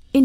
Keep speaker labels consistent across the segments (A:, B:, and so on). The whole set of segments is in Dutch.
A: verscheen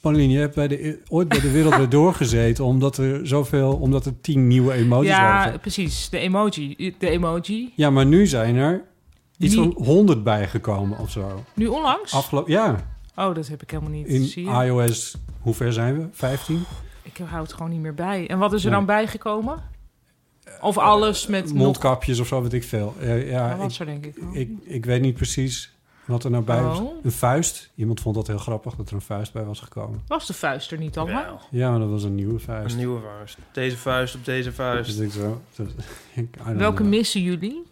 B: Pauline, je hebt bij de, e- ooit bij de wereld weer doorgezeten omdat er zoveel, omdat er tien nieuwe emoties
C: ja,
B: waren.
C: precies. De emoji. De emoji.
B: Ja, maar nu zijn er iets
C: Die-
B: van honderd bijgekomen of zo.
C: Nu onlangs?
B: Afgelopen, ja,
C: oh, dat heb ik helemaal niet.
B: in
C: Zie je?
B: iOS, hoe ver zijn we? 15?
C: Ik hou het gewoon niet meer bij. En wat is er
B: Nee. Eh,
C: dan bijgekomen? Of alles met nog...
B: Mondkapjes of zo, weet ik veel. Eh, ja,
C: Ja, wat
B: ik,
C: zo denk ik. Oh.
B: ik, ik weet niet precies wat er nou bij was.
C: Oh.
B: Een vuist. Iemand vond dat heel grappig dat er een vuist bij was gekomen.
C: Was de vuist er niet allemaal?
D: Wel,
B: Ja, maar dat was een nieuwe vuist.
D: een nieuwe vuist. Deze vuist op deze
B: Dus
D: vuist.
B: ik zo, dus, ik- I don't
C: Welke
B: know.
C: missen jullie?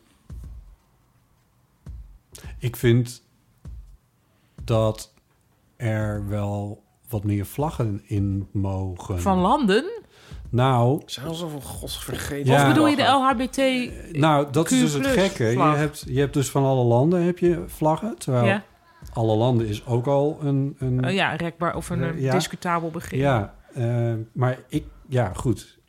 B: Ik vind dat er wel wat meer vlaggen in mogen.
C: Van landen?
B: Nou,
D: Zijn al zoveel godsvergeten.
B: Ja.
C: Of bedoel je de
D: vlaggen?
C: LHBT?
B: nou, dat is
C: Q
B: dus het
C: plus
B: gekke. Je
C: vlag.
B: hebt, je hebt dus van alle landen heb je vlaggen. Terwijl
C: Ja,
B: alle landen is ook al een... een
C: Oh ja een rekbaar of een
B: Ja.
C: eh, discutabel begrip.
B: ja, eh, maar ik... Ja, goed.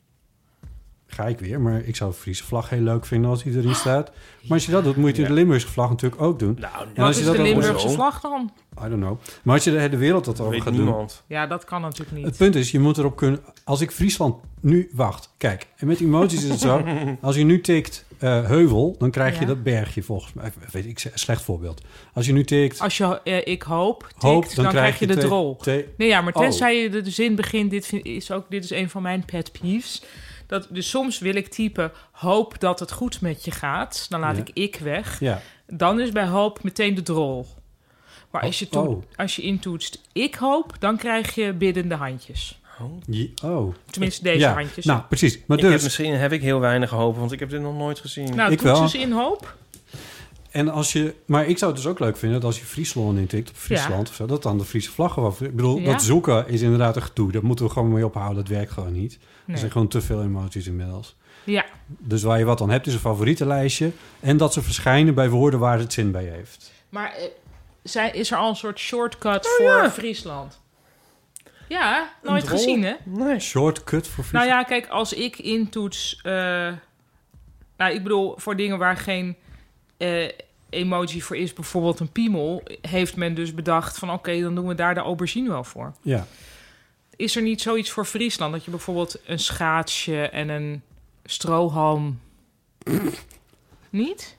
B: Ga ik weer. Maar ik zou de Friese vlag heel leuk vinden als die
C: Ah,
B: erin staat. Maar als je dat doet, moet je de Limburgse vlag natuurlijk ook doen.
D: Nou,
B: En
C: Wat
B: als
C: is
B: je
C: de
B: dat dan-
C: Limburgse
D: Hoezo?
C: vlag dan?
B: I don't know. Maar als je de hele wereld dat
D: dat
B: over
D: weet
B: gaat doen...
D: niemand.
C: Ja, dat kan natuurlijk
B: Het
C: niet.
B: punt is, je moet erop kunnen... Als ik Friesland nu... Wacht, kijk. En met emoties is het zo. Als je nu tikt eh, heuvel, dan krijg je
C: Ja.
B: dat bergje volgens mij. Weet ik, slecht voorbeeld. Als je nu tikt
C: Als je eh, ik hoop tikt,
B: hoop,
C: dan, krijg je de
B: te-
C: drol.
B: te-
C: Nee, ja, maar
B: Oh.
C: tenzij je de, de zin begint, dit, vind, is ook, dit is een van mijn pet peeves. Dat, dus soms wil ik typen, hoop dat het goed met je gaat. Dan laat
B: Ja.
C: ik ik weg.
B: ja,
C: Dan is bij hoop meteen de drol. Maar als je, toe-
B: Oh.
C: als je intoetst, ik hoop, dan krijg je biddende handjes. Nou,
B: je- oh.
C: Tenminste, deze
B: ja.
C: handjes.
B: Nou, precies. Maar
D: Ik heb,
B: dus...
D: misschien heb ik heel weinig hoop, want ik heb dit nog nooit gezien.
C: nou
B: ik
C: toets
B: wel.
C: eens in hoop.
B: En als je, maar ik zou het dus ook leuk vinden dat als je Friesland intikt, op Friesland of zo, dat dan de Friese vlag gewoon... Ik bedoel,
C: Ja.
B: dat zoeken is inderdaad een gedoe. Dat moeten we gewoon mee ophouden. Dat werkt gewoon niet. Er
C: Nee.
B: zijn gewoon te veel emoties inmiddels.
C: Ja,
B: Dus waar je wat aan hebt is een favorietenlijstje. En dat ze verschijnen bij woorden waar het zin bij heeft.
C: maar eh, zij, is er al een soort
B: Oh,
C: shortcut voor Friesland? Ja, nooit
D: drol?
C: gezien hè?
D: Nee.
B: Shortcut voor
C: Nou
B: Friesland.
C: ja, kijk, als ik intoets... eh nou, ik bedoel, voor dingen waar geen eh, emoji voor is, bijvoorbeeld een piemel... heeft men dus bedacht van, oké, dan doen we daar de aubergine wel voor.
B: ja.
C: Is er niet zoiets voor Friesland? Dat je bijvoorbeeld een schaatsje en een strohalm... niet?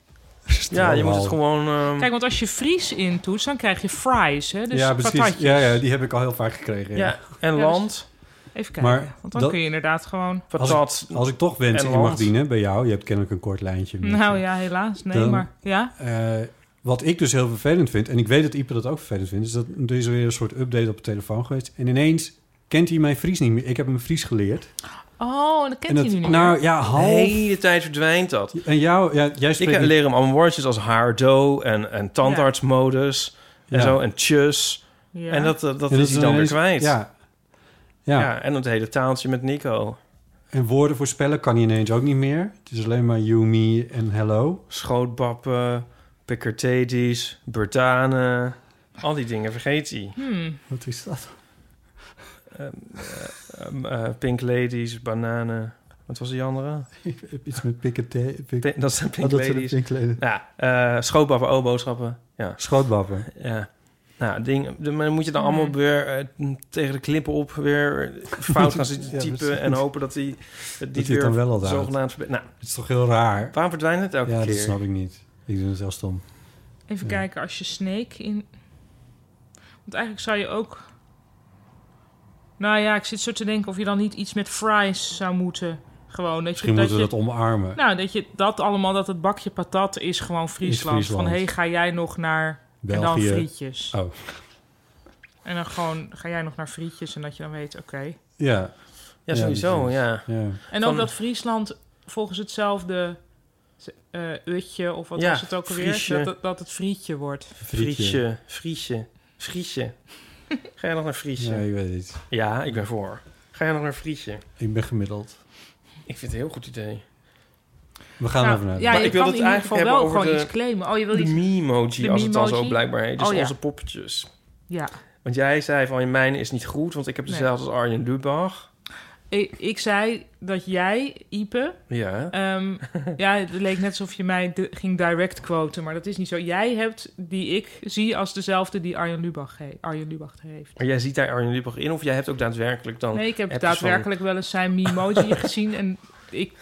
D: Ja, je moet het
B: Strohalm.
D: gewoon... ehm,
C: Kijk, want als je Fries intoetst, dan krijg je fries, hè? Dus
B: ja, precies.
C: patatjes.
B: Ja, ja, die heb ik al heel vaak gekregen. ja.
D: ja, en
C: Ja, dus
D: land,
C: Even kijken,
B: Maar
C: want dan
B: dat-
C: kun je inderdaad gewoon...
B: Als
D: patat.
B: Als ik toch wensen
D: En
B: in mag
D: land.
B: dienen bij jou, je hebt kennelijk een kort lijntje. met-
C: Nou ja, helaas. Nee,
B: Dan-
C: maar... Ja?
B: Eh, wat ik dus heel vervelend vind, en ik weet dat Ipe dat ook vervelend vindt, is dat er is weer een soort update op de telefoon geweest. En ineens kent hij mijn Fries niet meer. Ik heb hem Fries geleerd.
C: Oh, en dat kent
B: en
C: hij
B: dat-
C: nu niet
B: Nou
C: meer.
B: ja,
D: De
B: half.
D: hele tijd verdwijnt dat.
B: En jou, ja, jij
D: Ik
B: spreekt...
D: eh,
B: niet-
D: leer hem allemaal woordjes als haardo en, en tandartsmodus en
B: Ja.
D: zo en tjus.
C: Ja.
D: En dat, eh, dat,
B: en
D: is hij dan weer
B: ineens-
D: kwijt.
B: Ja. Ja.
D: Ja. en dat hele taaltje met Nico.
B: En woorden voorspellen kan hij ineens ook niet meer. Het is alleen maar you, me en hello.
D: Schootbappen, Picartedis, Bertane. Al die dingen vergeet hij.
C: Hmm.
B: Wat is dat?
D: Ehm, eh, pink ladies, bananen. Wat was die andere?
B: Ik heb iets met pikketé. Pik...
D: Pink- dat zijn
B: Oh,
D: pink
B: dat zijn de
D: ladies.
B: pinkleden.
D: Ja, eh schootbappen, o-boodschappen. Ja,
B: Schootbappen.
D: ja. Nou, ding, de- maar dan moet je dan allemaal weer eh, tegen de klippen op weer fout gaan zitten
B: Ja,
D: typen...
B: precies.
D: en hopen dat die het
B: hij
D: niet
B: het
D: weer
B: dan wel al
D: zogenaamd... verbe- Nou,
B: Het is toch heel raar?
D: waarom verdwijnt het elke
B: Ja,
D: keer?
B: dat snap ik niet. Ik doe het heel stom.
C: Even
B: Ja.
C: kijken, als je Snake in... Want eigenlijk zou je ook... Nou ja, ik zit zo te denken of je dan niet iets met fries zou moeten. Gewoon, dat
B: Misschien
C: je,
B: moeten we
C: je,
B: dat omarmen.
C: Nou, dat je dat allemaal, dat het bakje patat is gewoon Friesland.
B: Friesland.
C: Van, hé, hey, ga jij nog naar... En dan
B: België.
C: frietjes.
B: Oh,
C: En dan gewoon, ga jij nog naar frietjes en dat je dan weet, oké.
B: ja.
D: Ja,
B: Ja,
D: sowieso,
B: precies.
D: ja.
B: ja.
C: En
D: Van-
C: ook dat Friesland volgens hetzelfde eh utje of wat
D: Ja,
C: was het ook alweer,
D: friesje.
C: dat, het- dat het frietje wordt.
D: Friesje, Friesje, Friesje. Ga jij nog naar Friesje?
B: Ja, ik weet het niet.
D: Ja, ik ben voor. Ga jij nog naar Friesje?
B: Ik ben gemiddeld.
D: Ik vind het een heel goed idee.
B: We gaan
C: Nou,
B: ervan uit.
C: ja,
D: Maar
C: je
D: ik wil
C: kan
D: het
C: in ieder
D: eigenlijk
C: geval
D: hebben
C: wel
D: over
C: gewoon
D: de-
C: iets claimen. Oh, je wil
D: De
C: iets...
D: Memoji,
C: de
D: als het dan zo
C: Memoji?
D: blijkbaar heet. Dus
C: Oh, ja.
D: onze poppetjes.
C: Ja.
D: Want jij zei van, mijn is niet goed, want ik heb
C: Nee.
D: dezelfde als Arjen Lubach.
C: Ik, ik zei dat jij, Ipe...
D: Ja.
C: ehm, ja, het leek net alsof je mij de- ging direct quoten, maar dat is niet zo. Jij hebt die ik zie als dezelfde die Arjen Lubach, he- Arjen Lubach heeft.
D: Maar jij ziet daar Arjen Lubach in, of jij hebt ook daadwerkelijk dan...
C: Nee, ik heb
D: appjes
C: daadwerkelijk wel eens zijn Mimoji gezien. En ik,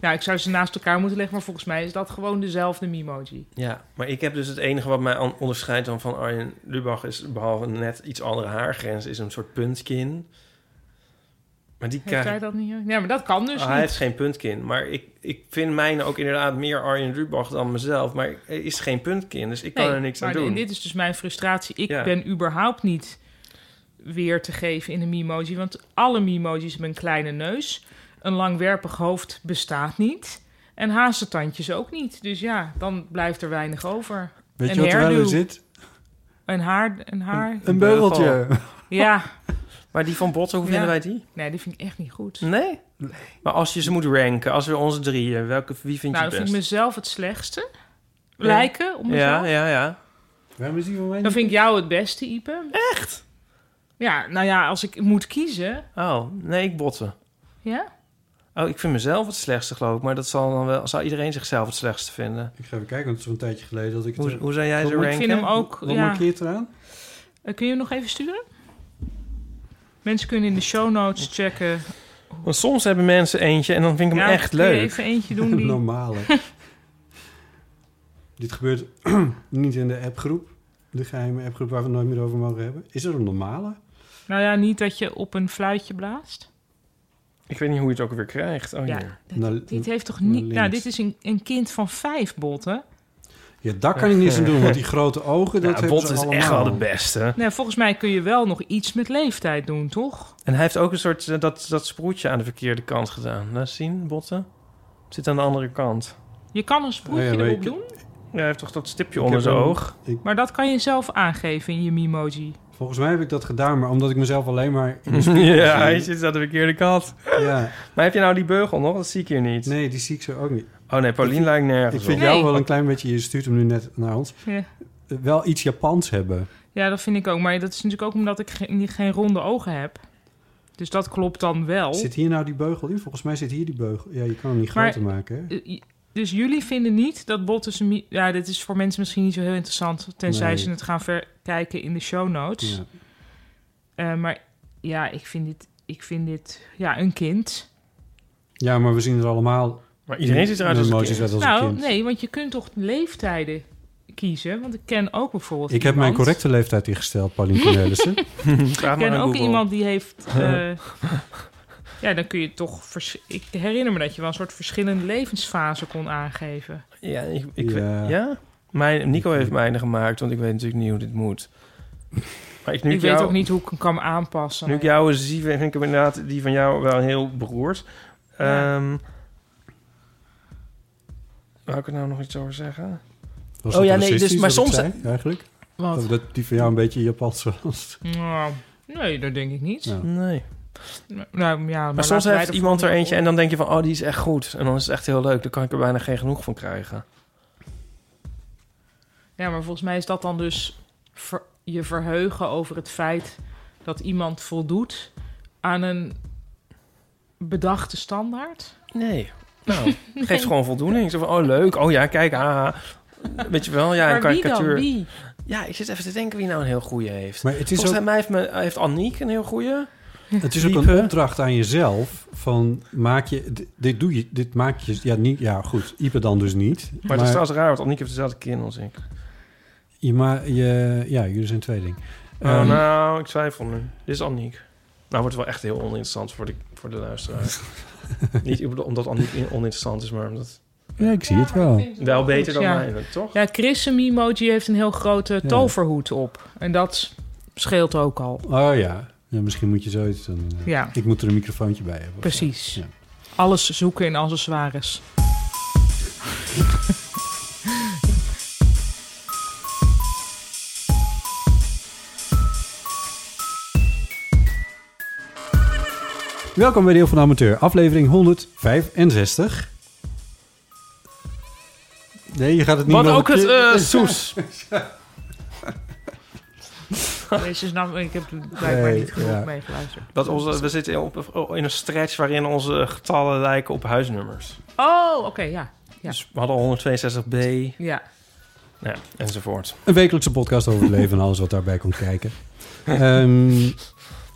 C: nou, ik zou ze naast elkaar moeten leggen, maar volgens mij is dat gewoon dezelfde Mimoji.
D: Ja, maar ik heb dus het enige wat mij on- onderscheidt dan van Arjen Lubach... is behalve net iets andere haargrens, is een soort puntkin. Maar die
C: Heeft
D: krijg
C: hij
D: ik-
C: dat niet? Ja, maar dat kan dus
D: Ah,
C: niet.
D: hij heeft geen puntkin, maar ik, ik vind mijn ook inderdaad meer Arjen Lubach dan mezelf. Maar er is geen puntkin, dus ik kan
C: Nee,
D: er niks aan
C: maar
D: doen.
C: En dit is dus mijn frustratie. Ik
D: Ja.
C: ben überhaupt niet weer te geven in een Mimoji. Want alle Mimojis hebben een kleine neus. Een langwerpig hoofd bestaat niet. En hazentandjes ook niet. Dus ja, dan blijft er weinig over.
B: Weet
C: Een
B: je wat er wel
C: hairdo.
B: in zit?
C: Een haar, een haar.
B: Een beugeltje.
C: Ja,
D: Maar die van Botten, hoe
C: Ja.
D: vinden wij die?
C: nee, die vind ik echt niet goed.
D: Nee? Maar als je ze moet ranken, als we onze drieën, welke, wie vind
C: Nou,
D: je
C: dan
D: het
C: vind ik
D: best?
C: mezelf het slechtste. Lijken om mezelf.
D: ja, ja, ja.
B: Waarom is die van mij
C: Dan
B: niet?
C: vind ik jou het beste, Ipe. Echt? Ja, nou ja, als ik moet kiezen.
D: Oh, nee, ik Botten.
C: Ja?
D: Oh, ik vind mezelf het slechtste, geloof ik. Maar dat zal dan wel, zal iedereen zichzelf het slechtste vinden.
B: Ik ga even kijken, want het is een tijdje geleden dat ik het...
D: Hoe, hoe zou jij
B: Wat
D: ze
B: moet
D: ranken?
C: Ik vind hem ook...
B: Wat
C: ja.
B: markeert eraan?
C: Eh, Kun je hem nog even sturen? Mensen kunnen in de show notes checken.
D: Want soms hebben mensen eentje en dan vind ik hem
C: Ja,
D: echt
C: kun je
D: leuk.
C: even eentje doen
B: Een
C: die...
B: normale. Dit gebeurt niet in de appgroep. De geheime appgroep waar we het nooit meer over mogen hebben. Is er een normale?
C: Nou ja, niet dat je op een fluitje blaast.
D: Ik weet niet hoe je het ook weer krijgt. Oh,
C: Ja.
D: hier.
C: Dat-
B: Nou,
C: dit heeft toch
B: nou,
C: niet...
B: links.
C: Nou, dit is een, een kind van vijf botten.
B: Ja, daar kan ik niets aan doen, want die grote ogen, dat
D: Ja,
B: hebben
D: Botten
B: ze
D: is
B: allemaal.
D: echt wel de beste.
C: Nee, Nou, volgens mij kun je wel nog iets met leeftijd doen, toch?
D: En hij heeft ook een soort eh, dat, dat sproetje aan de verkeerde kant gedaan. Laat zien, Botten. Het zit aan de andere kant.
C: Je kan een sproetje
B: Oh ja, maar
C: erop
B: ik-
C: doen,
D: Ja, hij heeft toch dat stipje
B: Ik
D: onder
B: heb
D: zijn
B: hem-
D: oog?
C: maar dat kan je zelf aangeven in je Mimoji.
B: Volgens mij heb ik dat gedaan, maar omdat ik mezelf alleen maar...
D: ja, hij zit aan de verkeerde kant.
B: Ja,
D: Maar heb je nou die beugel nog? Dat zie ik hier niet.
B: nee, die zie ik zo ook niet.
D: Oh nee, Paulien lijkt
B: Ik
D: nergens
B: vind
D: op.
B: jou
C: Nee.
B: wel een klein beetje, je stuurt hem nu net naar ons,
C: Ja.
B: eh, wel iets Japans hebben.
C: Ja, dat vind ik ook. Maar dat is natuurlijk ook omdat ik ge- niet- geen ronde ogen heb. Dus dat klopt dan wel.
B: Zit hier nou die beugel in? Volgens mij zit hier die beugel. Ja, je kan hem niet
C: Maar-
B: groter maken, hè?
C: Eh, i- Dus jullie vinden niet dat botten zijn... mi- Ja, dit is voor mensen misschien niet zo heel interessant... tenzij
B: Nee.
C: ze het gaan verkijken in de show notes.
B: Ja.
C: Eh, maar ja, ik vind dit... Ik vind dit... Ja, een kind.
B: ja, maar we zien er allemaal...
D: Maar iedereen ziet eruit als een
B: emoties uit
D: kind.
B: als
C: nou,
B: een kind.
C: nee, want je kunt toch leeftijden kiezen? Want ik ken ook bijvoorbeeld
B: Ik heb mijn
C: iemand-
B: correcte leeftijd ingesteld, Paulien Cornelissen.
D: Vraag
C: Ik
D: maar
C: ken
D: aan
C: ook
D: Google.
C: iemand die heeft... eh, ja, dan kun je toch... vers- Ik herinner me dat je wel een soort verschillende levensfasen kon aangeven.
D: Ja, ik, ik, ja.
B: Ja.
D: Mijn, Nico heeft mijne gemaakt, want ik weet natuurlijk niet hoe dit moet. Maar ik, nu
C: ik
D: ik jou,
C: weet ook niet hoe ik hem kan aanpassen.
D: Nu ik jou eens zie, vind ik hem inderdaad die van jou wel heel beroerd.
C: Ja.
D: Ehm Wou ik er nou nog iets over zeggen?
B: Was
D: Oh
B: dat
D: ja, nee,
B: racistisch
D: dus- maar
B: wat ik
D: soms-
B: zei, eigenlijk?
C: Wat?
B: Dat, dat die van jou een beetje Japans was.
C: Nou, nee, dat denk ik niet.
B: Ja.
D: Nee.
C: Nou, ja,
D: Maar
C: maar
D: soms
C: laten wij
D: heeft
C: de
D: iemand er
C: volgende
D: eentje en dan denk je van... oh, die is echt goed. En dan is het echt heel leuk. Dan kan ik er bijna geen genoeg van krijgen.
C: Ja, maar volgens mij is dat dan dus ver- je verheugen over het feit dat iemand voldoet aan een bedachte standaard.
D: Nee. Nou, geef gewoon voldoening. Zo van, oh leuk. Oh ja, kijk, ah. Weet je wel, ja, een
C: maar wie dan?
D: karikatuur.
C: Wie?
D: Ja, ik zit even te denken wie nou een heel goede heeft.
B: Maar het is
D: Volgens
B: ook-
D: mij heeft, me, heeft Anniek een heel goede.
B: Het is ook een
D: Diepe.
B: opdracht aan jezelf van maak je dit, dit doe je dit maak je ja niet ja goed Ipe dan dus niet
D: Maar, het is trouwens raar, want Anniek heeft dezelfde kin als ik.
B: je, ma- je ja jullie zijn twee dingen.
D: Oh,
B: Ehm,
D: nou, ik twijfel nu. Dit is Anniek. Nou, wordt het wel echt heel oninteressant voor de, voor de luisteraar. Niet ik bedoel, omdat Anniek in- oninteressant is, maar omdat...
B: ja ik zie het wel.
D: Wel beter dan
C: ja.
D: mij, toch?
C: Ja, Chris emoji heeft een heel grote
B: Ja.
C: toverhoed op. En dat scheelt ook al.
B: Oh ja. ja, misschien moet je zoiets doen. inderdaad.
C: Ja.
B: Ik moet er een microfoontje bij hebben. of zo.
C: Precies.
B: Ja.
C: Alles zoeken in accessoires.
B: Welkom bij Deel van de Amateur, aflevering 165. Nee, je gaat het niet
D: Wat
B: nog
D: ook
B: een
D: het
B: keer-
D: eh soes.
C: Deze nou, ik heb blijkbaar
B: Nee,
C: niet genoeg
B: ja.
C: meegeluisterd.
D: Dat onze, we zitten op, in een stretch waarin onze getallen lijken op huisnummers.
C: Oh, oké, ja. Ja.
D: Dus we hadden 162b
C: ja.
D: ja, enzovoort.
B: Een wekelijkse podcast over het leven en alles wat daarbij komt kijken. Ehm,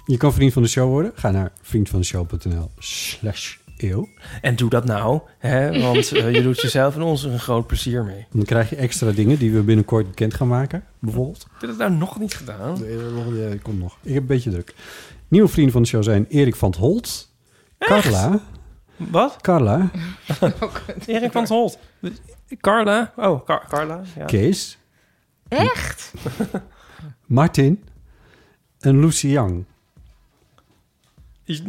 B: je kan vriend van de show worden. Ga naar vriendvandeshow.nl slash eeuw.
D: En doe dat nou, hè? want eh, je doet jezelf en ons een groot plezier mee.
B: Dan krijg je extra dingen die we binnenkort bekend gaan maken, bijvoorbeeld.
D: Heb je dat nou nog niet gedaan?
B: Nee, komt nog. Ik heb een beetje druk. Nieuwe vrienden van de show zijn Erik van het Holt, Carla,
D: Wat?
B: Carla,
D: Erik van het Holt. Carla? Oh, Car- Carla. Ja.
B: Kees,
C: Echt?
B: Martin en Lucy Yang.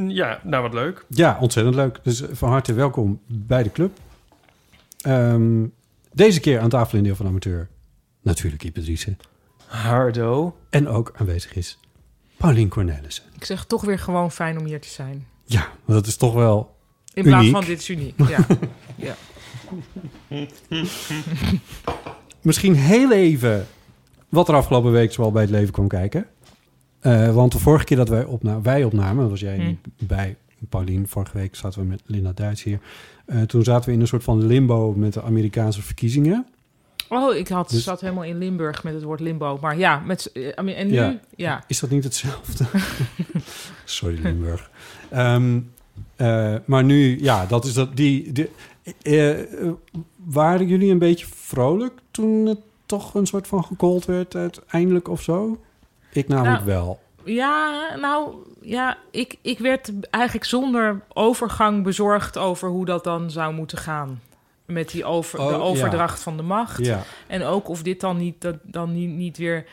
D: ja, nou wat leuk.
B: Ja, ontzettend leuk. Dus van harte welkom bij de club. Ehm, deze keer aan tafel in deel van amateur. Natuurlijk Ipe Driessen.
D: Hardo.
B: En ook aanwezig is Paulien Cornelissen.
C: Ik zeg toch weer gewoon fijn om hier te zijn.
B: Ja, want dat is toch wel...
C: In plaats
B: Uniek.
C: van dit is uniek. Ja.
B: Misschien heel even wat er afgelopen week zoal bij het leven kwam kijken. Eh, want de vorige keer dat wij, opna wij opnamen, was jij niet bij Paulien. Vorige week zaten we met Linda Duits hier. Eh, toen zaten we in een soort van limbo met de Amerikaanse verkiezingen.
C: Oh, ik had,
B: Dus-
C: zat helemaal in Limburg met het woord limbo. Maar ja, met, eh, I mean, en nu?
B: Ja.
C: Ja.
B: Is dat niet hetzelfde? Sorry, Limburg. Ehm, eh, maar nu, ja, dat is dat. Die, die- eh, eh, waren jullie een beetje vrolijk toen het toch een soort van gecallt werd uiteindelijk of zo? Ik namelijk
C: Nou,
B: wel.
C: Ja, nou, ja, ik, ik werd eigenlijk zonder overgang bezorgd over hoe dat dan zou moeten gaan. Met die over,
B: Oh, ja.
C: de overdracht van de macht.
B: Ja,
C: En ook of dit dan niet, dat, dan niet, niet weer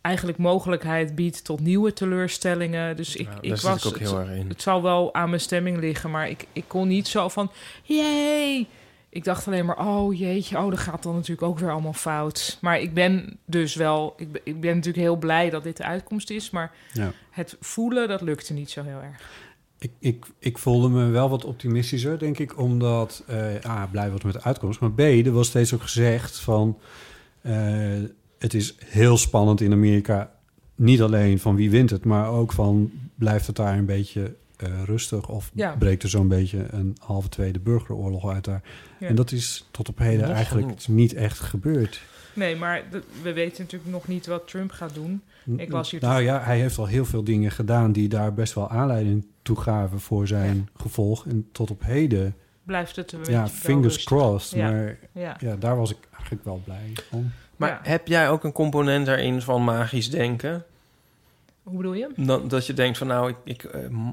C: eigenlijk mogelijkheid biedt tot nieuwe teleurstellingen. Dus ik,
D: Ja,
C: ik
D: daar
C: was...
D: zit ik ook heel erg in.
C: het zal wel aan mijn stemming liggen, maar ik, ik kon niet zo van, jee. Ik dacht alleen maar, oh jeetje, oh, dat gaat dan natuurlijk ook weer allemaal fout. Maar ik ben dus wel, ik ben, ik ben natuurlijk heel blij dat dit de uitkomst is, maar
B: Ja.
C: het voelen, dat lukte niet zo heel erg.
B: Ik, ik, ik voelde me wel wat optimistischer, denk ik, omdat eh, A, blij was met de uitkomst. Maar B, er was steeds ook gezegd van eh, het is heel spannend in Amerika. Niet alleen van wie wint het, maar ook van blijft het daar een beetje eh, rustig of
C: Ja.
B: breekt er zo'n beetje een halve tweede burgeroorlog uit daar.
C: Ja.
B: En dat is tot op heden
D: Nog
B: eigenlijk
D: niet.
B: niet echt gebeurd.
C: Nee, maar de- we weten natuurlijk nog niet wat Trump gaat doen. Ik las hier
B: Nou ja, hij heeft al heel veel dingen gedaan die daar best wel aanleiding toe gaven voor zijn gevolg. En tot op heden
C: Blijft het een beetje
B: Ja,
C: wel
B: fingers
C: rustig.
B: crossed.
C: Ja.
B: Maar
C: Ja.
B: ja, daar was ik eigenlijk wel blij om.
D: Maar
C: Ja.
D: heb jij ook een component daarin van magisch denken?
C: Hoe bedoel je?
D: Dat, dat je denkt van nou, ik, ik eh, m-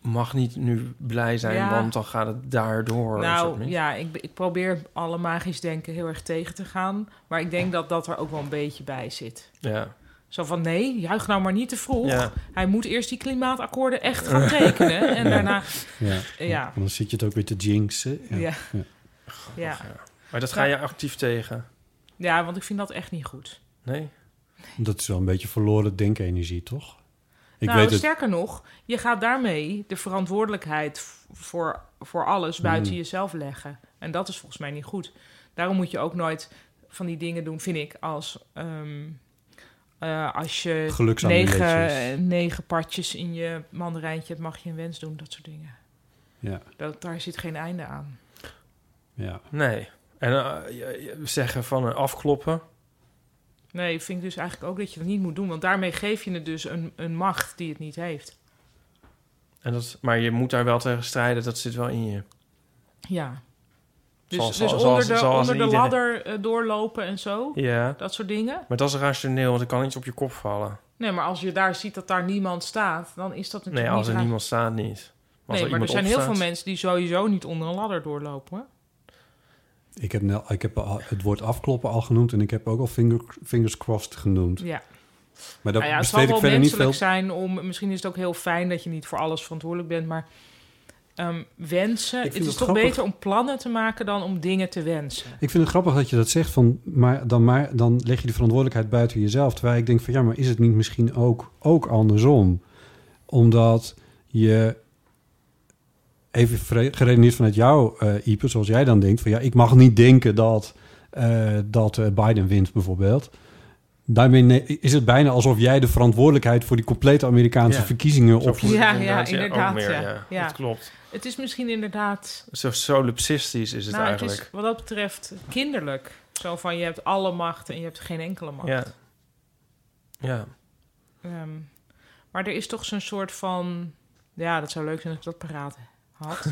D: mag niet nu blij zijn,
C: Ja.
D: want dan gaat het daardoor. een soort
C: Nou
D: niet?
C: ja, ik, be- ik probeer alle magisch denken heel erg tegen te gaan. Maar ik denk dat dat er ook wel een beetje bij zit.
D: ja.
C: Zo van nee, juich nou maar niet te vroeg.
D: Ja.
C: Hij moet eerst die klimaatakkoorden echt gaan tekenen. En daarna,
B: Ja.
C: ja,
B: En dan zit je het ook weer te jinxen. Ja.
C: ja, ja.
D: Maar dat ga je actief tegen.
C: Ja, want ik vind dat echt niet goed.
D: Nee?
B: Dat is wel een beetje verloren denkenergie, toch? Ik
C: nou,
B: weet het.
C: sterker nog, je gaat daarmee de verantwoordelijkheid v- voor, voor alles buiten
B: Hmm.
C: jezelf leggen. En dat is volgens mij niet goed. Daarom moet je ook nooit van die dingen doen, vind ik, als, ehm, eh, als je
B: Geluksamuletjes.
C: negen, negen partjes in je mandarijntje hebt, mag je een wens doen, dat soort dingen.
B: Ja,
C: Dat, daar zit geen einde aan.
B: ja.
D: Nee. En eh, je- je- zeggen van eh, afkloppen.
C: Nee, vind ik dus eigenlijk ook dat je dat niet moet doen. Want daarmee geef je het dus een, een macht die het niet heeft.
D: En dat, maar je moet daar wel tegen strijden, dat zit wel in je.
C: Ja. Dus,
D: Zoals-
C: dus
D: zoals-
C: onder de,
D: zoals
C: onder de
D: iedereen.
C: ladder eh, doorlopen en zo.
D: Ja,
C: Dat soort dingen.
D: maar dat is rationeel, want er kan iets op je kop vallen.
C: Nee, maar als je daar ziet dat daar niemand staat, dan is dat natuurlijk
D: Nee, als
C: niet
D: er
C: raar.
D: niemand staat, niet. Maar als
C: nee, maar er zijn heel
D: opstaat-
C: veel mensen die sowieso niet onder een ladder doorlopen. Hoor.
B: Ik heb, nel- ik heb al- het woord afkloppen al genoemd en ik heb ook al finger, fingers crossed genoemd.
C: Ja.
B: Maar dat
C: Nou ja, het zal
B: besteed ik
C: wel
B: verder niet veel.
C: menselijk zijn om. Misschien is het ook heel fijn dat je niet voor alles verantwoordelijk bent, maar ehm, wensen.
B: vind
C: Het is
B: het
C: toch
B: grappig.
C: beter om plannen te maken dan om dingen te wensen.
B: Ik vind het grappig dat je dat zegt, van, maar, dan, maar dan leg je de verantwoordelijkheid buiten jezelf. Terwijl ik denk van ja, maar is het niet misschien ook, ook andersom? Omdat je, even vre- geredeneerd vanuit jou, eh Ipe, zoals jij dan denkt... van ja, ik mag niet denken dat, eh, dat eh, Biden wint bijvoorbeeld... Daarmee ne- is het bijna alsof jij de verantwoordelijkheid voor die complete Amerikaanse
D: Ja.
B: verkiezingen
D: Zo
B: op
D: voel ik
C: Ja,
D: het
C: ja,
D: ook
C: inderdaad,
D: meer,
C: ja. Ja.
D: Dat klopt.
C: Het is misschien inderdaad.
D: Zo solipsistisch is het
C: nou,
D: eigenlijk.
C: het is wat dat betreft kinderlijk. Zo van je hebt alle macht en je hebt geen enkele macht.
D: Ja. Ja.
C: Ehm, maar er is toch zo'n soort van. Ja, dat zou leuk zijn als ik dat paraat had.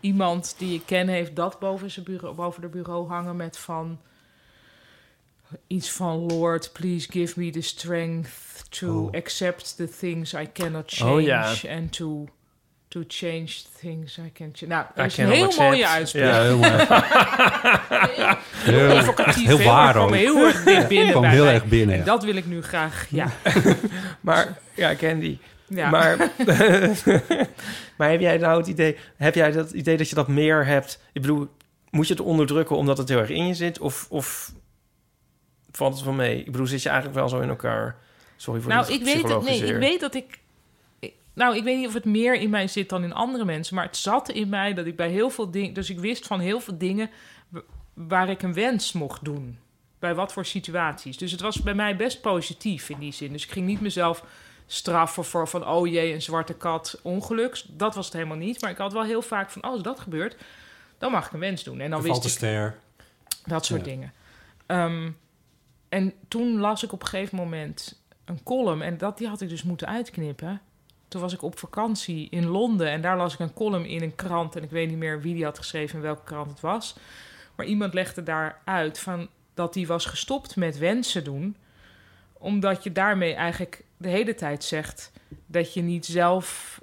C: Iemand die ik ken heeft dat boven, zijn bureau, boven de bureau hangen met van. Iets van Lord, please give me the strength to
B: Oh.
C: accept the things I cannot change.
D: Oh, ja.
C: And to, to change things I can change. Nou, dat
D: I
C: is een
D: cannot
C: heel
D: accept.
C: mooie uitspraak.
D: Ja,
B: heel mooi. Heel-
C: Evocatief,
B: heel
C: hè,
B: waar
C: maar kwam
B: ook.
C: heel erg dicht binnen
B: kwam
C: bij
B: heel
C: mij.
B: erg binnen,
C: En
B: ja.
C: dat wil ik nu graag, ja.
D: Maar, ja, Candy.
C: ja.
D: Maar, maar heb jij nou het idee, heb jij dat idee dat je dat meer hebt? Ik bedoel, moet je het onderdrukken omdat het heel erg in je zit? Of, of valt het wel mee? Ik bedoel, zit je eigenlijk wel zo in elkaar? Sorry voor
C: Nou,
D: dit
C: ik weet het. Nee, ik
D: psychologiseren.
C: weet dat ik. ik- Nou, ik weet niet of het meer in mij zit dan in andere mensen. Maar het zat in mij dat ik bij heel veel dingen. Dus ik wist van heel veel dingen w- waar ik een wens mocht doen. Bij wat voor situaties. Dus het was bij mij best positief in die zin. Dus ik ging niet mezelf straffen voor van. Oh jee, een zwarte kat, ongeluk. Dat was het helemaal niet. Maar ik had wel heel vaak van. oh, Als dat gebeurt, dan mag ik een wens doen. En dan
B: Valt
C: wist
B: de
C: ik.
B: ster.
C: Dat soort
B: Ja.
C: dingen. Ehm, en toen las ik op een gegeven moment een column. En dat, die had ik dus moeten uitknippen. Toen was ik op vakantie in Londen. En daar las ik een column in een krant. En ik weet niet meer wie die had geschreven en welke krant het was. Maar iemand legde daar uit van dat die was gestopt met wensen doen. Omdat je daarmee eigenlijk de hele tijd zegt dat je niet zelf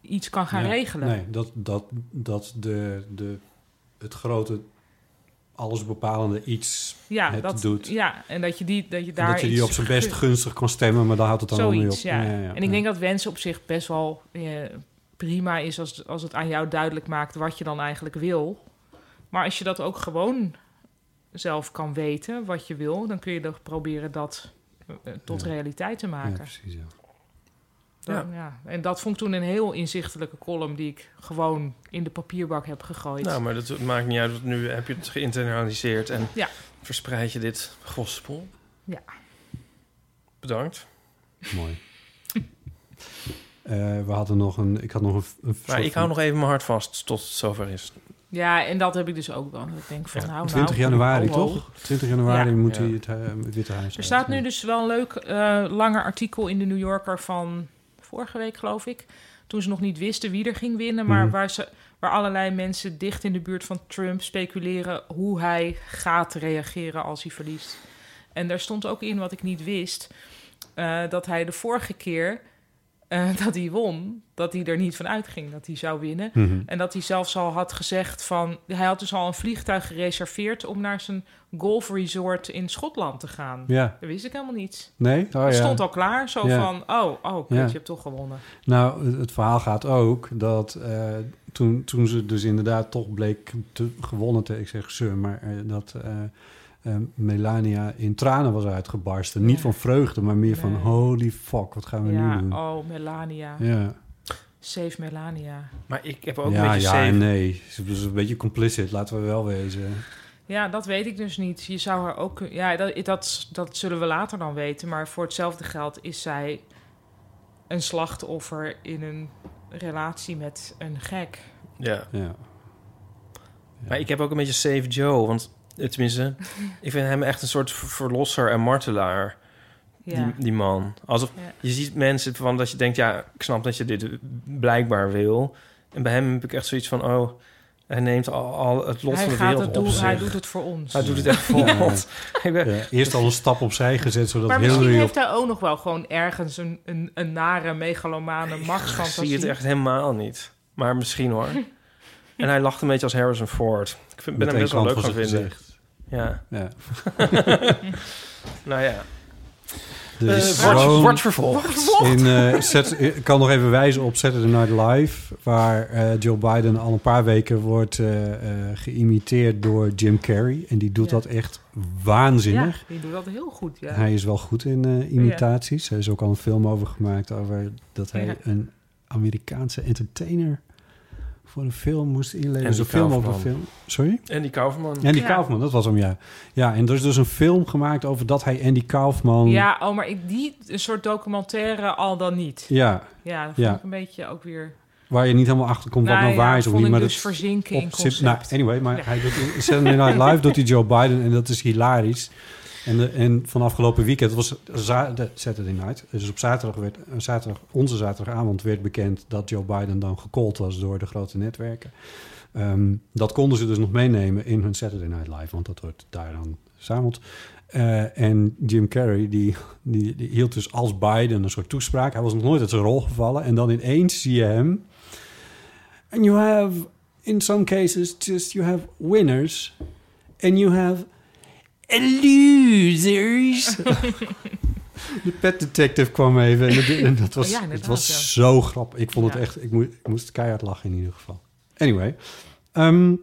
C: iets kan gaan
B: Nee,
C: regelen.
B: Nee, dat, dat, dat de, de, het grote allesbepalende iets...
C: Ja,
B: het
C: dat,
B: doet.
C: ja, en dat je, die, dat je daar
B: dat je die
C: iets
B: op zijn best
C: gun-
B: gunstig kan stemmen, maar daar houdt het dan wel mee op.
C: Zoiets, ja. En ik denk dat wensen op zich best wel eh, prima is als, als het aan jou duidelijk maakt wat je dan eigenlijk wil. Maar als je dat ook gewoon zelf kan weten, wat je wil, dan kun je dan proberen dat eh, tot
B: Ja.
C: realiteit te
B: Ja,
C: maken.
B: precies, ja.
C: Dan- ja. En dat vond ik toen een heel inzichtelijke column die ik gewoon in de papierbak heb gegooid.
D: Nou, maar dat maakt niet uit. want Nu heb je het geïnternaliseerd en
C: Ja.
D: verspreid je dit gospel.
C: Ja.
D: Bedankt.
B: Mooi. Eh, we hadden nog een... Ik had nog een... een
D: Maar
B: soort
D: ik hou
B: van-
D: nog even mijn hart vast tot het zover is.
C: Ja, en dat heb ik dus ook dan. Ik denk van,
D: Ja.
C: nou,
B: 20
C: nou,
B: januari,
C: ho, ho.
B: toch? 20 januari
C: Ja.
B: moet
D: Ja.
B: hij het, eh, het Witte Huis
C: Er
B: uit.
C: staat nu
B: Ja.
C: dus wel een leuk eh, langer artikel in de New Yorker van vorige week, geloof ik. Toen ze nog niet wisten wie er ging winnen, maar
B: Mhm.
C: waar, ze, waar allerlei mensen dicht in de buurt van Trump speculeren hoe hij gaat reageren als hij verliest. En daar stond ook in wat ik niet wist, eh, dat hij de vorige keer eh, dat hij won, dat hij er niet van uitging dat hij zou winnen.
B: Mhm.
C: En dat hij zelfs al had gezegd van... Hij had dus al een vliegtuig gereserveerd om naar zijn golfresort in Schotland te gaan.
B: Ja,
C: Dat wist ik helemaal niet.
B: nee? Oh,
C: Het
B: ja.
C: stond al klaar, zo
B: Ja.
C: van... Oh, oh, kut,
B: Ja.
C: je hebt toch gewonnen.
B: Nou, het- het verhaal gaat ook dat eh, toen, toen ze dus inderdaad toch bleek te, gewonnen te, ik zeg ze, maar eh, dat eh, eh, Melania in tranen was uitgebarsten. Niet
C: Ja.
B: van vreugde, maar meer van
C: Nee.
B: holy fuck, wat gaan we
C: ja,
B: nu doen?
C: oh, Melania.
B: Ja,
C: Save Melania.
D: Maar ik heb ook een
B: ja,
D: beetje
B: ja
D: safe.
B: en nee. Ze was een beetje complicit, laten we wel wezen.
C: Ja, dat weet ik dus niet. Je zou haar ook... kun- Ja, dat, dat, dat zullen we later dan weten. Maar voor hetzelfde geld is zij een slachtoffer in een relatie met een gek.
D: Ja.
B: Ja.
D: Maar ik heb ook een beetje Safe Joe, want Eh, Tenminste, ik vind hem echt een soort ver- verlosser en martelaar,
C: Ja.
D: die, die man. Alsof
C: Ja.
D: je ziet mensen van dat je denkt, ja, ik snap dat je dit blijkbaar wil. En bij hem heb ik echt zoiets van, oh, hij neemt al, al het lot
C: Hij,
D: van de
C: gaat
D: wereld
C: het
D: op
C: doen,
D: zich.
C: hij doet het voor ons.
D: Hij doet het echt voor
B: Ja.
D: ons. Ik ben-
B: Ja, eerst al een stap opzij gezet, zodat
C: maar misschien
B: Hillary...
C: heeft
B: Op...
C: hij ook nog wel gewoon ergens een, een, een nare, megalomane
D: Ik zie
C: machtsfantasie.
D: het echt helemaal niet. Maar misschien hoor. en hij lacht een beetje als Harrison Ford. Ik vind, ben
B: met één
D: hem best wel
B: kant
D: leuk
B: van zijn
D: gaan vinden.
B: gezicht.
D: Ja.
B: Ja.
D: Nou ja.
B: Dus
D: Eh, wordt,
B: gewoon-
D: wordt vervolgd.
B: In, eh, Sat- ik kan nog even wijzen op Saturday Night Live... waar eh, Joe Biden al een paar weken wordt eh, eh, geïmiteerd door Jim Carrey. En die doet
C: Ja.
B: dat echt waanzinnig.
C: Ja, die doet dat heel goed, ja.
B: Hij is wel goed in eh, imitaties. Er is ook al een film over gemaakt... over dat hij
C: Ja.
B: een Amerikaanse entertainer voor een film moest inleveren.
D: En
B: Dus
D: die
B: een film over een
D: Kaufman.
B: film. Sorry?
D: En die Kaufman.
B: Andy
C: Ja.
B: Kaufman, dat was hem, ja. Ja, en er is dus een film gemaakt over dat hij Andy Kaufman...
C: Ja, oh, maar ik, die een soort documentaire al dan niet.
B: Ja,
C: Ja, dat vond
B: Ja.
C: ik een beetje ook weer...
B: waar je niet helemaal achter komt wat
C: Nou
B: nou
C: ja,
B: waar is of
C: vond
B: niet.
C: ik
B: Maar
C: dus
B: dat
C: verzinken in
B: op zit...
C: concept.
B: Nou, anyway, maar hij doet in Saturday Night Live doet hij Joe Biden en dat is hilarisch. En, de, en van afgelopen weekend was za- de- Saturday Night. Dus op zaterdag werd, eh, zaterdag, onze zaterdagavond werd bekend dat Joe Biden dan gecallt was door de grote netwerken. Ehm, dat konden ze dus nog meenemen in hun Saturday Night Live, want dat wordt daar dan verzameld. Eh, en Jim Carrey, die, die, die hield dus als Biden een soort toespraak. Hij was nog nooit uit zijn rol gevallen. En dan ineens zie je hem. And you have, in some cases, just you have winners. And you have losers. De pet detective kwam even. En dat, en dat was,
C: Ja,
B: het
C: inderdaad,
B: was
C: ja.
B: zo grappig. Ik vond het
C: Ja.
B: echt... Ik, moe- ik moest keihard lachen in ieder geval. Anyway. ehm,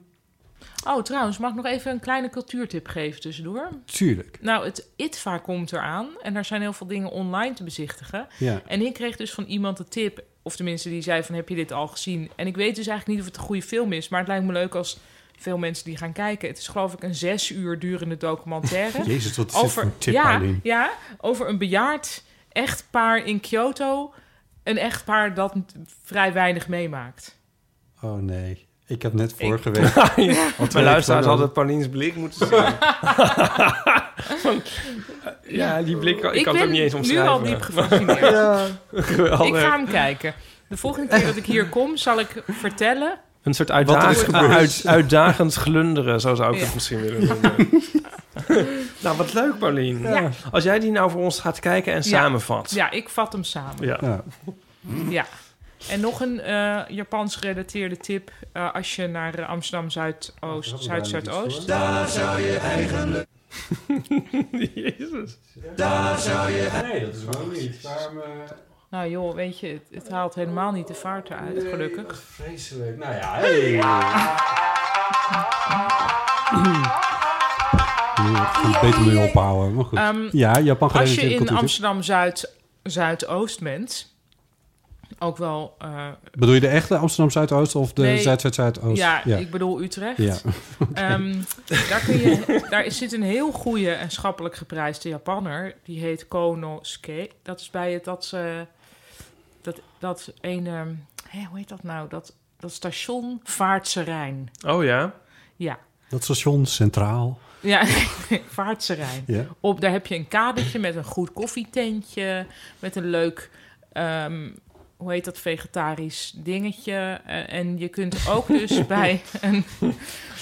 C: Oh, trouwens, mag ik nog even een kleine cultuurtip geven tussendoor?
B: tuurlijk.
C: Nou, het ITVA komt eraan en er zijn heel veel dingen online te bezichtigen.
B: Ja.
C: En ik kreeg dus van iemand de tip, of tenminste die zei van heb je dit al gezien? En ik weet dus eigenlijk niet of het een goede film is, maar het lijkt me leuk als veel mensen die gaan kijken. Het is geloof ik een zes uur durende documentaire.
B: Jezus, wat is dit voor
C: over,
B: een tip,
C: ja,
B: Eileen?
C: ja, over een bejaard echtpaar in Kyoto. Een echtpaar dat vrij weinig meemaakt.
B: Oh nee, ik heb net vorige week...
D: Want
B: twee
D: mijn luisteraars
B: kwam dan.
D: hadden Paulien's blik moeten zien. eh, ja, die blik, ik, kan
C: ben
D: het ook niet eens
C: nu al
D: omschrijven.
C: diep gefascineerd. ik
D: Geweldig.
C: ga hem kijken. De volgende keer dat ik hier kom, zal ik vertellen.
D: Een soort uitdagend,
B: gebeurd.
D: uit- uitdagend glunderen, zo zou ik
C: Ja.
D: het misschien willen noemen. nou, wat leuk, Paulien.
B: Ja.
D: Als jij die nou voor ons gaat kijken en samenvat.
C: Ja, ik vat hem samen.
D: Ja.
B: Ja.
C: Ja. En nog een eh, Japans gerelateerde tip. eh, als je naar eh, Amsterdam Zuidoost, Zuid-Zuidoost.
D: Jezus.
B: Nee, dat is wel niet. Waarom,
C: Nou joh, weet je, het, het haalt helemaal niet de vaart eruit, gelukkig.
B: Vreselijk. Nou ja, hey. Ik kan het beter mee ophouden, maar goed.
C: Ehm,
B: ja, Japan dus-
C: Als je
B: gerelateerd
C: in
B: cultuurtip.
C: Amsterdam Zuid, Zuidoost bent, ook wel. eh,
B: Bedoel je de echte Amsterdam Zuidoost of de
C: Nee.
B: Zuid-Zuid-Zuidoost?
C: ja, ik bedoel Utrecht.
B: Ja.
C: Ehm, daar, kun je, daar zit een heel goede en schappelijk geprijsde Japanner. Die heet Konosuke. Dat is bij het dat ze dat dat een ehm, hé, hoe heet dat nou? Dat dat station Vaartse Rijn.
D: Oh ja?
C: Ja.
B: Dat station centraal.
C: Ja, Vaartse Rijn.
B: Ja.
C: Op, daar heb je een kadertje met een goed koffietentje, met een leuk, ehm, hoe heet dat, vegetarisch dingetje. Eh, en je kunt ook dus bij een,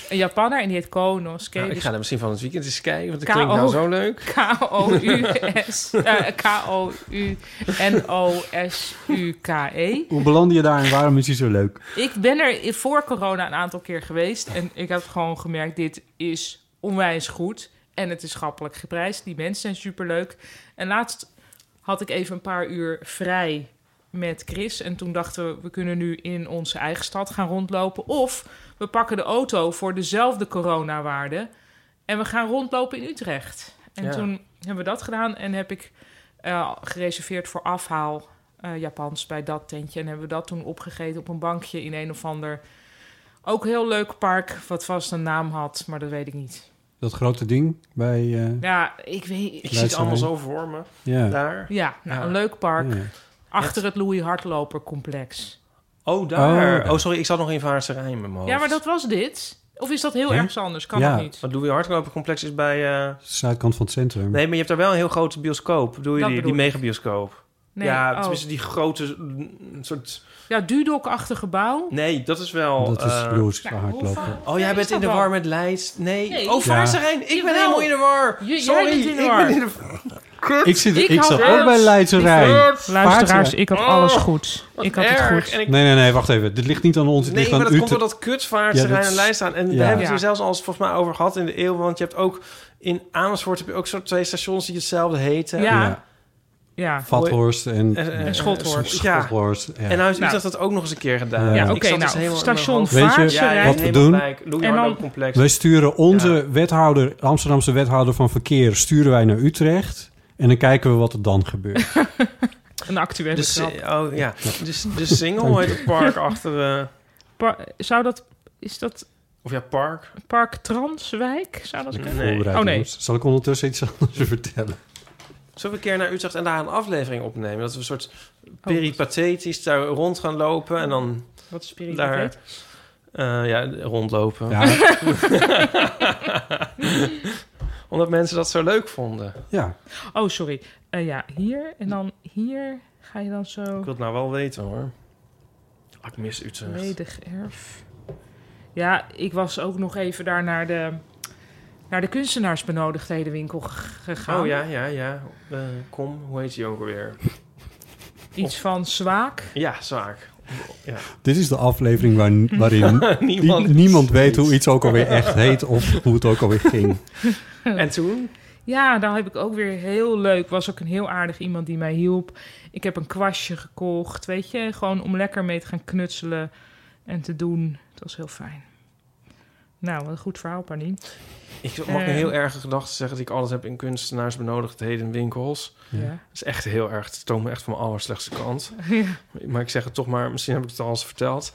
C: een Japanner, en die heet Konosuke,
D: Nou, ik
C: dus
D: ga er misschien van het weekend eens kijken, want dat
C: K.O.
D: klinkt nou zo leuk.
C: K-O-U-S. eh, K-O-U-N-O-S-U-K-E.
B: Hoe beland je daar en waarom is die zo leuk?
C: Ik ben er i- voor corona een aantal keer geweest. En ik heb gewoon gemerkt: dit is onwijs goed. En het is schappelijk geprijsd. Die mensen zijn superleuk. En laatst had ik even een paar uur vrij met Chris. En toen dachten we: we kunnen nu in onze eigen stad gaan rondlopen. Of we pakken de auto voor dezelfde coronawaarde. En we gaan rondlopen in Utrecht. En
D: Ja.
C: toen hebben we dat gedaan. En heb ik eh, gereserveerd voor afhaal eh, Japans bij dat tentje. En hebben we dat toen opgegeten op een bankje in een of ander. Ook heel leuk park, wat vast een naam had, maar dat weet ik niet.
B: Dat grote ding bij... eh,
C: Ja, ik weet.
D: Ik zie
C: ik-
D: het
B: Luister
D: allemaal
B: mee.
D: zo voor me,
B: ja.
D: daar.
C: ja, nou,
D: Ja.
C: een leuk park.
B: ja.
C: Achter het Louis Hardloper complex.
D: Oh, daar.
B: Oh,
D: Oh,
B: daar.
D: sorry, ik zat nog in Vaarse Rijn met mijn hoofd.
C: Ja, maar dat was dit. Of is dat heel
B: Hè?
C: ergens anders? Kan
B: Hm? Ja.
C: dat niet?
D: Wat Louis Hardlopercomplex is bij... eh,
B: Zuidkant van het centrum.
D: Nee, maar je hebt daar wel een heel grote bioscoop. Bedoel je
C: Dat
D: die, die
C: bedoel ik.
D: megabioscoop?
C: Nee.
D: ja,
C: oh.
D: tenminste die grote mm, soort...
C: ja Dudok-achtig gebouw.
D: Nee, dat is wel...
B: dat is
D: eh,
B: Louis
C: nou, hoe
B: hardlopen.
C: vaak-
D: Oh, jij
C: Nee,
D: bent
C: is
D: in de
C: dat
D: war
C: wel?
D: met Leid. Nee.
C: Nee.
D: Oh,
B: Ja.
D: Varsarijn, ik ben
C: Jawel.
D: helemaal in de war.
C: J- jij
D: Sorry,
C: bent in de
D: ik
C: war.
D: ben in de
B: Ik, zit, ik,
C: Ik had
B: zat
C: wel-
B: ook bij Leidse Rijn.
C: Luisteraars, ik had
D: Oh,
C: alles goed. Ik had het
D: erg.
C: goed.
D: En ik-
B: Nee, nee, nee, wacht even. Dit ligt niet aan ons. Dit
D: Nee,
B: ligt aan
D: maar dat
B: u
D: komt
B: te-
D: door dat kutvaartsterrein
B: Ja, dat
D: en
B: is-
D: lijst staan. En
B: Ja.
D: daar hebben we
C: Ja.
D: het hier zelfs al eens volgens mij over gehad in de eeuw. Want je hebt ook in Amersfoort heb je ook soort twee stations die hetzelfde heten.
C: Ja.
B: Ja.
C: Ja,
B: Vathorst en,
D: En, eh,
C: En Schothorst.
D: Ja.
B: Schothorst, ja.
D: En nou is
C: Nou.
D: Utrecht dat ook nog eens een keer gedaan.
B: Ja,
C: ja
D: Ik
C: oké.
D: zat dus
C: nou,
D: helemaal in mijn
C: station
D: hoofd.
B: Weet je
C: Vaartserijn.
B: wat we doen?
C: En dan-
D: Louis complex.
B: Wij sturen onze wethouder, Amsterdamse wethouder van verkeer, sturen wij naar Utrecht. En dan kijken we wat er dan gebeurt.
C: Een actuele
D: Dus,
C: grap.
D: eh, oh, ja. dus de single heet het park achter... eh,
C: Pa- zou dat... Is dat
D: of ja, park.
C: Park Transwijk? Zou dat kunnen?
D: Nee.
B: Voorbereid,
C: Oh, nee.
B: jongens. Zal ik ondertussen iets anders vertellen?
D: Zullen we een keer naar Utrecht en daar een aflevering opnemen? Dat we een soort
C: Oh.
D: peripatetisch daar rond gaan lopen en dan
C: Wat is
D: daar...
C: spiritualiteit?
D: eh, ja, rondlopen.
B: Ja,
D: Omdat mensen dat zo leuk vonden.
B: ja.
C: Oh, sorry. Eh, ja, hier en dan hier ga je dan zo...
D: Ik wil het nou wel weten hoor. Ah, ik mis Utrecht.
C: Volledig erf. Ja, ik was ook nog even daar naar de, naar de kunstenaarsbenodigdhedenwinkel g- gegaan.
D: Oh ja, ja, ja. Eh, kom, hoe heet die ook alweer?
C: Iets van zwaak.
D: Ja, zaak.
B: Dit is de aflevering waar, waarin
D: Niemand.
B: niemand, weet hoe iets ook alweer echt heet of hoe het ook alweer ging.
D: En toen?
C: Ja, daar heb ik ook weer heel leuk. Was ook een heel aardig iemand die mij hielp. Ik heb een kwastje gekocht, weet je. Gewoon om lekker mee te gaan knutselen en te doen. Het was heel fijn. Nou, wat een goed verhaal, Panien.
D: Ik mag een
C: Eh.
D: heel erge gedachte zeggen dat ik alles heb in kunstenaars benodigdheden winkels.
C: Ja.
D: Dat is echt heel erg. Het toont me echt van mijn allerslechtste kant. Maar ik zeg het toch maar, misschien heb ik het al eens verteld.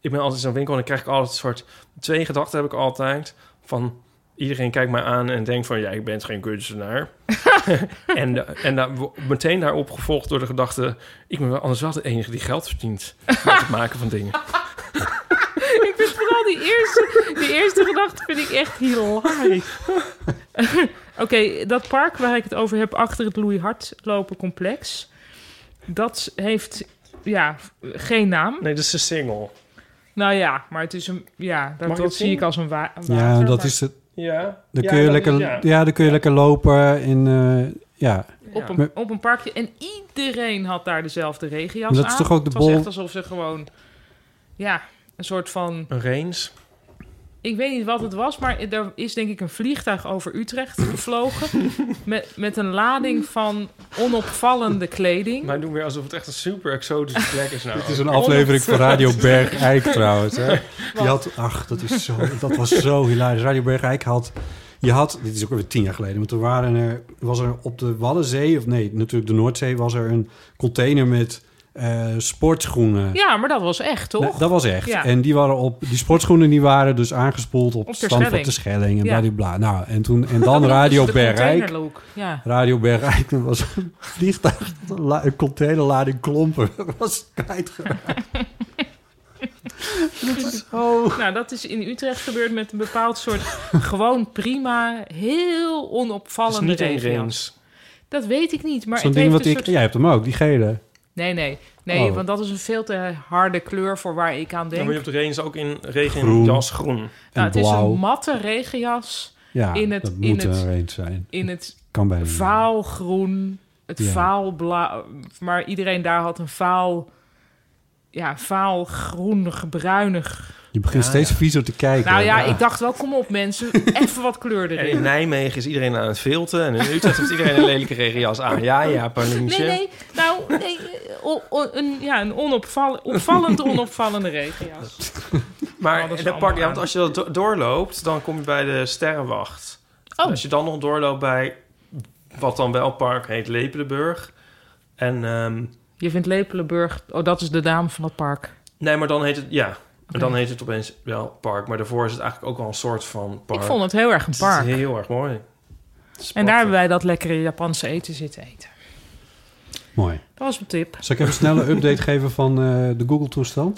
D: Ik ben altijd in zo'n winkel en dan krijg ik altijd een soort... Twee gedachten heb ik altijd. Van iedereen kijkt mij aan en denkt van... Ja, ik ben geen kunstenaar. en da- en daar- meteen daarop gevolgd door de gedachte... Ik ben wel anders wel de enige die geld verdient. Met het maken van dingen.
C: Ik vind vooral die eerste, die eerste gedachte vind ik echt hilarisch. Oké, dat park waar ik het over heb achter het Louis Hartlopen complex. Dat heeft ja, geen naam.
D: Nee, dat is de single.
C: Nou ja, maar het is een ja,
D: Mag
C: dat,
D: ik
C: dat
D: het
C: zie
D: zien?
C: ik als een, wa- een water.
B: Ja, dat
C: maar
B: is het.
D: Ja.
B: Dan
D: Ja,
B: kun je,
D: dat
B: lekker,
D: is-
B: ja.
D: ja.
B: dan kun je lekker lopen in... eh, ja,
C: op,
D: Ja.
C: een, op een parkje. En iedereen had daar dezelfde regenjas aan.
B: Maar dat is toch ook de
C: Het was
B: bol-
C: echt alsof ze gewoon... Ja, een soort van...
D: Een range.
C: Ik weet niet wat het was, maar er is denk ik een vliegtuig over Utrecht gevlogen. met, met een lading van onopvallende kleding.
D: Maar doen weer alsof het echt een super exotische plek is nou.
B: Het is een aflevering van Radio Bergijk trouwens. Hè? Die had, ach, dat, is zo, dat was zo hilarisch. Radio Bergijk had, je had, dit is ook alweer tien jaar geleden, maar toen waren er, was er op de Waddenzee, of nee, natuurlijk de Noordzee, was er een container met eh, sportschoenen.
C: Ja, maar dat was echt, toch?
B: Nou, dat was echt.
C: Ja.
B: En die, waren op, die sportschoenen die waren dus aangespoeld op,
C: Op
B: de
C: Ter
B: stand van
C: Schelling.
B: de Schelling en
C: Ja.
B: bladibla. Nou, en, toen, en dan
C: Dat
B: Radio
C: is de
B: Bergijk.
C: containerlook, Ja.
B: Radio Bergijk, dat was een vliegtuig, dat een la- een containerlading klompen. Dat was kwijtgeraakt. dat is zo...
C: Nou, dat is in Utrecht gebeurd met een bepaald soort gewoon prima, heel
D: Het is
C: onopvallende
D: niet een
C: regenjas.
D: range.
C: Dat weet ik niet, maar
B: Zo'n
C: het
B: ding
C: heeft
B: wat
C: een
B: ik...
C: soort...
B: Jij hebt hem ook, die gele.
C: Nee, nee. Nee,
B: Oh.
C: want dat is een veel te harde kleur voor waar ik aan
D: Ja,
C: denk.
D: maar je hebt de range ook in regen
B: Groen.
D: jas groen.
B: En
C: nou, het is
B: blauw.
C: een matte regenjas
B: Ja,
C: in het-
B: dat
C: in
B: moet eh,
C: het-
B: er eens zijn.
C: in het
B: Kan bijna niet.
C: vaalgroen, het
B: Ja.
C: vaalblauw. Maar iedereen daar had een vaal... Ja, vaalgroenig, bruinig.
B: Je begint
D: Ja,
B: steeds viezer te kijken.
C: Nou ja, ik dacht wel, kom op mensen, even wat kleur
D: En
C: erin.
D: in Nijmegen is iedereen aan het filten. En in Utrecht heeft iedereen een lelijke regenjas aan. Ja, ja, Paulientje.
C: Nee, nee, nou, nee, eh, o- o- een, ja, een onopval, opvallend onopvallende regenjas.
D: Maar
C: Oh, dat is
D: dan pak,
C: allemaal
D: ja, want als je dat do- doorloopt, dan kom je bij de Sterrenwacht. En
C: Oh.
D: Als je dan nog doorloopt bij wat dan wel park heet Lepelenburg. En ehm,
C: Je vindt Lepelenburg, oh, dat is de naam van het park.
D: nee, maar dan heet het ja.
C: Oké.
D: En dan heet het opeens wel park. Maar daarvoor is het eigenlijk ook al een soort van park.
C: Ik vond het heel erg een
D: Het
C: park.
D: is heel erg mooi. Het is
C: En daar
D: prachtig.
C: hebben wij dat lekkere Japanse eten zitten eten.
B: Mooi.
C: Dat was mijn tip.
B: Zal ik even snel een update geven van eh, de Google-toestand?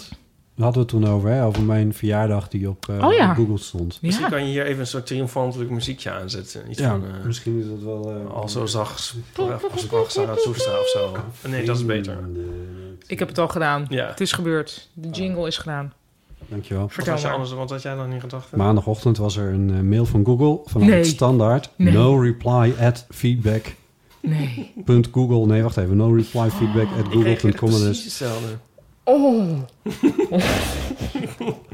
B: Daar hadden we het toen over, hè? Over mijn verjaardag die op eh,
C: Oh ja.
B: Google stond.
C: Ja.
D: Misschien kan je hier even een soort triomfantelijk muziekje aanzetten. Iets
B: Ja,
D: van, eh,
B: misschien is dat wel... eh,
D: al zo zacht, als ik wacht aan het toestaan of zo. Eh, Nee, dat is beter.
C: Ik heb het al gedaan.
D: Ja.
C: Het is gebeurd.
B: Oh.
C: De jingle is gedaan.
B: Dankjewel.
D: Wat
C: Vertel
D: had, je
C: maar.
D: anders, wat had jij dan in gedachten?
B: Maandagochtend was er een eh, mail van Google vanuit
C: Nee.
B: het standaard.
C: Nee.
B: No reply at feedback.google.
C: Nee. Oh,
B: Nee, wacht even. No reply feedback at
D: ik reageerde
B: google.com.
D: precies
B: Dus-
D: hetzelfde.
B: Oh.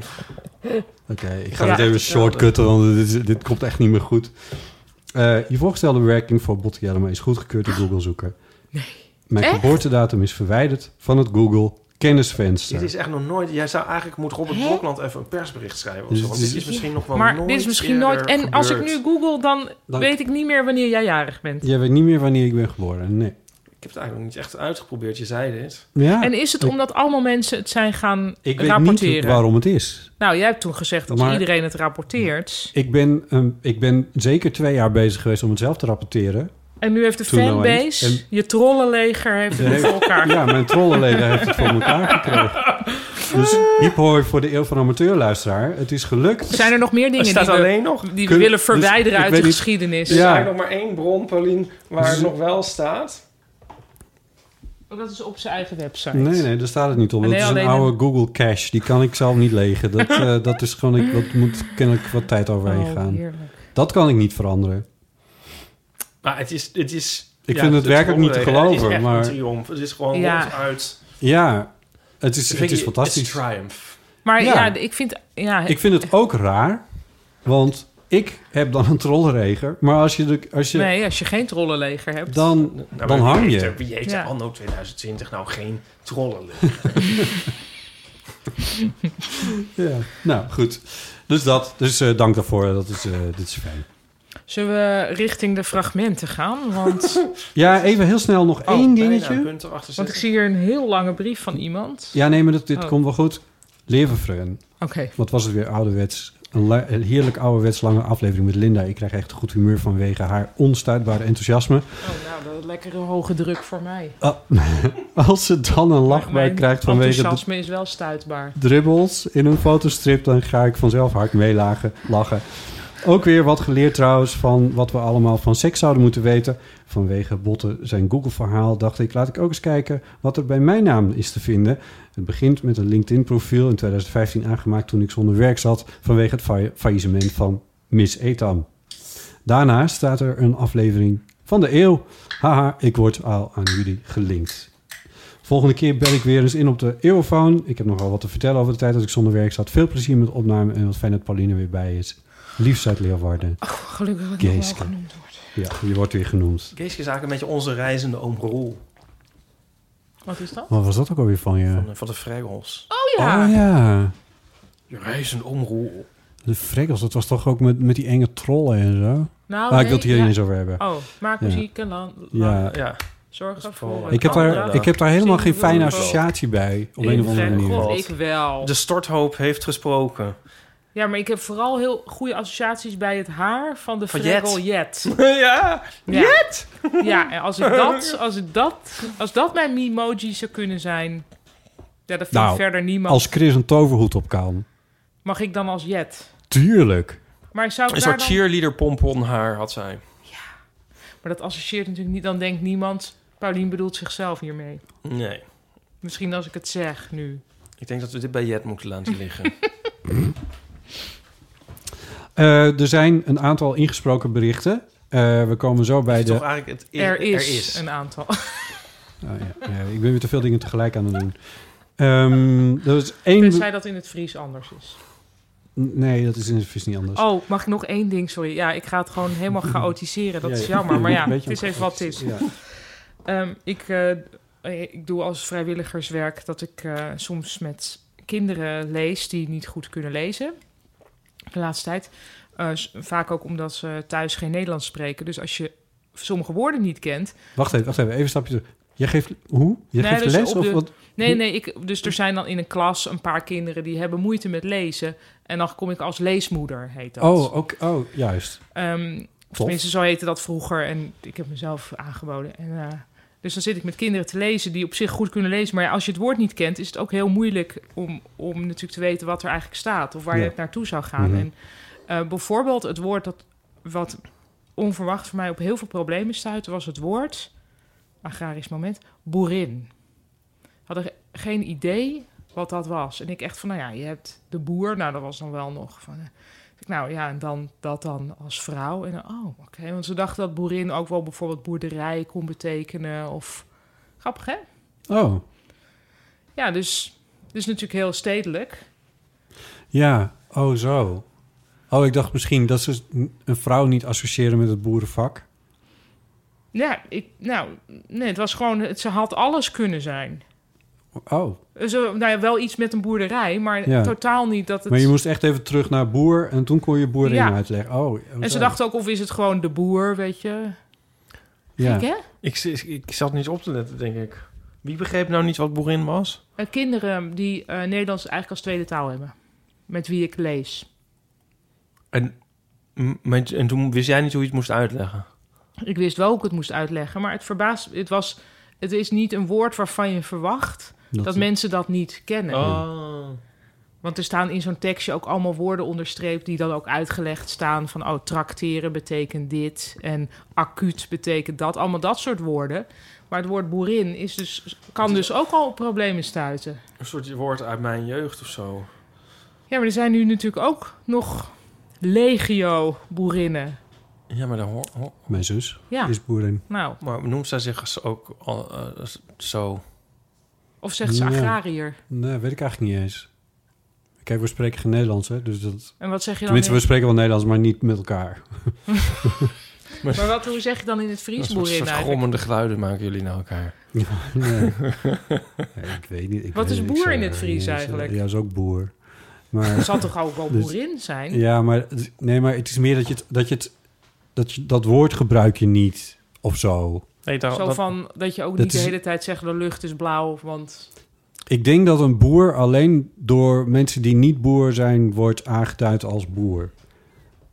B: Oké, ik ga
C: Ja,
B: het even shortcutten, want dit, is- dit komt echt niet meer goed. Eh, je voorgestelde bewerking voor Bottejellema is goedgekeurd door Google Zoeker. Mijn
C: Ah. Echt?
B: geboortedatum is verwijderd van het Google kennisvenster.
D: Dit is echt nog nooit... Jij zou eigenlijk... Moet Robert Blokland even een persbericht schrijven of
B: Dus
D: zo. Want
B: het
D: dit
B: is-
D: is misschien nog wel
C: maar
D: nooit
C: dit is misschien
D: eerder
C: nooit... En Oh, als ik
D: gebeurd.
C: nu google, dan,
B: Dan-
C: weet ik niet meer wanneer jij jarig bent.
B: Jij weet niet meer wanneer ik ben geboren. Nee.
D: Ik heb het eigenlijk nog niet echt uitgeprobeerd. Je zei dit.
B: Ja,
C: En is het
B: Ik-
C: omdat allemaal mensen het zijn gaan
B: ik weet
C: rapporteren?
B: niet waarom het is.
C: Nou, jij hebt toen gezegd dat
B: Maar-
C: iedereen het rapporteert.
B: Ik ben, ehm, ik ben zeker twee jaar bezig geweest om het zelf te rapporteren.
C: En nu heeft de
B: Toen nou
C: fanbase,
B: eens. En- eh,
C: je trollenleger, heeft het voor elkaar.
B: Ja, mijn trollenleden heeft het voor elkaar gekregen. Dus hiep hoi voor de eeuw van amateurluisteraar. Het is gelukt.
C: Zijn er nog meer dingen
D: Er
C: die
D: staat
C: we,
D: alleen nog...
C: die we
B: Kunnen-
C: willen
B: dus ik
C: verwijderen uit
B: weet
C: de
B: niet-
C: geschiedenis?
D: Er is
B: Ja.
D: eigenlijk nog maar één bron, Paulien, waar het
B: Dus-
D: nog wel staat.
C: Dat is op zijn eigen website.
B: Nee, nee, daar staat het niet op.
C: Nee,
B: dat is een
C: alleen
B: oude Google Cache. Die kan ik zelf niet legen. Dat, eh, dat is gewoon, ik, dat moet kennelijk wat tijd overheen
C: Oh,
B: gaan.
C: heerlijk.
B: Dat kan ik niet veranderen.
D: Maar het is... Het is
B: Ik vind het werk ook niet te
D: trommelregen, Het is
B: geloven,
D: echt
B: maar-
D: een triomf. Het is gewoon
C: Ja.
D: uit...
B: Ja, het is,
D: Vind
B: het is
D: je-
B: fantastisch.
D: It's triumph.
C: Maar ja.
B: Ja.
C: ik vind... Ja,
B: Ik vind het ook raar, want ik heb dan een trollenreger. Maar als je, de, als je
C: nee, als je geen trollenleger hebt...
B: dan,
D: Nou,
B: dan
D: maar
B: hang
D: wie
B: je.
D: heet er- Wie heet er
C: Ja.
D: anno 2020 nou geen trollen?
B: Ja. Nou, goed. Dus dat. Dus eh, dank daarvoor. Dat is, eh, dit is fijn.
C: Zullen we richting de fragmenten gaan? Want,
B: Ja, even heel snel
C: Oh,
B: nog één dingetje.
C: want ik zie hier een heel lange brief van iemand.
B: Ja, nee, maar dat, dit
C: Oh.
B: komt wel goed. Leverfreun.
C: Oké.
B: Wat was het weer ouderwets? Een, la- een heerlijk ouderwets lange aflevering met Linda. Ik krijg echt goed humeur vanwege haar onstuitbare enthousiasme.
C: Oh, nou, dat lekkere hoge druk voor mij.
B: Ah, als ze dan een lach bij
C: Mijn
B: krijgt vanwege de
C: enthousiasme is wel stuitbaar.
B: dribbels in een fotostrip, dan ga ik vanzelf hard meelachen. Lachen. Ook weer wat geleerd trouwens van wat we allemaal van seks zouden moeten weten. Vanwege Botten zijn Google-verhaal dacht ik, laat ik ook eens kijken wat er bij mijn naam is te vinden. Het begint met een LinkedIn-profiel in 2015 aangemaakt toen ik zonder werk zat vanwege het faille- faillissement van Miss Etam. Daarna staat er een aflevering van de eeuw. Haha, ik word al aan jullie gelinkt. Volgende keer bel ik weer eens in op de Europhone. Ik heb nogal wat te vertellen over de tijd dat ik zonder werk zat. Veel plezier met opname en wat fijn dat Pauline weer bij is. Liefst uit Leeuwarden.
C: Oh, Gelukkig dat ik nog wel
B: Geeske.
C: genoemd word.
B: Ja, je wordt weer genoemd.
D: Geeske is eigenlijk een beetje onze reizende oom Roel
C: Wat is dat?
B: Wat was dat ook alweer van je?
D: van, de- van de Vrijhels.
C: Oh ja.
B: Oh ja,
D: Je reizende oom Roel.
B: de frekkels. Dat was toch ook met, met die enge trollen en zo?
C: Nou,
B: Ah, ik wil het hier
C: ja.
B: niet eens over hebben.
C: Oh, maak
B: Ja.
C: muziek en dan
B: Ja,
D: Ja,
C: zorg
D: Dat is vooral
C: ervoor.
B: ik heb, daar,
D: Andere.
B: ik heb daar helemaal geen
C: Zingen,
B: fijne
C: roepen.
B: associatie bij. Op een of andere
C: Ik-
B: manier.
C: God, ik wel.
D: de storthoop heeft gesproken.
C: Ja, maar ik heb vooral heel goede associaties bij het haar van de
D: Van
C: Fregel Jet.
D: ja,
C: Ja. Jet? Ja, en als, ik dat, als, ik dat, als dat mijn Mimoji zou kunnen zijn... Ja, dat vindt
B: Nou,
C: verder niemand.
B: Als Chris een toverhoed op kan.
C: Mag ik dan als Jet?
B: Tuurlijk.
C: Maar zou ik
D: een
C: daar
D: soort
C: dan...
D: cheerleader pompon haar had zij.
C: Maar dat associeert natuurlijk niet. Dan denkt niemand... Paulien bedoelt zichzelf hiermee.
D: Nee,
C: Misschien als ik het zeg nu.
D: ik denk dat we dit bij Jet moeten laten liggen.
B: Eh, er zijn een aantal ingesproken berichten. Eh, we komen zo bij
D: Bij
B: de
D: Toch eigenlijk het
C: Er is, een aantal.
B: Oh, ja. Ja, ik ben weer te veel dingen tegelijk aan het doen. Ehm er is één...
C: Tenzij dat in het Fries anders is.
B: Nee, dat is in het vis niet anders.
C: Oh, mag ik nog één ding? Sorry. Ja, ik ga het gewoon helemaal chaotiseren. Dat
B: Ja,
C: is
B: ja.
C: jammer. Maar ja,
B: Een
C: het
B: beetje
C: is even wat het is.
B: Ja.
C: Ehm, ik, eh, ik doe als vrijwilligerswerk dat ik eh, soms met kinderen lees die niet goed kunnen lezen. De laatste tijd. Eh, s- vaak ook omdat ze thuis geen Nederlands spreken. Dus als je sommige woorden niet kent,
B: Wacht even, wacht even. Even een stapje terug. Jij geeft... Hoe? Je
C: Nee,
B: geeft
C: dus
B: les?
C: op
B: Of
C: de-
B: wat?
C: Nee, nee, ik, dus er zijn dan in een klas een paar kinderen die hebben moeite met lezen. En dan kom ik als leesmoeder, heet dat.
B: Oh, oké. oh, juist.
C: Ehm, of tenminste, zo heette dat vroeger. En ik heb mezelf aangeboden. En eh, Dus dan zit ik met kinderen te lezen die op zich goed kunnen lezen. Maar ja, als je het woord niet kent, is het ook heel moeilijk om, om natuurlijk te weten wat er eigenlijk staat. Of waar
B: Ja.
C: je het naartoe zou gaan.
B: Mhm.
C: En eh, bijvoorbeeld het woord dat wat onverwacht voor mij op heel veel problemen stuitte, was het woord, agrarisch moment, boerin. Had er geen idee wat dat was. En ik echt van, nou ja, je hebt de boer. Nou, dat was dan wel nog van... eh, ik, Nou ja, en dan dat dan als vrouw. En dan, oh, oké. Want ze dachten dat boerin ook wel bijvoorbeeld boerderij kon betekenen. Of grappig, hè?
B: Oh,
C: Ja, dus, dus natuurlijk heel stedelijk.
B: ja. Oh, zo. Oh, ik dacht misschien dat ze een vrouw niet associëren met het boerenvak.
C: Ja, ik, nou, nee, het was gewoon, het, ze had alles kunnen zijn.
B: Oh,
C: Zo, nou ja, wel iets met een boerderij, maar
B: Ja.
C: totaal niet dat het...
B: maar je moest echt even terug naar boer en toen kon je boerin
C: Ja.
B: uitleggen. Oh,
C: En ze dachten ook, of is het gewoon de boer, weet je?
B: ja.
C: Gek, hè?
D: Ik, ik, ik zat niet op te letten, denk ik. Wie begreep nou niet wat boerin was?
C: Eh, kinderen die eh, Nederlands eigenlijk als tweede taal hebben. Met wie ik lees.
D: En, m- maar- en toen wist jij niet hoe je het moest uitleggen.
C: Ik wist wel hoe ik het moest uitleggen, maar het verbaast... Het, was, het is niet een woord waarvan je verwacht dat, mensen dat niet kennen.
D: Oh.
C: Want er staan in zo'n tekstje ook allemaal woorden onderstreept... die dan ook uitgelegd staan van... oh, tracteren betekent dit en acuut betekent dat. Allemaal dat soort woorden. Maar het woord boerin is dus, kan dus ook al op problemen stuiten.
D: Een soort woord uit mijn jeugd of zo.
C: Ja, maar er zijn nu natuurlijk ook nog legio boerinnen.
D: Ja, maar, daar hoor, hoor-
B: Mijn zus
C: Ja,
B: is boerin.
C: nou.
D: maar noemt zij zich ook al, eh, zo?
C: Of zegt ze
B: Ja.
C: agrariër.
B: Nee, weet ik eigenlijk niet eens. Kijk, we spreken geen Nederlands, hè? Dus dat...
C: En wat zeg je dan?
B: Tenminste, we
C: in-
B: spreken wel Nederlands, maar niet met elkaar.
C: Maar wat, hoe zeg je dan in het
D: Een
C: Fries
D: soort,
C: boerin
D: soort
C: eigenlijk?
D: grommende geluiden maken jullie naar elkaar.
B: nee. Nee, ik weet niet. ik
C: Wat
B: weet
C: is
B: niet,
C: boer
B: ik zou-
C: in het Fries
B: ik zou-
C: eigenlijk?
B: Ja, is ook boer. Maar
C: Het zal toch ook wel
B: Dus-
C: boerin zijn?
B: Ja, maar, het- nee, maar het is meer dat je, het, dat, je het, dat je dat woord gebruik je niet of zo.
D: Nee, daar,
C: Zo
D: dat-
C: van dat je ook
B: dat
C: niet de
B: is-
C: hele tijd zegt de lucht is blauw, want
B: Ik denk dat een boer alleen door mensen die niet boer zijn, wordt aangeduid als boer.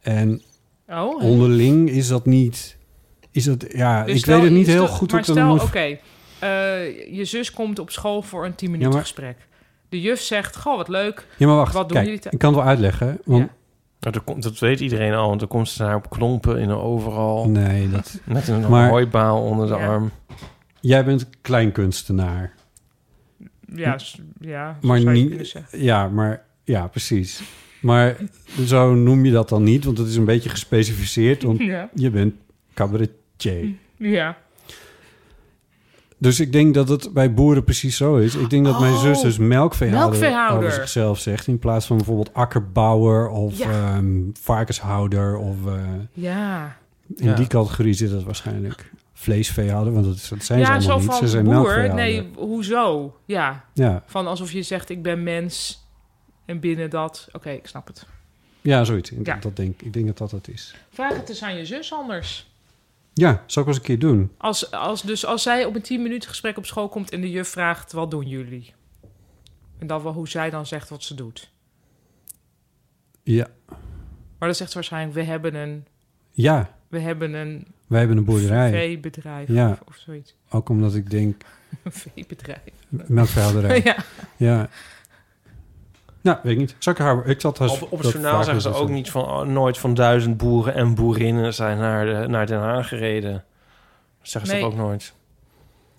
B: En
C: oh. hè?
B: onderling is dat niet. Is dat, ja,
C: Dus
B: ik
C: stel-
B: weet het niet
C: stel-
B: heel goed hoe
C: Maar
B: ik dat
C: stel,
B: moet-
C: oké, eh, je zus komt op school voor een 10 minuten
B: Ja, maar-
C: gesprek. De juf zegt, goh, wat leuk.
B: Ja, maar wacht.
C: Wat doen
B: kijk,
C: jullie te-
B: ik kan het wel uitleggen. Want,
D: Nou, dat, komt- dat weet iedereen al, want dan komt ze daar op klompen in een overal.
B: Nee, dat,
D: Met een
B: Maar-
D: hooibaal onder de
C: Ja.
D: arm.
B: jij bent kleinkunstenaar.
C: Ja, s- ja zo
B: Maar
C: zou je
B: niet-
C: kunnen zeggen.
B: Ja, maar ja, precies. Maar zo noem je dat dan niet, want het is een beetje gespecificeerd. Want
C: Ja,
B: je bent cabaretier.
C: ja.
B: Dus ik denk dat het bij boeren precies zo is. Ik denk dat mijn
C: Oh,
B: zus dus melkveehouder,
C: melkveehouder.
B: over zichzelf zegt... in plaats van bijvoorbeeld akkerbouwer of
C: Ja.
B: ehm, varkenshouder. Of, eh,
C: ja.
B: in
D: Ja.
B: die categorie zit het waarschijnlijk. Vleesveehouder, want dat, dat zijn ze
C: ja,
B: allemaal
C: zo
B: niet. Ze
C: van
B: zijn
C: boer.
B: melkveehouder.
C: Nee, hoezo? Ja,
B: Ja,
C: van alsof je zegt ik ben mens en binnen dat. Oké, ik snap het.
B: ja, zoiets. Ik,
C: Ja.
B: Dat denk, ik denk dat dat het is.
C: Vraag het eens aan je zus anders.
B: Ja, zal ik wel eens een keer doen.
C: Als, als, dus als zij op een 10 minuten gesprek op school komt en de juf vraagt wat doen jullie? En dan wel hoe zij dan zegt wat ze doet.
B: Ja,
C: Maar dan zegt ze waarschijnlijk we hebben een,
B: ja
C: we hebben een
B: wij hebben een boerderij.
C: veebedrijf
B: Ja.
C: of, of zoiets.
B: Ook omdat ik denk,
C: Een veebedrijf.
B: melkveehouderij.
C: Ja.
B: ja. Nou, weet ik niet. Zal ik haar... Ik zat haar-
D: Op, op het
B: dat
D: journaal
B: vaker
D: zeggen ze
B: dat
D: ook
B: ze-
D: niet van... oh, nooit van duizend boeren en boerinnen zijn naar, de, naar Den Haag gereden. Dat zeggen ze
C: Nee.
D: toch ook nooit.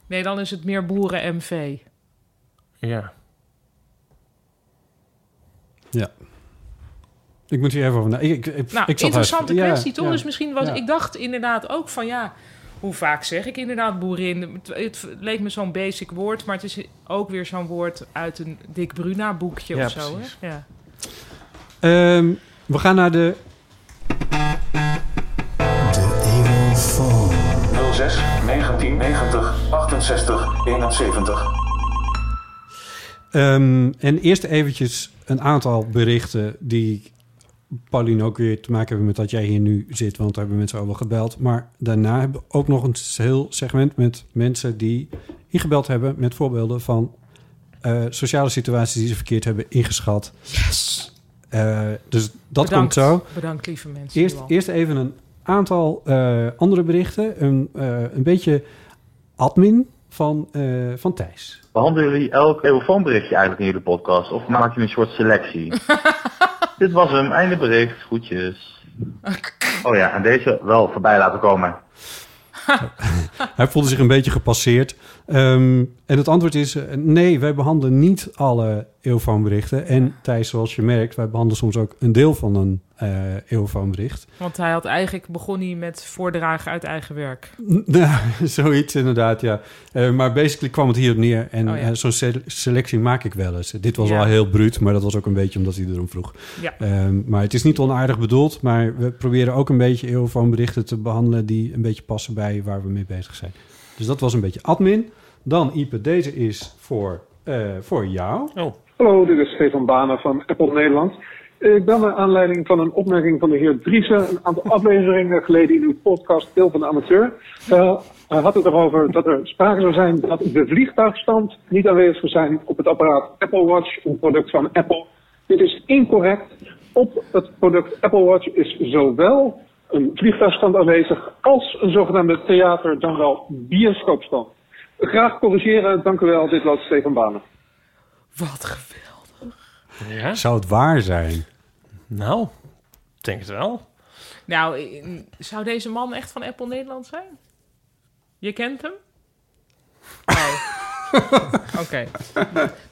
C: Nee, dan is het meer boeren MV.
D: Ja.
B: Ik moet hier even over na. Ik, ik, ik,
C: Nou,
B: ik zat
C: interessante
B: huis- ja,
C: kwestie toch?
B: ja.
C: Dus misschien was
B: Ja.
C: ik dacht inderdaad ook van ja, hoe vaak zeg ik inderdaad boerin? Het, het leek me zo'n basic woord, maar het is ook weer zo'n woord uit een Dick Bruna boekje
D: Ja,
C: of zo.
D: precies.
C: Hè? Ja.
B: Ehm, we gaan naar de...
E: 06 1990 68 71.
B: ehm, en eerst eventjes een aantal berichten die... Pauline ook weer te maken hebben met dat jij hier nu zit... want daar hebben mensen al wel gebeld. Maar daarna hebben we ook nog een heel segment met mensen die ingebeld hebben... met voorbeelden van eh, sociale situaties die ze verkeerd hebben ingeschat. Eh, dus dat
C: Bedankt.
B: komt zo.
C: Bedankt lieve mensen.
B: Eerst,
C: Johan.
B: eerst even een aantal eh, andere berichten. Een, eh, een beetje admin van, eh, van Thijs.
F: Behandelen jullie elk telefoonberichtje eigenlijk in jullie podcast? Of maak je een soort selectie? Dit was hem, einde bericht, groetjes. Oh ja, en deze wel voorbij laten komen.
B: Hij voelde zich een beetje gepasseerd. Ehm, en het antwoord is eh, nee, wij behandelen niet alle eeuwfoonberichten. En Thijs, zoals je merkt, wij behandelen soms ook een deel van een eh eeuwfoonbericht.
C: Want hij had eigenlijk begon hij met voordragen uit eigen werk.
B: Nou, zoiets inderdaad, ja. Eh, maar basically kwam het hierop neer. En
C: Oh ja.
B: eh, zo'n se- selectie maak ik wel eens. Dit was
C: Ja.
B: wel heel bruut, maar dat was ook een beetje omdat hij erom vroeg.
C: Ja.
B: Ehm, maar het is niet onaardig bedoeld. Maar we proberen ook een beetje eeuwfoonberichten te behandelen... die een beetje passen bij waar we mee bezig zijn. Dus dat was een beetje admin. Dan, Ipe, deze is voor, eh, voor jou.
G: Oh, Hallo, dit is Stefan Banen van Apple Nederland. Ik ben naar aanleiding van een opmerking van de heer Driessen een aantal afleveringen geleden in uw podcast Deel van de Amateur. Eh, hij had het erover dat er sprake zou zijn dat de vliegtuigstand niet aanwezig zou zijn op het apparaat Apple Watch, een product van Apple. Dit is incorrect. Op het product Apple Watch is zowel een vliegtuigstand aanwezig als een zogenaamde theater- dan wel bioscoopstand. Graag corrigeren, dank u wel. Dit was Stefan Banen.
C: Wat geweldig.
D: Ja?
B: Zou het waar zijn?
D: Nou, ik denk het wel.
C: Nou, i- zou deze man echt van Apple Nederland zijn? Je kent hem? Oh. Oké.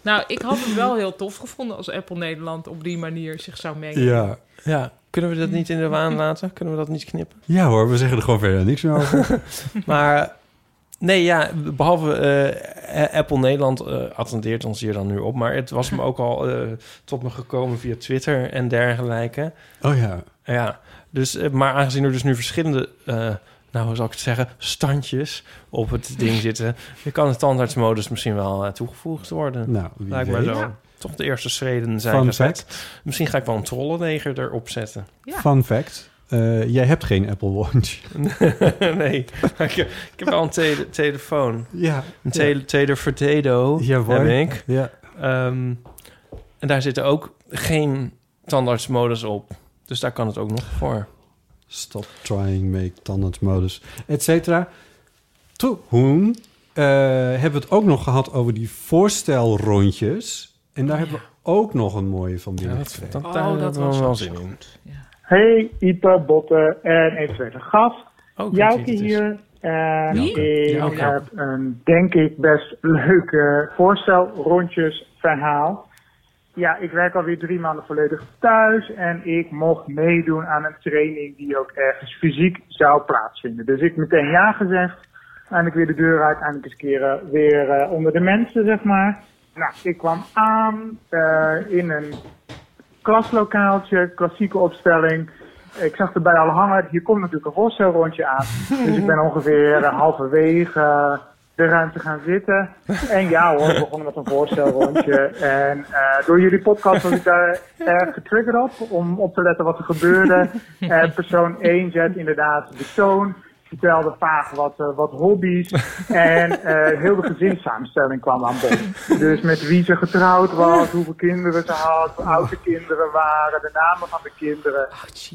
C: Nou, ik had hem wel heel tof gevonden als Apple Nederland op die manier zich zou mengen.
B: Ja.
D: Ja. Kunnen we dat niet in de waan laten? Kunnen we dat niet knippen?
B: ja hoor, we zeggen er gewoon verder niks meer over.
D: Maar nee, ja, behalve eh, A- Apple Nederland eh, attendeert ons hier dan nu op. Maar het was me ook al eh, tot me gekomen via Twitter en dergelijke.
B: Oh ja.
D: Ja, dus, eh, maar aangezien er dus nu verschillende, eh, nou hoe zal ik het zeggen, standjes op het ding zitten, dan kan de tandartsmodus misschien wel eh, toegevoegd worden.
B: Nou, wie
D: Lijkt me
B: weet.
D: zo. Toch de eerste schreden zijn
B: Fun
D: gezet.
B: fact.
D: Misschien ga ik wel een trollenleger erop zetten.
C: Ja.
B: Fun fact. Eh, jij hebt geen Apple Watch.
D: nee, ik, ik heb wel een tele- telefoon.
B: Ja.
D: Een tele, Teder Verdedo
B: Ja, hoor.
D: heb ik.
B: Ja.
D: Ehm, en daar zitten ook geen tandartsmodus op. Dus daar kan het ook nog voor.
B: Stop trying, make tandarts modus, et cetera. Toen eh, hebben we het ook nog gehad over die voorstelrondjes. En daar hebben we ook nog een mooie van binnengekregen.
D: dat,
C: Oh, dat
D: hebben we
C: was
D: wel
C: ook
D: zin
C: zo
D: in.
H: Hey, Ipe, Botte en eventuele gast.
D: Ook weet
H: Jouke
D: wie het is.
H: hier. En
C: Wie?
H: ik
D: Jouke.
H: heb een, denk ik, best leuke voorstel, rondjes, verhaal. Ja, ik werk alweer drie maanden volledig thuis en ik mocht meedoen aan een training die ook ergens fysiek zou plaatsvinden. Dus ik meteen ja gezegd, eindelijk weer de deur uit, eindelijk eens keren weer eh, onder de mensen, zeg maar. Nou, ik kwam aan eh, in een klaslokaaltje, klassieke opstelling. Ik zag erbij al hangen, hier komt natuurlijk een voorstelrondje aan. Dus ik ben ongeveer eh, halverwege eh, de ruimte gaan zitten. En ja hoor, we begonnen met een voorstelrondje. En eh, door jullie podcast was ik daar erg getriggerd op, om op te letten wat er gebeurde. Eh, persoon 1 zet inderdaad de toon. Vertelde vaag wat, eh, wat hobby's. En eh, heel de gezinssamenstelling kwam aan bod. Dus met wie ze getrouwd was, hoeveel kinderen ze had, hoe oud de kinderen waren, de namen van de kinderen.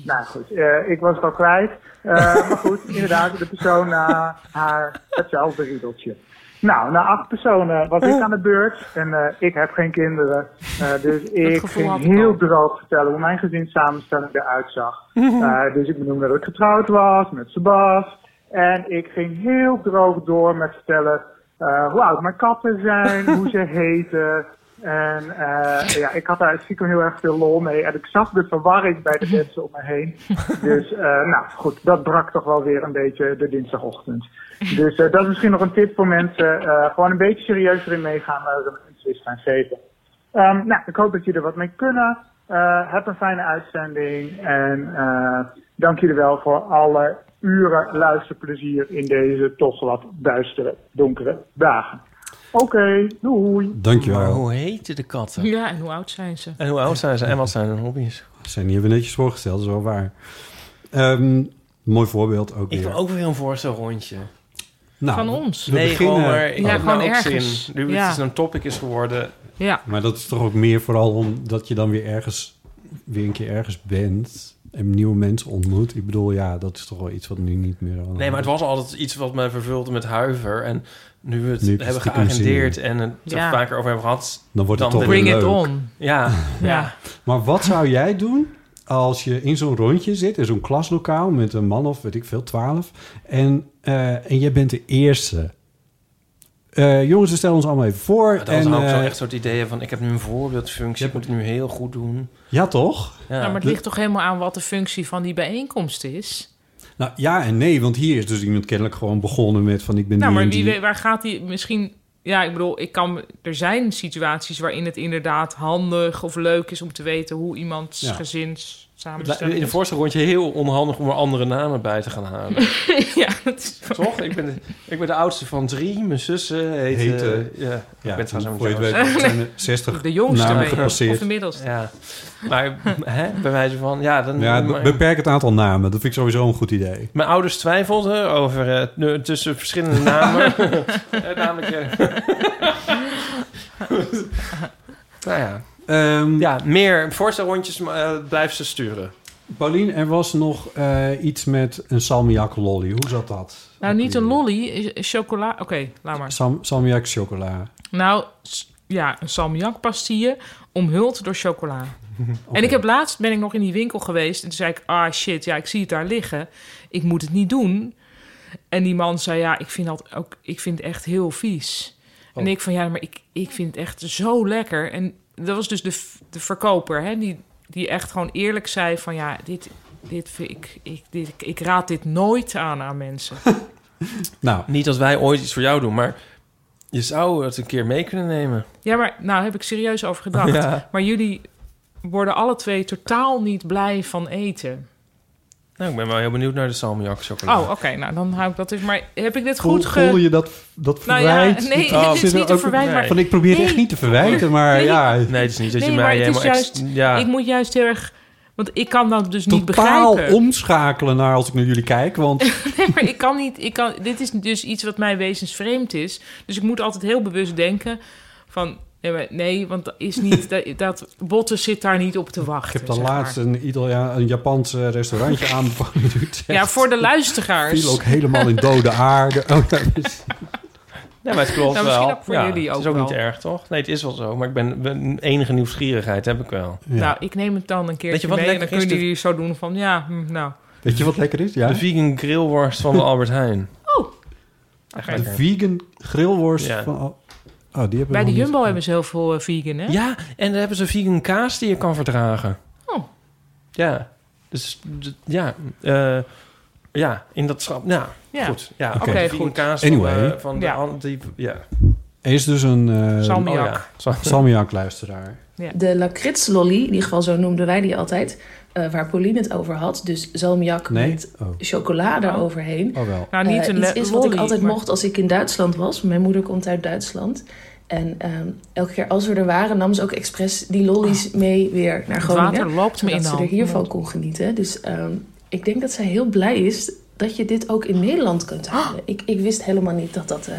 H: Nou goed, eh, ik was het al kwijt. Eh, maar goed, inderdaad, de persoon na haar hetzelfde riedeltje. Nou, na acht personen was ik aan de beurt en eh, ik heb geen kinderen. Eh, dus ik
C: gevoel had
H: ging
C: ik
H: heel
C: al.
H: droog vertellen hoe mijn gezinssamenstelling eruit zag. Eh, dus ik benoemde dat ik getrouwd was met Sebas. En ik ging heel droog door met vertellen eh, hoe oud mijn katten zijn, hoe ze heten. En eh, ja, ik had daar stiekem heel erg veel lol mee. En ik zag de verwarring bij de mensen om me heen. Dus eh, nou goed, dat brak toch wel weer een beetje de dinsdagochtend. Dus eh, dat is misschien nog een tip voor mensen. eh, gewoon een beetje serieus erin meegaan waar we mensen is gaan geven. Ehm, nou, ik hoop dat jullie er wat mee kunnen. Eh, heb een fijne uitzending. En eh, dank jullie wel voor alle uren luisterplezier in deze toch wat duistere, donkere dagen. Oké, doei.
D: Maar
B: Dankjewel.
D: hoe heten de katten?
C: Ja, en hoe oud zijn ze?
D: En hoe oud zijn ze? En wat zijn hun hobby's?
B: Zijn die hebben we netjes voorgesteld, dat is wel waar. Ehm, mooi voorbeeld ook
D: Ik wil
B: weer.
D: ook weer een voorstelrondje.
B: Nou,
C: Van ons.
B: we
D: Nee,
B: beginnen-
D: gewoon maar ik
C: Ja,
D: heb
C: gewoon
D: nou ook
C: ergens.
D: zin. Nu
C: Ja.
D: het een topic is geworden.
C: Ja.
B: Maar dat is toch ook meer vooral omdat je dan weer ergens... weer een keer ergens bent. en nieuwe mensen ontmoet. Ik bedoel, ja, dat is toch wel iets wat nu niet meer... aan de
D: Nee, maar
B: hand
D: het was altijd iets wat mij vervulde met huiver. En nu we het
B: Nu heb je
D: hebben
B: het stiekem
D: geagendeerd
B: zin.
D: en het er
B: Ja.
D: vaker over hebben gehad...
B: Dan wordt het toch
D: ben
B: weer
D: ik-
B: leuk.
D: Ja. ja.
B: Maar wat zou jij doen als je in zo'n rondje zit, in zo'n klaslokaal met een man of weet ik veel, twaalf, en, eh, en jij bent de eerste? Eh, jongens, we stellen ons allemaal even voor.
D: Maar dan
B: en,
D: zou ik zo
B: eh,
D: echt soort ideeën van... ik heb nu een voorbeeldfunctie, ik moet het nu heel goed doen.
B: Ja, toch?
D: Ja.
C: Nou, maar het ligt toch helemaal aan wat de functie van die bijeenkomst is.
B: Nou ja en nee, want hier is dus iemand kennelijk gewoon begonnen met van ik ben
C: nou,
B: nu
C: maar
B: in
C: wie
B: die-
C: weet, waar gaat die misschien... Ja, ik bedoel, ik kan, er zijn situaties waarin het inderdaad handig of leuk is om te weten hoe iemands
D: Ja.
C: gezins
D: Het
C: samenstelt.
D: lijkt me In de voorste rondje heel onhandig om er andere namen bij te gaan halen.
C: ja, dat is
D: Toch? Ik ben, de, ik ben de oudste van drie. Mijn zussen heet...
B: Heet,
D: eh,
B: eh,
D: ja,
B: ja,
D: ik ben trouwens
B: voor je het
D: helemaal
B: weet
D: zelfs.
B: zijn er 60
C: De jongste
B: namen
C: ben je,
B: gepasseerd.
C: of de middelste.
D: Ja. Maar hè, bij wijze van... Ja, dan,
B: Ja, be-
D: maar-
B: beperk het aantal namen. Dat vind ik sowieso een goed idee.
D: Mijn ouders twijfelden over eh, nu- tussen verschillende namen. Eh, Namelijk. eh, nou ja.
B: ehm,
D: ja, meer voorstelrondjes eh blijf ze sturen.
B: Paulien, er was nog eh, iets met een salmiak lolly. Hoe zat dat?
C: Nou, niet een lolly, is- is chocola... Oké, laat maar.
B: Sam, salmiak chocola.
C: Nou, s- ja, een salmiakpastille omhuld door chocola. En ik heb laatst ben ik nog in die winkel geweest en toen zei ik: "Ah shit, ja, ik zie het daar liggen. Ik moet het niet doen." En die man zei: "Ja, ik vind dat ook ik vind het echt heel vies." En
I: Oh.
C: ik van: "Ja, maar ik, ik vind het echt zo lekker." En dat was dus de, v- de verkoper hè, die, die echt gewoon eerlijk zei van ja, dit dit vind ik, ik, dit, ik, ik raad dit nooit aan aan mensen.
B: Nou.
D: Niet dat wij ooit iets voor jou doen, maar je zou het een keer mee kunnen nemen.
C: Ja, maar nou heb ik serieus over gedacht.
D: Ja.
C: Maar jullie worden alle twee totaal niet blij van eten.
D: Nou, ik ben wel heel benieuwd naar de salmiak chocola.
C: Oh, oké. nou, dan hou ik dat even. Maar heb ik dit
B: Voel-
C: goed ge...
B: voelde je dat, dat
C: Nou ja,
B: verwijt?
C: nee,
B: Oh,
C: het is
B: zit er
C: niet te
B: ook-
C: verwijten, maar-
B: Van, ik probeer het
C: Nee.
B: echt niet te verwijten, maar
C: Nee.
B: ja...
D: Nee, het is niet dat je
C: Nee,
D: mij
C: maar het
D: helemaal...
C: is juist...
D: ex- ja.
C: Ik moet juist heel erg... Want ik kan dat dus niet
B: Totaal
C: begrijpen.
B: omschakelen naar als ik naar jullie kijk, want...
C: Nee, maar ik kan niet... Ik kan, dit is dus iets wat mij wezensvreemd is. Dus ik moet altijd heel bewust denken van... Nee, maar- nee want dat is niet... Dat, dat botten zit daar niet op te wachten.
B: Ik heb dan
C: zeg maar.
B: laatst een, Italia, een Japans eh, restaurantje aanbevangen. in Utrecht.
C: Ja, voor de luisteraars.
B: Viel ook helemaal in dode aarde. Oh, dat is-
D: Ja, maar het klopt
C: Nou,
D: wel.
C: misschien ook voor
D: Ja,
C: jullie
D: Het
C: ook
D: is ook
C: wel.
D: niet erg, toch? Nee, het is wel zo, maar ik ben, ben- enige nieuwsgierigheid heb ik wel.
C: Nou, ik neem het dan een
D: Weet
C: keertje
D: je wat
C: mee en dan
D: lekker is?
C: kunnen
D: De-
C: jullie zo doen van... Ja, hm, nou...
B: Weet je wat lekker is? Ja?
D: De vegan grillworst van de Albert Heijn.
C: oké.
B: De vegan grillworst
D: Ja.
B: van... Oh, oh, die hebben we nog
C: Bij de
B: niet.
C: Jumbo hebben ze heel veel eh, vegan, hè?
D: Ja, en dan hebben ze vegan kaas die je kan verdragen.
C: Oh.
D: Ja, dus d- ja, eh, ja, in dat schap. Ja,
C: Ja.
D: goed. Ja,
B: Oké,
D: vegan
B: goed.
D: kaas van,
B: Anyway.
D: eh, van de
C: Ja.
D: an- die, ja.
B: Er is dus een... eh,
C: Salmiak.
B: oh ja, Salmiak-luisteraar.
J: De lakritslolly, in ieder geval zo noemden wij die altijd, eh, waar Pauline het over had. Dus salmiak
B: Nee?
J: met
B: Oh.
J: chocola daaroverheen.
B: Oh wel.
C: Nou, niet
J: Eh,
C: een
J: iets
C: le-
J: is wat ik
C: lolly,
J: altijd
C: maar-
J: mocht als ik in Duitsland was. Mijn moeder komt uit Duitsland. En ehm, elke keer als we er waren, nam ze ook expres die lollies
B: Ah.
J: mee weer naar
C: Het
J: Groningen.
C: water loopt me in
J: zodat
C: de
J: ze er
C: hand.
J: hiervan
C: Ja.
J: kon genieten. Dus ehm, ik denk dat zij heel blij is dat je dit ook in Nederland kunt
C: Ah.
J: halen. Ik, ik wist helemaal niet dat dat eh,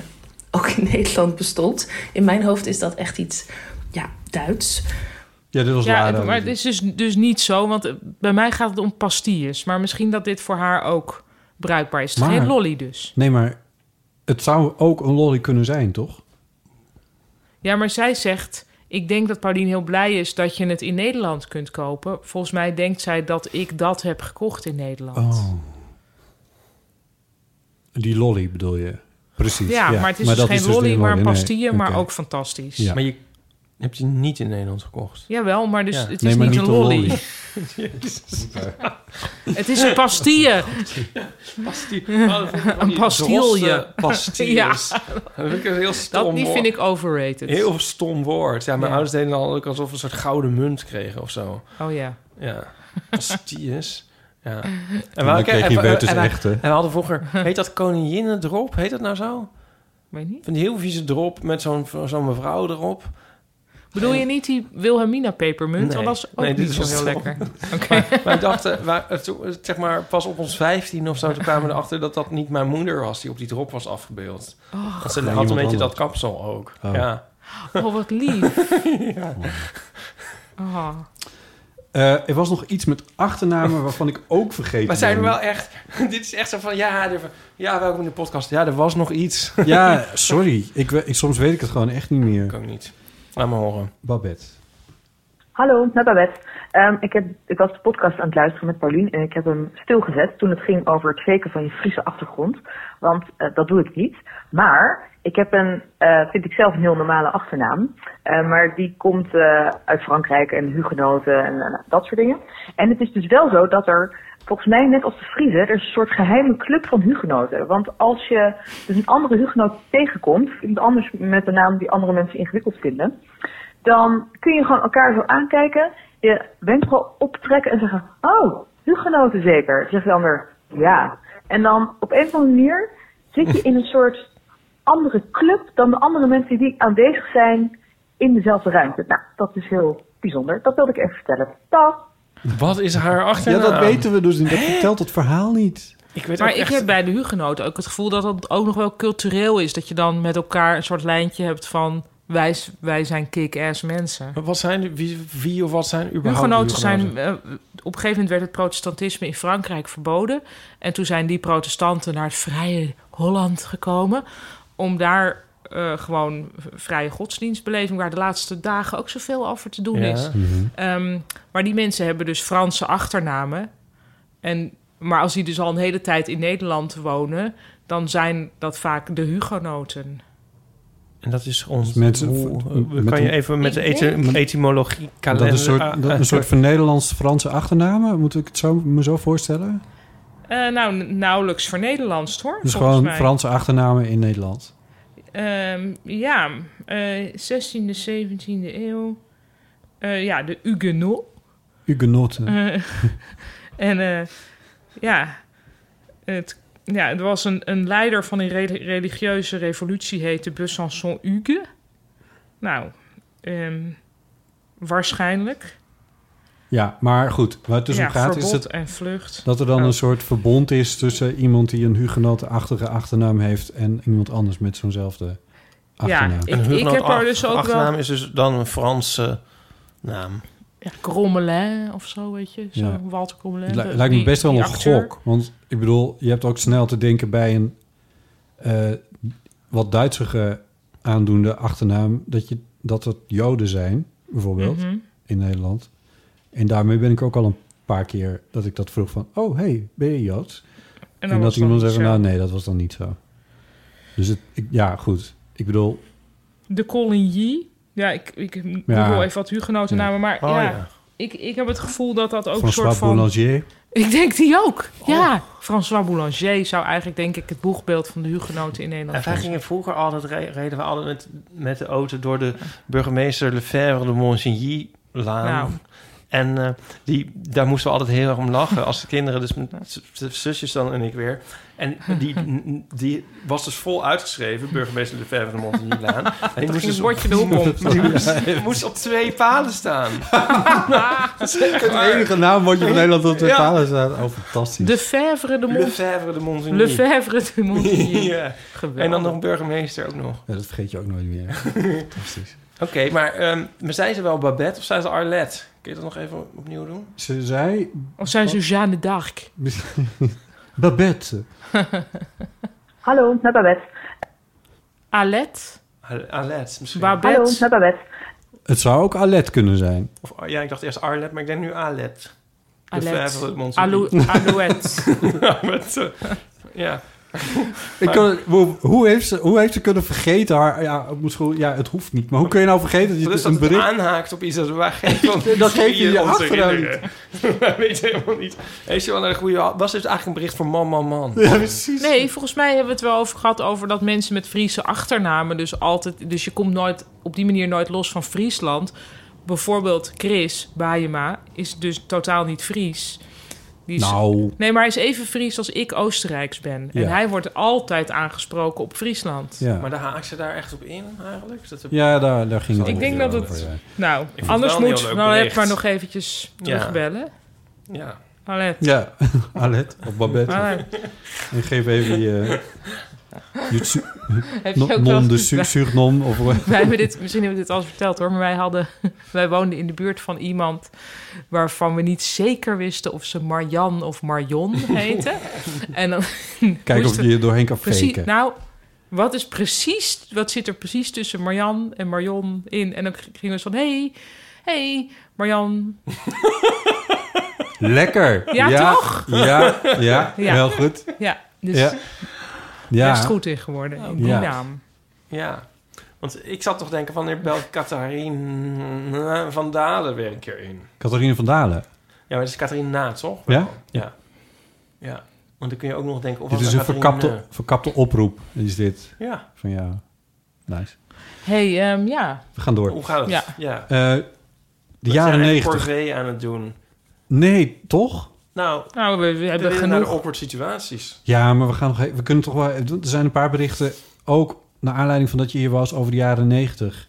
J: ook in Nederland bestond. In mijn hoofd is dat echt iets ja, Duits.
B: Ja, dit was
C: Ja,
B: Lara.
C: maar het is dus, dus niet zo, want eh, bij mij gaat het om pastilles. Maar misschien dat dit voor haar ook bruikbaar is. Het is
B: Maar-
C: geen lolly dus.
B: Nee, maar het zou ook een lolly kunnen zijn, toch?
C: Ja, maar zij zegt... Ik denk dat Pauline heel blij is dat je het in Nederland kunt kopen. Volgens mij denkt zij dat ik dat heb gekocht in Nederland.
B: Oh. Die lolly bedoel je? Precies.
C: Ja, maar het is dus
B: dat
C: geen
B: de
C: lolly, maar een
B: nee.
C: pastille, maar
B: Oké.
C: ook fantastisch.
B: Ja.
D: Maar je hebt die niet in Nederland gekocht.
C: Jawel, maar dus
D: Ja.
C: het
B: Nee,
C: is
B: maar
C: niet,
B: niet
C: een
B: een
C: lolly.
B: lolly.
C: het is een pastille.
D: Oh,
C: een pastille.
D: Droste pastilles.
C: ja,
D: Dat vind ik een heel stom
C: dat die
D: woord.
C: vind ik overrated.
D: Heel stom woord. Ja, mijn
C: Ja.
D: ouders deden dan ook alsof we een soort gouden munt kregen of zo.
C: Oh ja.
D: Ja, pastilles. Ja.
B: En dan kreeg je Bertus echte.
D: En we hadden vroeger, heet dat koninginnendrop? Heet dat nou zo?
C: Weet niet.
D: Van die heel vieze drop met zo'n zo'n mevrouw erop.
C: Bedoel je niet die Wilhelmina pepermunt?
D: Nee.
C: Want dat is ook
D: Nee, dit
C: niet
D: is
C: zo
D: wel
C: heel
D: stom.
C: lekker. Oké.
D: Maar wij dachten, wij, eh, toen, eh, zeg maar, pas op ons 15 of zo, toen kwamen we erachter dat dat niet mijn moeder was die op die drop was afgebeeld.
C: Och.
D: Want ze
B: Nee,
D: had
B: iemand
D: een beetje dat
B: anders.
D: kapsel ook.
B: Oh.
D: Ja.
C: Oh, wat lief. Ah.
B: Eh, er was nog iets met achternamen waarvan ik ook vergeten
D: Maar zijn we
B: ben.
D: wel echt... Dit is echt zo van... Ja, er, ja, welkom in de podcast. Ja, er was nog iets.
B: Ja, sorry. Ik, we- ik, soms weet ik het gewoon echt niet meer. Ik
D: ook niet. Laat me horen.
B: Babette.
K: Hallo, met Babette. Ehm, ik, heb, ik was de podcast aan het luisteren met Paulien en ik heb hem stilgezet toen het ging over het faken van je Friese achtergrond. Want eh, dat doe ik niet. Maar ik heb een, eh, vind ik zelf een heel normale achternaam. Eh, maar die komt eh, uit Frankrijk en hugenoten en eh, dat soort dingen. En het is dus wel zo dat er volgens mij net als de Friese, er is een soort geheime club van hugenoten. Want als je dus een andere hugenoot tegenkomt, iemand anders met een naam die andere mensen ingewikkeld vinden dan kun je gewoon elkaar zo aankijken, je wenkbrauw optrekken en zeggen: Oh, hugenoten zeker. Zegt de ander: Ja. En dan op een of andere manier zit je in een soort andere club dan de andere mensen die aanwezig zijn in dezelfde ruimte. Nou, dat is heel bijzonder. Dat wilde ik even vertellen. Dag!
D: Wat is haar achternaam?
B: Ja, dat weten we dus niet. Dat vertelt het verhaal niet.
D: Ik weet
C: maar
D: ook
C: ik
D: echt-
C: heb bij de hugenoten ook het gevoel dat dat ook nog wel cultureel is. Dat je dan met elkaar een soort lijntje hebt van... wij, s- wij zijn kick-ass mensen.
D: Maar Wat zijn, wie, wie of wat zijn überhaupt
C: Hugenoten zijn...
D: hugenoten?
C: eh, op een gegeven moment werd het protestantisme in Frankrijk verboden. En toen zijn die protestanten naar het vrije Holland gekomen... om daar eh, gewoon vrije godsdienstbeleving... waar de laatste dagen ook zoveel over te doen
D: Ja.
C: is.
D: Mhm.
C: Ehm, maar die mensen hebben dus Franse achternamen. En, maar als die dus al een hele tijd in Nederland wonen... dan zijn dat vaak de hugenoten.
D: En dat is ons...
B: Mensen-
D: hoe-
B: met
D: kan je
B: een-
D: even met de
C: Ik
D: ety-
C: denk-
D: etymologie... eh,
B: Dat is een soort, dat- een soort
D: van
B: van Nederlands-Franse achternamen. Moet ik het zo, me zo voorstellen?
C: Eh, nou, n- nauwelijks voor Nederlands, hoor.
B: Dus
C: volgens
B: gewoon
C: mij.
B: Franse achternamen in Nederland.
C: Ehm, ja, eh 16e, 17e eeuw. Eh, ja, de Huguenot.
B: Hugenoten.
C: Eh, en eh, ja, het, ja, er was een, een leider van een re- religieuze revolutie, heette Besançon Hugue. Nou, ehm, waarschijnlijk.
B: Ja, maar goed. Waar het dus
C: Ja,
B: om gaat is
C: verbod
B: dat,
C: en vlucht.
B: dat er dan
C: Oh.
B: een soort verbond is tussen iemand die een hugenotenachtige achternaam heeft en iemand anders met zo'nzelfde achternaam.
C: ik- ik heb er dus ook wel-
D: achternaam is dus dan een Franse naam.
C: Ja, Crommelin of zo, weet je. Zo,
B: Ja.
C: Walter Crommelin.
B: Het li-
C: de-
B: lijkt me
C: die-
B: best wel
C: die
B: een
C: acteur.
B: gok. Want ik bedoel, je hebt ook snel te denken bij een eh, wat Duitsige aandoende achternaam... dat, je, dat het Joden zijn, bijvoorbeeld,
C: Mhm.
B: in Nederland. En daarmee ben ik ook al een paar keer dat ik dat vroeg van... oh, hey, ben je Joods? En,
C: dan was
B: dat
C: het
B: iemand
C: dan
B: zei van,
C: niet
B: nou
C: zo.
B: nee, dat was dan niet zo. Dus het, ik- ja, goed. Ik bedoel,
C: De Colin Yee. Ja, ik, ik google even wat hugenoten namen. Maar
B: Oh,
C: ja,
B: ja.
C: Ik, ik heb het gevoel dat dat ook een soort
B: François
C: van...
B: Boulanger...
C: Ik denk die ook.
D: Oh.
C: Ja, François Boulanger zou eigenlijk denk ik het boegbeeld van de hugenoten in Nederland
D: En wij
C: zijn.
D: gingen vroeger altijd, re- reden we altijd met, met de auto door de burgemeester Lefebvre de Monsigny-laan.
C: Nou.
D: En eh, die, daar moesten we altijd heel erg om lachen. Als de kinderen, dus mijn z- z- zusjes dan en ik weer. En die, die was dus vol uitgeschreven, burgemeester Lefebvre de Monsigny-laan. En die
C: ging
D: moest
C: het
D: dus op-
C: bordje erop om.
D: Die moest, die moest op twee palen staan. Dat is echt
B: Het
D: waar.
B: enige naamwoordje van Nederland dat op
D: Ja.
B: talen staat. Oh, fantastisch.
C: De Fèvre de Mont...
D: Lefebvre de Monsigny.
C: Lefebvre de Monsigny.
D: Ja.
C: Geweldig.
D: En dan nog een burgemeester ook nog.
B: Ja, dat vergeet je ook nooit meer. Precies.
D: Oké, maar, ehm, maar zijn ze wel Babette of zijn ze Arlette? Kun je dat nog even opnieuw doen?
B: Ze zei... Oh.
C: Of zijn ze Jeanne d'Arc?
B: Babette.
K: Hallo, met Babette.
C: Alette?
D: Arlette misschien.
K: Hallo, met Babette.
B: Het zou ook Alet kunnen zijn.
D: Of, ja, ik dacht eerst Arlette, maar ik denk nu Alette.
C: Alette.
D: Alu
C: Alou- Alouette.
D: eh, ja.
B: Ik kan, hoe, hoe, heeft ze, hoe heeft ze kunnen vergeten haar... Ja, het, moet gewoon- ja, het hoeft niet. Maar hoe kun je nou vergeten dat
D: Dus
B: je
D: dat
B: een
D: het
B: bericht...
D: aanhaakt op iets dat we geen
B: Dat geeft je je achternaam
D: Dat weet je helemaal niet. Heeft je wel naar de goede... Was dit eigenlijk een bericht voor man, man, man?
C: Nee, volgens mij hebben we het wel over gehad over dat mensen met Friese achternamen dus altijd... Dus je komt nooit op die manier nooit los van Friesland. Bijvoorbeeld Chris Bajema is dus totaal niet Fries. Die is-
B: Nou.
C: Nee, maar hij is even Fries als ik Oostenrijks ben. En
B: Ja.
C: hij wordt altijd aangesproken op Friesland.
B: Ja.
D: Maar daar haakt ze daar echt op in, eigenlijk? Is dat de-
B: Ja, daar- daar ging het
C: Ik denk dat
B: ongeveer
C: het...
D: eh,
B: over, ja.
C: Nou,
D: Ik vond het
C: anders
D: wel een
C: moet
D: heel leuk
C: Nanette
D: bericht.
C: maar nog eventjes
D: Ja.
C: terugbellen.
D: Ja.
C: Nanette.
B: Ja, Alet of Babette.
C: Alet.
B: En geef even eh, je... Jutsu-
C: Heb je ook wel eens-
B: non de su- surnom of
C: Wij hebben dit, misschien hebben we dit al eens verteld hoor, maar wij, hadden, wij woonden in de buurt van iemand waarvan we niet zeker wisten of ze Marjan of Marion heette. en dan
B: Kijk
C: moesten
B: of je er doorheen kan
C: precies,
B: faken.
C: Nou, wat, is precies, wat zit er precies tussen Marjan en Marion in? En dan g- gingen we zo van, hey, hey, Marjan.
B: Lekker.
C: Ja, toch?
B: Ja, ja,
C: Ja.
B: heel goed.
C: Ja, dus
B: ja. Ja.
C: best goed in geworden, in die
B: Ja.
C: naam.
D: Ja, want ik zat toch denken, wanneer belt Catharine eh, van Dalen weer een keer in?
B: Catharine van Dalen.
D: Ja, maar het is Catharine na, toch?
B: Ja?
D: Ja. Ja, want dan kun je ook nog denken... Of
B: dit
D: was
B: is
D: het
B: een
D: Catharine eh,
B: verkapte, verkapte oproep, is dit.
D: Ja.
B: Van jou. Nice.
C: hey, ehm, ja.
B: We gaan door.
D: Hoe gaat het?
C: Ja.
D: Ja.
B: Eh, de
D: We
B: jaren
D: zijn eigenlijk
B: 90.
D: corvée aan het doen.
B: Nee, toch?
D: Nou,
C: nou we,
D: hebben
C: genoeg-
D: naar de awkward situaties.
B: Ja, maar we, gaan nog even, we kunnen toch wel... Er zijn een paar berichten, ook naar aanleiding van dat je hier was, over de jaren 90.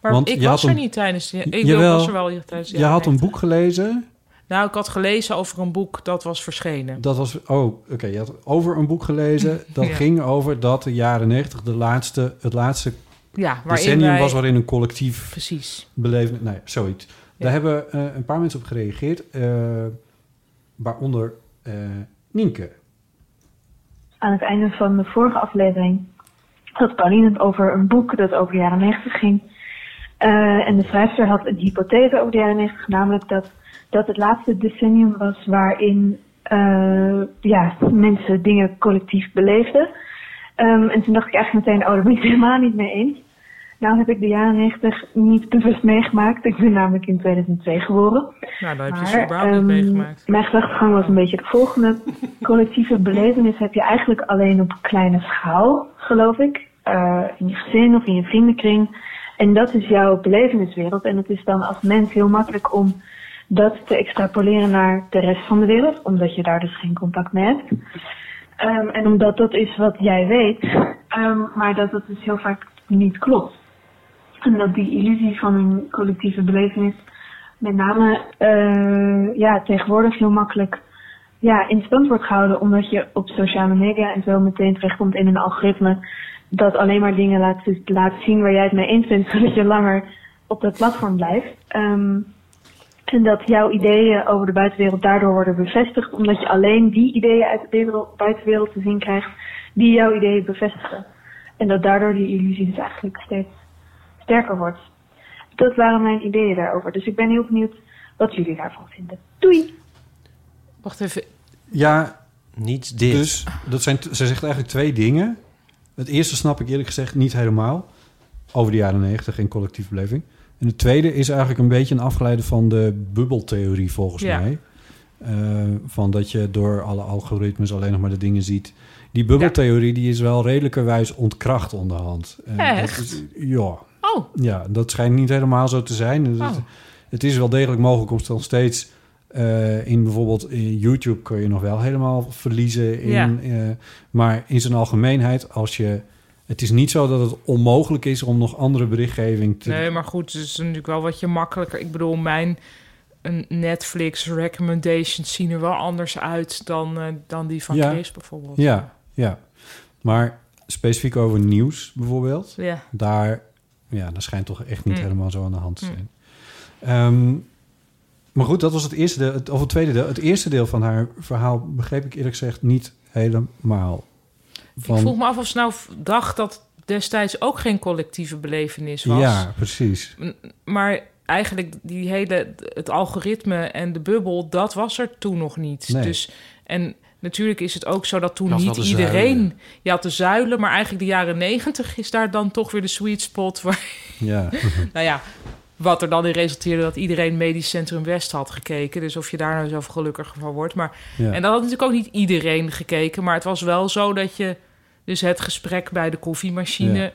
C: Maar
B: Want
C: ik
B: je
C: was
B: had
C: er
B: een-
C: niet tijdens... de- Ik
B: Jawel.
C: was er wel tijdens de
B: Je
C: jaren
B: had een boek gelezen.
C: Nou, ik had gelezen over een boek dat was verschenen.
B: Dat was... Oh, oké. je had over een boek gelezen. Dat
C: Ja.
B: ging over dat de jaren 90 de laatste, het laatste
C: Ja, waarin
B: decennium
C: wij-
B: was waarin een collectief
C: Precies.
B: beleven... Nou ja, zoiets. Daar
C: Ja.
B: hebben eh, een paar mensen op gereageerd. eh, waaronder eh, Nienke.
K: aan het einde van de vorige aflevering had Pauline het over een boek dat over de jaren 90 ging. Eh, en de schrijfster had een hypothese over de jaren 90, namelijk dat dat het laatste decennium was waarin eh, ja, mensen dingen collectief beleefden. Ehm, en toen dacht ik eigenlijk meteen, oh, daar ben ik het helemaal niet mee eens. Nou heb ik de jaren 90 niet bewust meegemaakt. Ik ben namelijk in 2002 geboren.
C: Nou, daar heb je
K: Maar,
C: ze überhaupt niet
K: ehm,
C: meegemaakt.
K: Mijn gedachtegang was een beetje de volgende. Collectieve belevenis heb je eigenlijk alleen op kleine schaal, geloof ik. Eh, in je gezin of in je vriendenkring. En dat is jouw beleveniswereld. En het is dan als mens heel makkelijk om dat te extrapoleren naar de rest van de wereld. Omdat je daar dus geen contact mee hebt. Ehm, en omdat dat is wat jij weet. ehm, maar dat dat dus heel vaak niet klopt. En dat die illusie van een collectieve belevenis met name eh, ja, tegenwoordig heel makkelijk ja, in stand wordt gehouden. Omdat je op sociale media en zo meteen terechtkomt in een algoritme. Dat alleen maar dingen laat, laat zien waar jij het mee eens bent. Zodat je langer op dat platform blijft. Ehm, en dat jouw ideeën over de buitenwereld daardoor worden bevestigd. Omdat je alleen die ideeën uit de wereld- buitenwereld te zien krijgt. Die jouw ideeën bevestigen. En dat daardoor die illusie dus eigenlijk steeds sterker wordt. Dat waren mijn ideeën daarover. Dus ik ben heel benieuwd wat jullie daarvan vinden. Doei!
C: Wacht even.
B: Ja.
D: Niet dit.
B: Dus dat zijn, ze zegt eigenlijk twee dingen. Het eerste snap ik eerlijk gezegd niet helemaal. Over de jaren negentig in collectieve beleving. En het tweede is eigenlijk een beetje een afgeleide van de bubbeltheorie volgens
C: Ja.
B: mij. Eh, van dat je door alle algoritmes alleen nog maar de dingen ziet. Die bubbeltheorie die is wel redelijkerwijs ontkracht onderhand. Eh, dat
C: Echt?
B: is- ja.
C: Oh.
B: Ja, dat schijnt niet helemaal zo te zijn. Dus
C: Oh.
B: het, het is wel degelijk mogelijk om nog steeds... eh, in bijvoorbeeld in YouTube kun je nog wel helemaal verliezen. In,
C: Ja.
B: eh, maar in zijn algemeenheid, als je... Het is niet zo dat het onmogelijk is om nog andere berichtgeving te...
C: Nee, maar goed, het is natuurlijk wel wat je makkelijker... Ik bedoel, mijn een Netflix recommendations zien er wel anders uit... dan, eh, dan die van Chris bijvoorbeeld.
B: Ja, ja. Maar specifiek over nieuws bijvoorbeeld.
C: Ja.
B: Daar, ja, dat schijnt toch echt niet
C: Mm.
B: helemaal zo aan de hand te
C: Mm.
B: zijn. Ehm, maar goed, dat was het eerste deel. Het, of het tweede deel. Het eerste deel van haar verhaal begreep ik eerlijk gezegd niet helemaal. Van,
C: Ik vroeg me af of ze nou v- dacht dat destijds ook geen collectieve belevenis was.
B: Ja, precies.
C: M- Maar eigenlijk die hele, het algoritme en de bubbel, dat was er toen nog niet.
B: Nee.
C: Dus, en natuurlijk is het ook zo dat toen
B: Je had wel
C: niet
B: de
C: iedereen...
B: zuilen.
C: Je had de zuilen, maar eigenlijk de jaren negentig is daar dan toch weer de sweet spot... Waar,
B: Ja.
C: nou ja, wat er dan in resulteerde dat iedereen Medisch Centrum West had gekeken. Dus of je daar nou zelf gelukkiger van wordt. Maar,
B: Ja.
C: En dat had natuurlijk ook niet iedereen gekeken. Maar het was wel zo dat je... Dus het gesprek bij de koffiemachine
D: Ja.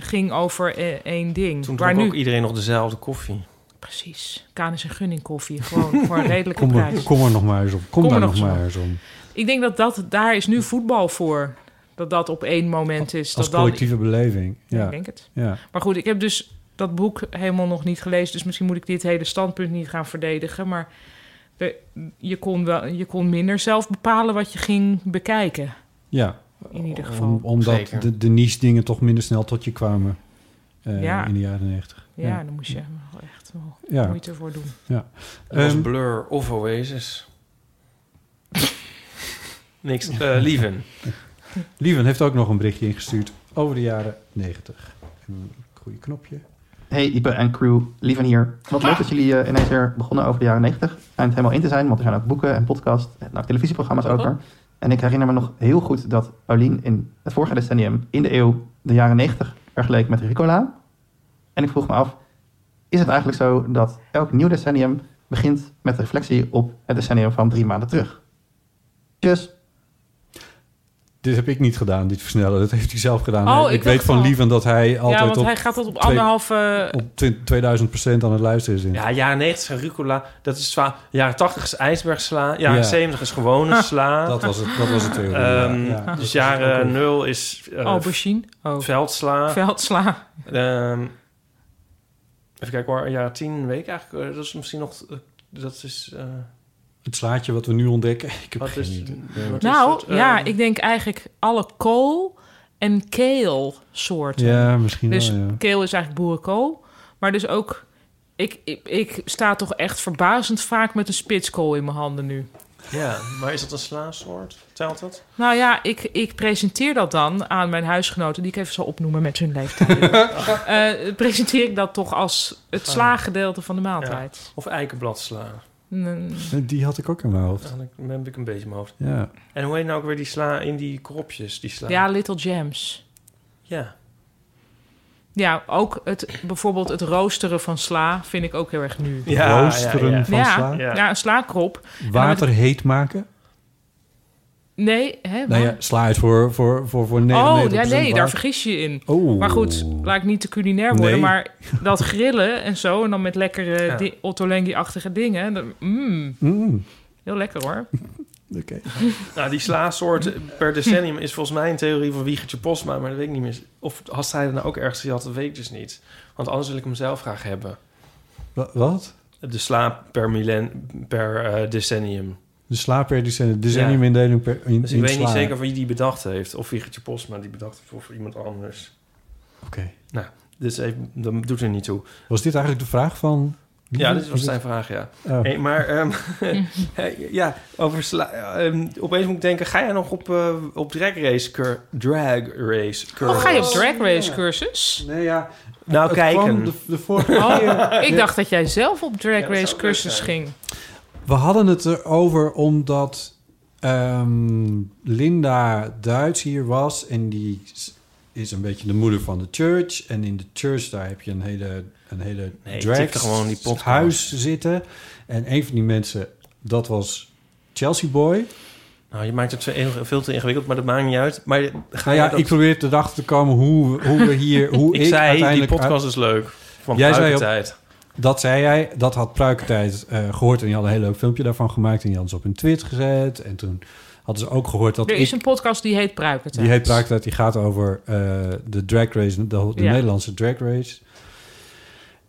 C: ging over eh, één ding.
D: Toen
C: Waar
D: dronk
C: nu...
D: ook iedereen nog dezelfde koffie.
C: Precies. Kanis en Gunning koffie. Gewoon voor een redelijke
B: Kom
C: prijs.
B: er, kom er nog maar eens op. Kom,
C: Kom
B: daar
C: er
B: nog,
C: nog
B: maar
C: zo.
B: eens om.
C: Ik denk dat, dat daar is nu voetbal voor. Dat dat op één moment is.
B: Als
C: dat dan-
B: collectieve beleving. Ja.
C: Ik denk het.
B: Ja.
C: Maar goed, ik heb dus dat boek helemaal nog niet gelezen. Dus misschien moet ik dit hele standpunt niet gaan verdedigen. Maar de- je, kon wel, je kon minder zelf bepalen wat je ging bekijken.
B: Ja,
C: in ieder geval.
B: Om, omdat
C: Zeker.
B: de, de niche dingen toch minder snel tot je kwamen eh,
C: Ja.
B: in de jaren negentig.
C: Ja, dan moest je wel echt wel
B: Ja.
C: moeite voor doen.
B: Ja.
D: Dat was
B: Ehm,
D: Blur of Oasis. Niks. eh Lieven.
B: Lieven heeft ook nog een berichtje ingestuurd over de jaren 90. Een goede knopje.
L: Hey Ipe en crew, Lieven hier. Wat leuk dat jullie eh, ineens weer begonnen over de jaren 90. Schijnt helemaal in te zijn, want er zijn ook boeken en podcasts en ook televisieprogramma's over. En ik herinner me nog heel goed dat Paulien in het vorige decennium, in de eeuw, de jaren 90 vergeleek met Ricola. En ik vroeg me af, is het eigenlijk zo dat elk nieuw decennium begint met de reflectie op het decennium van drie maanden terug? Dus- Tjus!
B: Dit heb ik niet gedaan, dit versnellen. Dat heeft hij zelf gedaan.
C: Oh,
B: Hij-
C: ik
B: ik weet
C: dacht
B: van
C: al.
B: Lieven dat hij altijd
C: ja, want
B: op,
C: hij gaat dat op
B: twee-
C: anderhalf... eh,
B: op 20 2000 aan het luisteren is. In.
D: Ja, jaren 90 is rucola. Dat is zwaar. Jaren 80 is ijsbergsla. Jaren
B: Ja. Ah,
D: 70 is gewone sla.
B: Dat was het- dat was het theorie,
D: Ehm,
B: ja. Ja.
D: Dus jaren 0 is... eh,
C: Aubergine. Oh.
D: Veldsla.
C: Veldsla.
D: Ehm, even kijken waar. Jaren 10 week eigenlijk. eh, dat is misschien nog... eh, dat is... eh,
B: Het slaatje wat we nu ontdekken. Ik heb
D: Wat
B: geen
D: is-
B: idee.
D: wat is
C: nou,
D: het, eh,
C: ja, ik denk eigenlijk alle kool en keel soorten.
B: Ja, misschien
C: dus
B: wel, ja.
C: keel is eigenlijk boerenkool. Maar dus ook... Ik, ik, ik sta toch echt verbazend vaak met een spitskool in mijn handen nu.
D: ja, maar is dat een slaasoort? Telt dat?
C: Nou ja, ik, ik presenteer dat dan aan mijn huisgenoten, die ik even zal opnoemen met hun leeftijd. Eh, presenteer ik dat toch als het slaaggedeelte van de maaltijd.
D: Ja. Of eikenbladsla.
C: Mm.
B: Die had ik ook in mijn hoofd.
D: Dan heb ik een beetje in mijn hoofd.
B: Ja.
D: En hoe heet nou ook weer die sla in die kropjes? Die sla.
C: Ja, Little Gems.
D: Ja.
C: Ja, ook het, bijvoorbeeld het roosteren van sla vind ik ook heel erg nu.
B: Ja, Roosteren ja, ja. van
C: ja,
B: sla?
C: Ja, een slaakrop.
B: Water heet maken.
C: Nee, hè?
B: Nou ja,
C: waar-
B: sla uit voor, voor, voor, voor 99%
C: oh, ja, nee, daar
B: water.
C: vergis je je in.
B: Oh.
C: Maar goed, laat ik niet te culinair worden,
B: Nee.
C: maar dat grillen en zo, en dan met lekkere
B: Ja.
C: di- Ottolenghi-achtige dingen, dat, mm,
B: Mm,
C: heel lekker hoor.
B: Oké.
D: Nou, die slaasoort per decennium is volgens mij een theorie van Wiegertje Postma, maar dat weet ik niet meer. Of had hij er nou ook ergens gehad, dat weet ik dus niet. Want anders wil ik hem zelf graag hebben.
B: Wa- Wat?
D: De sla per, millen, per eh, decennium.
B: De slaap per decennium, decenniumindeling per in,
D: Dus ik
B: in
D: weet niet
B: sla.
D: zeker wie die bedacht heeft. Of Wiegertje Postma die bedacht heeft, of iemand anders.
B: Oké.
D: Nou, dus even, dat doet er niet toe.
B: Was dit eigenlijk de vraag van...
D: Ja, dat was zijn vraag, ja.
B: Oh.
D: Hey, maar ehm, hey, ja, over sla- ehm, opeens moet ik denken, ga jij nog op, eh, op drag race cur- drag race cursus?
C: Oh, ga je op drag race cursus?
B: Nee, ja.
D: Nou, kijken.
C: Oh, ik dacht dat jij zelf op drag race cursus ging.
B: We hadden het erover omdat ehm, Linda Duits hier was. En die s- is een beetje de moeder van de church. En in de church daar heb je een hele, een hele
D: Nee,
B: drag
D: typ gewoon die podcast.
B: huis zitten. En een van die mensen, dat was Chelsea Boy.
D: Nou, je maakt het veel- veel te ingewikkeld, maar dat maakt niet uit. Maar ga
B: Nou ja,
D: je dat-
B: ik probeer erachter te komen hoe, hoe we hier... Hoe
D: ik,
B: ik
D: zei,
B: uiteindelijk
D: die podcast
B: uit-
D: is leuk. Van
B: Jij
D: Jij
B: zei op-
D: tijd.
B: Dat zei jij, dat had Pruikentijd eh, gehoord en die had een heel leuk filmpje daarvan gemaakt en die hadden ze op hun Twitter gezet. En toen hadden ze ook gehoord dat
C: Er
B: ik,
C: is een podcast die heet Pruikentijd.
B: die heet Pruikentijd, die gaat over eh, de drag race, de, de
C: Ja.
B: Nederlandse drag race.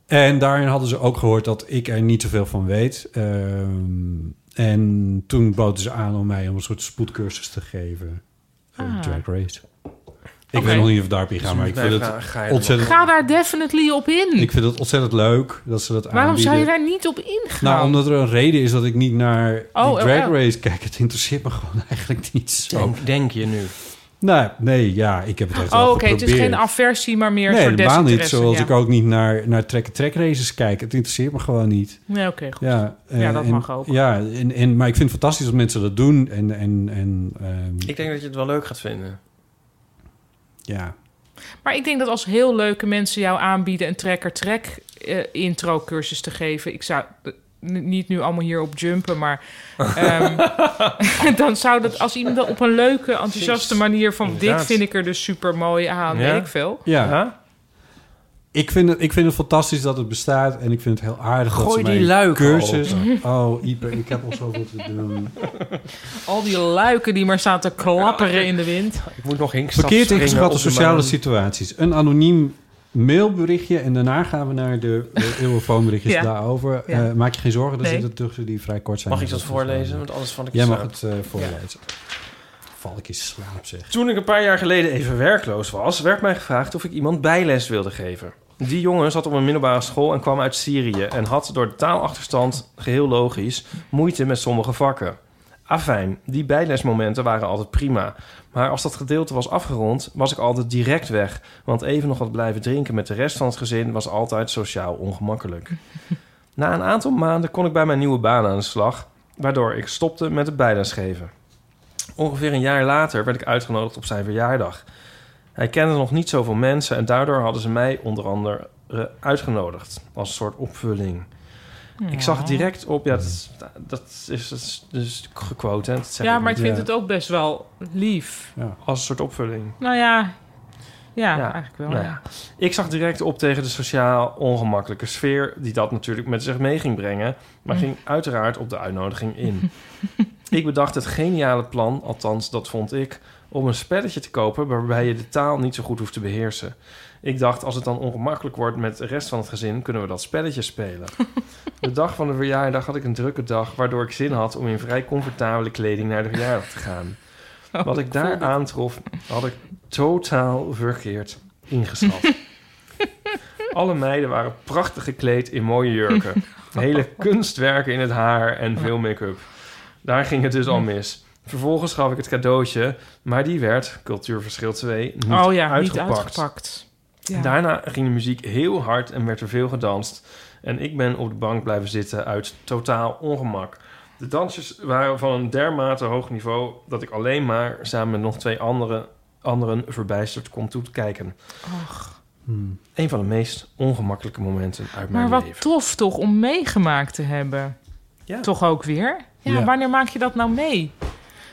B: En daarin hadden ze ook gehoord dat ik er niet zoveel van weet. Ehm, en toen boden ze aan om mij om een soort spoedcursus te geven. eh,
C: Ah.
B: Drag race. Ik
C: Oké.
B: weet nog niet of daarpie
D: Dus
B: gaan, maar
D: moet
B: ik
D: wij
B: vind
D: vragen, ga je
B: het
D: er nog
B: ontzettend...
C: Ga daar definitely op in.
B: Ik vind het ontzettend leuk dat ze dat
C: Waarom
B: aanbieden.
C: zou je daar niet op ingaan?
B: Nou, omdat er een reden is dat ik niet naar
C: Oh,
B: die
C: oh,
B: drag
C: oh.
B: race kijk. Het interesseert me gewoon eigenlijk niet zo.
D: Denk, denk je nu?
B: Nou, nee, ja, ik heb het echt
C: Oh,
B: wel
C: oké,
B: geprobeerd.
C: het is geen aversie, maar meer
B: Nee,
C: voor
B: helemaal niet.
C: desinteresse.
B: Zoals
C: ja.
B: ik ook niet naar, naar track-track races kijk. Het interesseert me gewoon niet.
C: Nee, oké, goed.
B: eh,
C: Ja, dat
B: en-
C: mag ook.
B: Ja, en, en, maar ik vind het fantastisch dat mensen dat doen. En, en, en ehm,
D: Ik denk dat je het wel leuk gaat vinden.
B: ja.
C: Maar ik denk dat als heel leuke mensen jou aanbieden een trekker-trek intro cursus te geven, ik zou eh, n- niet nu allemaal hier op jumpen, maar ehm, dan zou dat als iemand dat op een leuke, enthousiaste manier van
B: Inderdaad.
C: dit vind ik er dus super mooi aan,
B: Ja.
C: weet ik veel.
B: Ja. Ik vind, het, ik vind het fantastisch dat het bestaat en ik vind het heel aardig dat
C: Gooi
B: ze
C: die
B: mij
C: luiken
B: cursus.
C: open.
B: Oh, Ieper, ik heb al zoveel te doen.
C: Al die luiken die maar staan te klapperen in de wind.
D: Ik moet nog hinken.
B: Verkeerd ingeschatte sociale situaties. Een anoniem mailberichtje en daarna gaan we naar de eh, eeuwenfoonberichtjes
D: Ja.
B: daarover.
D: Ja.
B: Eh, maak je geen zorgen, er
D: Nee.
B: zitten tussen die vrij kort zijn.
D: Mag ik dat
B: is wel-
D: voorlezen? Want anders val ik
B: Jij
D: in
B: mag
D: slaap.
B: het eh, voorlezen. val ik in slaap, zeg.
D: Toen ik een paar jaar geleden even werkloos was, werd mij gevraagd of ik iemand bijles wilde geven. Die jongen zat op een middelbare school en kwam uit Syrië en had door de taalachterstand, geheel logisch, moeite met sommige vakken. Afijn, die bijlesmomenten waren altijd prima. Maar als dat gedeelte was afgerond, was ik altijd direct weg. Want even nog wat blijven drinken met de rest van het gezin was altijd sociaal ongemakkelijk. Na een aantal maanden kon ik bij mijn nieuwe baan aan de slag, waardoor ik stopte met het bijlesgeven. Ongeveer een jaar later werd ik uitgenodigd op zijn verjaardag. Hij kende nog niet zoveel mensen en daardoor hadden ze mij onder andere eh, uitgenodigd als een soort opvulling. Ik zag het direct op, ja, dat, dat is, dat is dus gequote. Hè? Dat zeg
C: Ja,
D: ik
C: maar ik
D: niet.
C: vind het ook best wel lief.
D: als een soort opvulling.
C: Nou ja, ja, eigenlijk wel.
D: Nou
C: ja.
D: ja. Ik zag direct op tegen de sociaal ongemakkelijke sfeer die dat natuurlijk met zich mee ging brengen, maar
C: Mm.
D: ging uiteraard op de uitnodiging in. ik bedacht het geniale plan, althans dat vond ik, om een spelletje te kopen waarbij je de taal niet zo goed hoeft te beheersen. Ik dacht, als het dan ongemakkelijk wordt met de rest van het gezin, kunnen we dat spelletje spelen. De dag van de verjaardag had ik een drukke dag, waardoor ik zin had om in vrij comfortabele kleding naar de verjaardag te gaan.
C: Oh,
D: Wat ik
C: ik voel
D: daar
C: dit.
D: aantrof, had ik totaal verkeerd ingeschat. Alle meiden waren prachtig gekleed in mooie jurken. Hele kunstwerken in het haar en veel make-up. Daar ging het dus al mis. Vervolgens gaf ik het cadeautje, maar die werd, cultuurverschil 2, niet
C: Oh ja, niet
D: uitgepakt.
C: uitgepakt. Ja.
D: Daarna ging de muziek heel hard en werd er veel gedanst. En ik ben op de bank blijven zitten uit totaal ongemak. De dansjes waren van een dermate hoog niveau dat ik alleen maar samen met nog twee andere, anderen verbijsterd kon toekijken.
B: Hmm.
D: Een van de meest ongemakkelijke momenten uit
C: Maar
D: mijn
C: wat
D: leven.
C: tof toch om meegemaakt te hebben. Toch ook weer? Ja,
D: Ja.
C: wanneer maak je dat nou mee?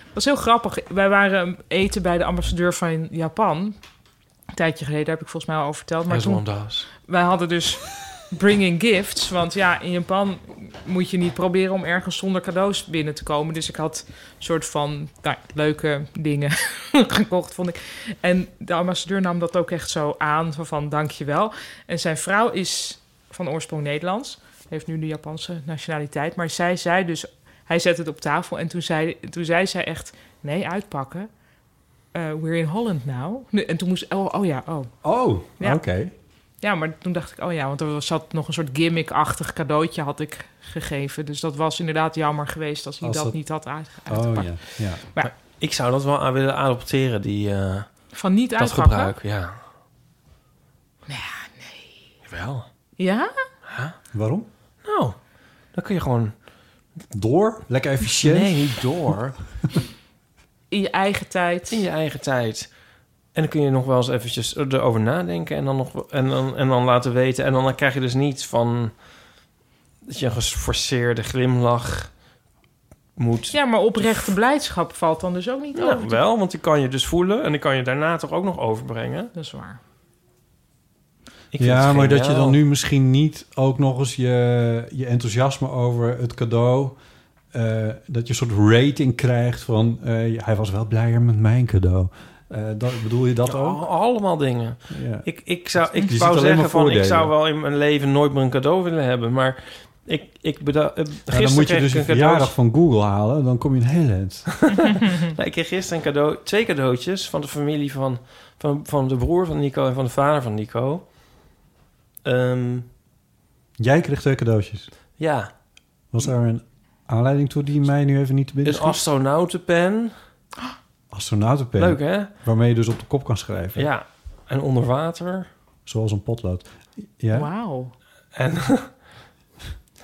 C: Dat is heel grappig. Wij waren eten bij de ambassadeur van Japan. Een tijdje geleden, daar heb ik volgens mij al over verteld. Maar
D: As one
C: toen,
D: does.
C: wij hadden dus bringing gifts. Want ja, in Japan moet je niet proberen om ergens zonder cadeaus binnen te komen. Dus ik had een soort van nou, leuke dingen gekocht, vond ik. En de ambassadeur nam dat ook echt zo aan, zo van dankjewel. En zijn vrouw is van oorsprong Nederlands. Heeft nu de Japanse nationaliteit. Maar zij zei dus, hij zette het op tafel. En toen zei, toen zei zij echt, nee, uitpakken. Eh, we're in Holland now. Nu- En toen moest, oh, oh ja, oh.
B: Oh,
C: Ja.
B: oké.
C: Ja, maar toen dacht ik, oh ja, want er zat nog een soort gimmick-achtig cadeautje had ik gegeven. Dus dat was inderdaad jammer geweest als hij
D: Als
C: dat,
D: dat-
C: niet had uit-
D: Oh,
C: uitgepakt.
D: ja,
B: ja.
C: Maar
D: Ik zou dat wel aan willen adopteren, die, eh,
C: van niet
D: dat
C: uitpakken?
D: gebruik. Ja. Nou nee. Wel.
C: Ja?
B: Waarom?
D: Nou, dan kun je gewoon...
B: Door? Lekker efficiënt?
D: Nee, niet door.
C: In je eigen tijd.
D: In je eigen tijd. En dan kun je nog wel eens eventjes erover nadenken en dan, nog, wel- en dan, en dan laten weten. En dan krijg je dus niet van dat je een geforceerde glimlach moet.
C: Ja, maar oprechte blijdschap valt dan dus ook niet
D: Nou,
C: over.
D: wel, want die kan je dus voelen en die kan je daarna toch ook nog overbrengen.
C: Dat is waar.
D: Ik vind
B: Ja,
D: het
B: maar dat je
D: geniaal.
B: dan nu misschien niet ook nog eens je, je enthousiasme over het cadeau... eh, dat je een soort rating krijgt van... eh, hij was wel blijer met mijn cadeau. Eh, dat, bedoel je dat ook?
D: Al- allemaal dingen.
B: Ja.
D: Ik, ik zou,
B: Je
D: ik
B: ziet
D: zou
B: alleen maar
D: zeggen van, ik
B: voordelen.
D: zou wel in mijn leven nooit meer een cadeau willen hebben, maar ik, ik beda- eh,
B: Ja,
D: gisteren
B: dan moet je
D: kreeg
B: dus
D: ik
B: een
D: een cadeau.
B: verjaardag van Google halen. Dan kom je een heel eind.
D: Nou, ik kreeg gisteren een cadeau, twee cadeautjes van de familie van, van, van de broer van Nico en van de vader van Nico. Ehm,
B: Jij kreeg twee cadeautjes.
D: ja,
B: Was daar een aanleiding toe die mij nu even niet te binnen
D: een
B: schiet?
D: astronautenpen.
B: Astronautenpen.
D: Leuk, hè?
B: Waarmee je dus op de kop kan schrijven.
D: Ja, en onder water.
B: Zoals een potlood. Ja?
C: Wauw.
D: En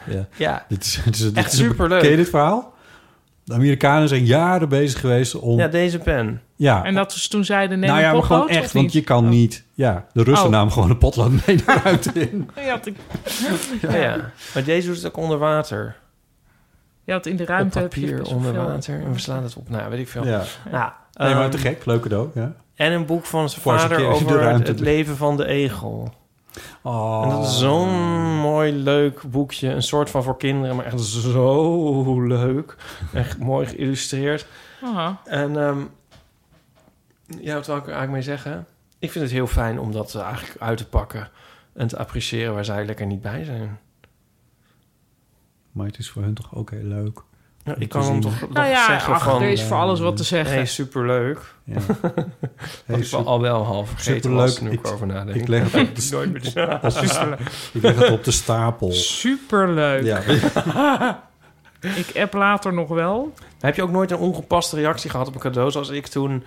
B: Ja.
D: Ja.
B: Dit is, dit is, dit
D: Echt
B: is een-
D: superleuk.
B: Ken je dit verhaal? De Amerikanen zijn jaren bezig geweest om...
D: ja, deze pen.
B: Ja.
C: En dat is toen zeiden, nee,
B: nou ja, maar
C: potlood,
B: gewoon
C: of
B: echt,
C: niet?
B: want je kan niet... Ja, de Russen
C: Oh.
B: namen gewoon een potlood mee naar buiten in.
C: Je had, ik...
D: Ja. maar deze doet het ook onder water.
C: je had in de ruimte...
D: op
C: heb je
D: papier
C: best wel
D: onder
C: veel.
D: water en we slaan het op. Nou, weet ik veel.
B: Ja.
D: Nou,
B: nee, maar
D: ehm,
B: te gek. Leuk cadeau, ja.
D: En een boek van zijn
B: Voor zijn
D: vader
B: keer de
D: over het,
B: ruimte.
D: het leven van de egel.
B: Oh.
D: En dat is zo'n mooi, leuk boekje. Een soort van voor kinderen, maar echt zo leuk. Echt mooi geïllustreerd.
C: Aha.
D: En ehm, ja, wat wil ik er eigenlijk mee zeggen? Ik vind het heel fijn om dat eh, eigenlijk uit te pakken. En te appreciëren waar zij lekker niet bij zijn.
B: Maar het is voor hun toch ook heel leuk.
D: Nou, ik kan hem toch nog
C: Nou ja,
D: zeggen
C: ach,
D: van... eh,
C: er is voor alles wat te zeggen.
D: Hey, superleuk.
B: Ja.
D: Wat ik wel al wel half vergeten
B: superleuk.
D: was, nu ik erover nadenk.
B: Ik leg het op de, st-
D: Nooit meer-
B: op de, ik leg het op de stapel.
C: Superleuk.
B: Ja. Oh
C: ik app later nog wel.
D: Heb je ook nooit een ongepaste reactie gehad op een cadeau? Zoals ik toen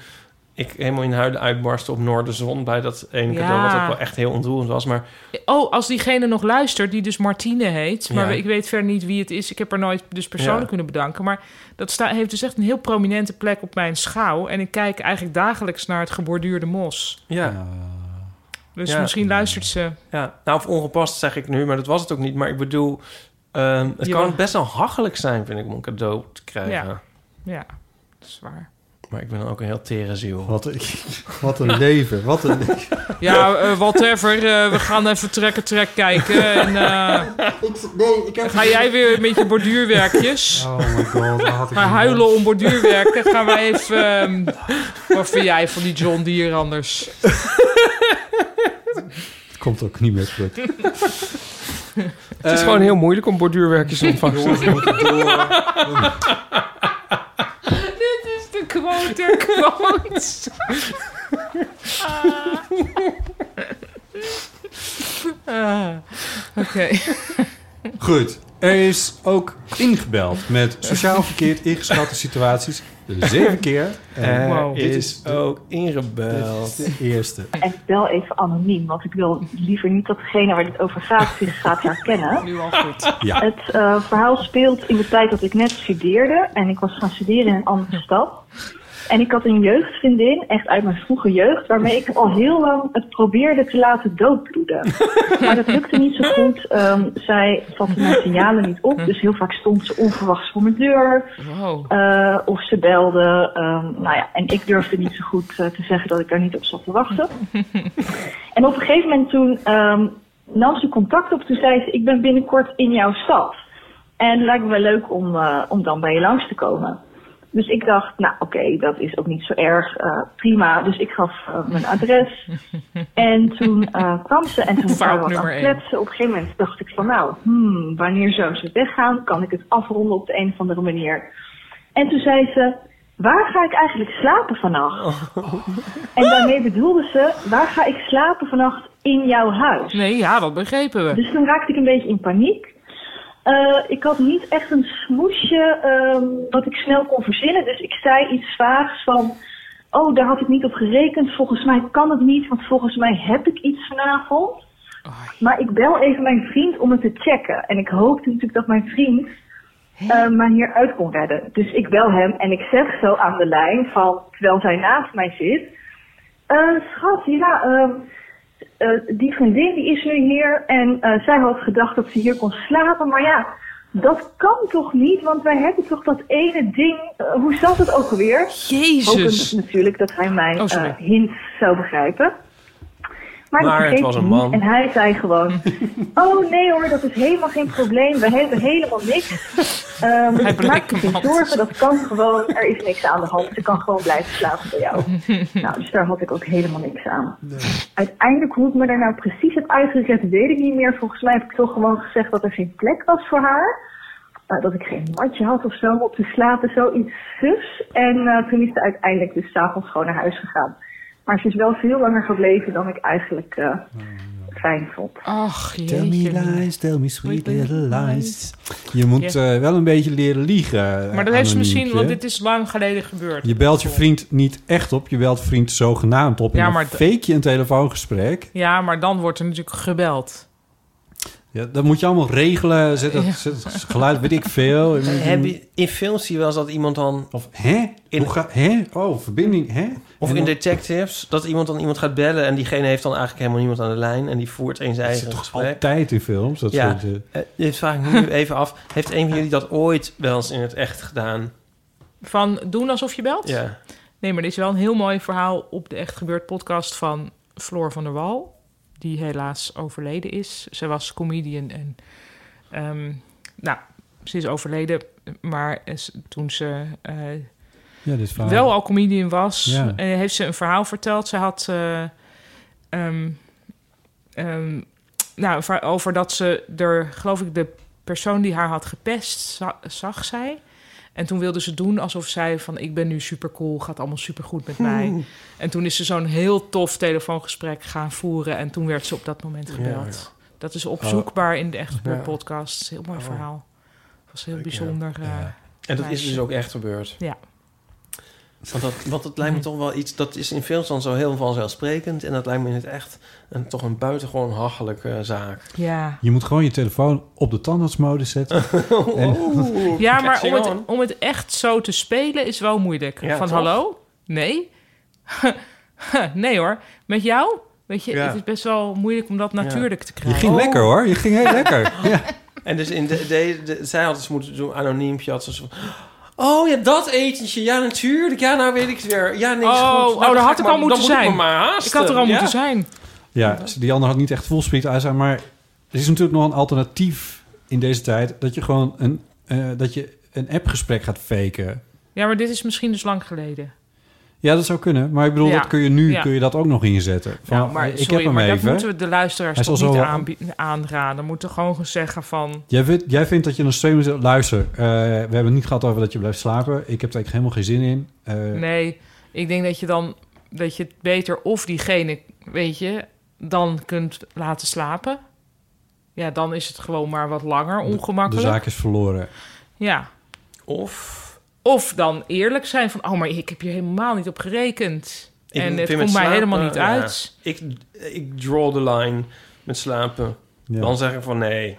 D: ik helemaal in huilen uitbarstte op Noorderzon... bij dat ene
C: Ja.
D: cadeau, wat ook wel echt heel ontroerend was. Maar
C: Oh, als diegene nog luistert, die dus Martine heet. Maar
D: Ja.
C: ik weet verder niet wie het is. Ik heb haar nooit dus persoonlijk
D: Ja.
C: kunnen bedanken. Maar dat sta, heeft dus echt een heel prominente plek op mijn schouw. En ik kijk eigenlijk dagelijks naar het geborduurde mos.
D: ja,
C: Dus
D: Eh, Ja.
C: misschien luistert ze.
D: Ja, nou of ongepast zeg ik nu, maar dat was het ook niet. Maar ik bedoel, ehm, het
C: Jawel.
D: kan best wel hachelijk zijn, vind ik, om een cadeau te krijgen.
C: Ja. ja, dat is waar.
D: Maar ik ben dan ook een heel tere ziel.
B: Wat een, wat een leven. Wat een leven.
C: Ja, eh, whatever. eh, we gaan even trekken, trek kijken. En, eh,
B: nee, ik heb
C: ga jij weer met je borduurwerkjes?
B: Oh my god, waar had ik
C: Maar
B: hem
C: huilen om borduurwerk, dan gaan wij even... ehm, wat vind jij van die John Deere anders?
B: Het komt ook niet meer terug.
D: Het is gewoon heel moeilijk om borduurwerkjes te ontvangen.
B: Ehm, Jongens, we moeten door.
C: Dit is de quote der quotes. Ah, Oké.
B: Goed. Er is ook ingebeld met sociaal verkeerd ingeschatte situaties. Zeven keer.
C: Eh,
D: Er
B: Wow.
D: Eh, is
B: Dit is de-
D: ook ingebeld.
B: Dit is de eerste.
K: En wel even anoniem, want ik wil liever niet dat degene waar dit over gaat zich gaat herkennen.
C: Nu al goed.
B: Ja.
K: Het eh, verhaal speelt in de tijd dat ik net studeerde. En ik was gaan studeren in een andere stad. En ik had een jeugdvriendin, echt uit mijn vroege jeugd, waarmee ik al heel lang het probeerde te laten doodbloeden. Maar dat lukte niet zo goed. Ehm, zij vatte mijn signalen niet op, dus heel vaak stond ze onverwachts voor mijn deur.
C: Wow.
K: Eh, of ze belde. ehm, nou ja, en ik durfde niet zo goed eh, te zeggen dat ik daar niet op zat te wachten. En op een gegeven moment toen ehm, nam ze contact op. Toen zei ze, ik ben binnenkort in jouw stad. En het lijkt me wel leuk om, eh, om dan bij je langs te komen. Dus ik dacht, nou oké, dat is ook niet zo erg. eh, prima. Dus ik gaf eh, mijn adres. En toen eh, kwam ze en toen
C: Fout
K: waren we wat aan
C: nummer
K: het
C: één.
K: kletsen. Op een gegeven moment dacht ik van nou, hmm, wanneer zou ze weggaan? Kan ik het afronden op de een of andere manier? En toen zei ze, waar ga ik eigenlijk slapen vannacht? En daarmee bedoelde ze, waar ga ik slapen vannacht in jouw huis?
C: Nee, ja, dat begrepen we.
K: Dus toen raakte ik een beetje in paniek. Eh, ik had niet echt een smoesje ehm, wat ik snel kon verzinnen. Dus ik zei iets vaags van... Oh, daar had ik niet op gerekend. Volgens mij kan het niet, want volgens mij heb ik iets vanavond. Maar ik bel even mijn vriend om het te checken. En ik hoopte natuurlijk dat mijn vriend eh mij hieruit kon redden. Dus ik bel hem en ik zeg zo aan de lijn van... Terwijl zij naast mij zit... Eh, schat, ja... ehm, eh, die vriendin die is nu hier en eh, zij had gedacht dat ze hier kon slapen. Maar ja, dat kan toch niet, want wij hebben toch dat ene ding. eh, hoe zat het ook alweer?
C: Jezus.
K: Hopend natuurlijk dat hij mijn
C: Oh, sorry.
K: eh, hint zou begrijpen. Maar, dat
D: Maar het
K: begreep
D: was
K: hij
D: een
K: niet
D: man.
K: En hij zei gewoon: Oh nee hoor, dat is helemaal geen probleem. We hebben helemaal niks. Ehm
C: Hij
K: maak
C: bleek
K: je
C: een
K: geen
C: man.
K: zorgen, dat kan gewoon. Er is niks aan de hand. Ze kan gewoon blijven slapen bij jou. Nou, dus daar had ik ook helemaal niks aan. Uiteindelijk hoe ik me daar nou precies heb uitgezet, weet ik niet meer. Volgens mij heb ik toch gewoon gezegd dat er geen plek was voor haar. Eh, dat ik geen matje had of zo om op te slapen, zoiets zus. En eh, toen is ze uiteindelijk dus s'avonds gewoon naar huis gegaan. Maar ze is wel veel langer gebleven dan ik eigenlijk eh, fijn vond.
C: Ach,
B: Tell me lies, tell me sweet little lies. Je moet eh, wel een beetje leren liegen. eh,
C: Maar dat heeft ze misschien,
B: anoniempje.
C: want dit is lang geleden gebeurd.
B: Je belt je vriend niet echt op. Je belt vriend zogenaamd op. En
C: Ja,
B: dan
C: maar d-
B: fake je een telefoongesprek.
C: Ja, maar dan wordt er natuurlijk gebeld.
B: Ja, dat moet je allemaal regelen. Zet dat, zet dat geluid, weet ik veel.
D: Heb je, in films zie je wel eens dat iemand dan...
B: Of, hè? Hoe ga, hè? Oh, verbinding, hè?
D: Of
B: En
D: in
B: dan-
D: detectives, dat iemand dan iemand gaat bellen... en diegene heeft dan eigenlijk helemaal niemand aan de lijn... en die voert eens
B: Het
D: eigen
B: zit toch
D: gesprek.
B: altijd in films? Dat
D: ja,
B: soort, eh,
D: eh, dit vraag ik me nu even af. Heeft een van jullie dat ooit wel eens in het echt gedaan?
C: Van doen alsof je belt?
D: Ja.
C: Nee, maar dit is wel een heel mooi verhaal op de Echt Gebeurd podcast van Floor van der Wal. Die helaas overleden is. Ze was comedian en... ehm, nou, ze is overleden, maar eh, ze- toen ze... eh,
B: ja, dit verhaal.
C: wel al comedian was,
B: Ja.
C: eh, heeft ze een verhaal verteld. Ze had eh, ehm, ehm, nou, een verhaal over dat ze er, geloof ik, de persoon die haar had gepest, za- zag zij. En toen wilde ze doen alsof zij van ik ben nu supercool, gaat allemaal supergoed met mij.
D: Hmm.
C: En toen is ze zo'n heel tof telefoongesprek gaan voeren en toen werd ze op dat moment
D: Ja,
C: gebeld.
D: ja. Oh.
C: Dat is opzoekbaar in de Echt Gebeurd
D: Ja.
C: podcast. Heel mooi
D: Oh.
C: verhaal. was heel bijzonder. eh,
D: En dat is
C: meisje.
D: dus ook echt gebeurd.
C: Ja.
D: Want dat, want dat lijkt me toch wel iets... Dat is in films dan zo heel vanzelfsprekend. En dat lijkt me in het echt een, toch een buitengewoon hachelijke zaak.
C: Ja.
B: Je moet gewoon je telefoon op de tandartsmodus zetten. En-
C: Ja, maar om het,
D: on.
C: om het echt zo te spelen is wel moeilijk.
D: Ja,
C: Van
D: toch?
C: hallo? Nee? nee hoor. Met jou? Weet je,
D: Ja.
C: het is best wel moeilijk om dat natuurlijk te
B: je
C: krijgen.
B: ging lekker hoor, je ging heel lekker. Ja.
D: En dus in de, de, de- zij had dus moeten doen, anoniempje had ze zo... Oh ja, dat etentje. Ja, natuurlijk. Ja, nou weet ik het weer. Ja, nee, is
C: Oh,
D: goed. Nou,
C: oh,
D: dan
C: daar
D: ga
C: had ik al
D: maar-
C: moeten
D: dan moet
C: zijn.
D: Ik, me maar haasten.
C: Ik had er al
D: Ja.
C: moeten zijn.
B: Ja, die ander had niet echt full speed uit zijn, maar er is natuurlijk nog een alternatief in deze tijd dat je gewoon een, eh, dat je een appgesprek gaat faken.
C: Ja, maar dit is misschien dus lang geleden.
B: Ja, dat zou kunnen, maar ik bedoel,
C: Ja.
B: dat kun je nu
C: Ja.
B: kun je dat ook nog inzetten. Van, eh,
C: nou, maar
B: ik
C: sorry,
B: heb hem
C: maar
B: even.
C: dat moeten we de luisteraars
B: Hij
C: toch
B: zal
C: niet
B: zo-
C: aanbie- aanraden. We moeten gewoon zeggen van...
B: Jij vindt, jij vindt dat je een stream moet... Luister, eh, we hebben het niet gehad over dat je blijft slapen. Ik heb daar eigenlijk helemaal geen zin in. Eh,
C: Nee, ik denk dat je dan dat je het beter of diegene, weet je, dan kunt laten slapen. Ja, dan is het gewoon maar wat langer
B: De
C: ongemakkelijk.
B: zaak is verloren.
C: Ja.
D: Of
C: Of dan eerlijk zijn van, oh, maar ik heb hier helemaal niet op gerekend.
D: Ik
C: en
D: vind met
C: het komt mij
D: slapen,
C: helemaal niet
D: ja.
C: uit.
D: Ik, ik draw the line met slapen.
B: Ja.
D: Dan zeg ik van nee,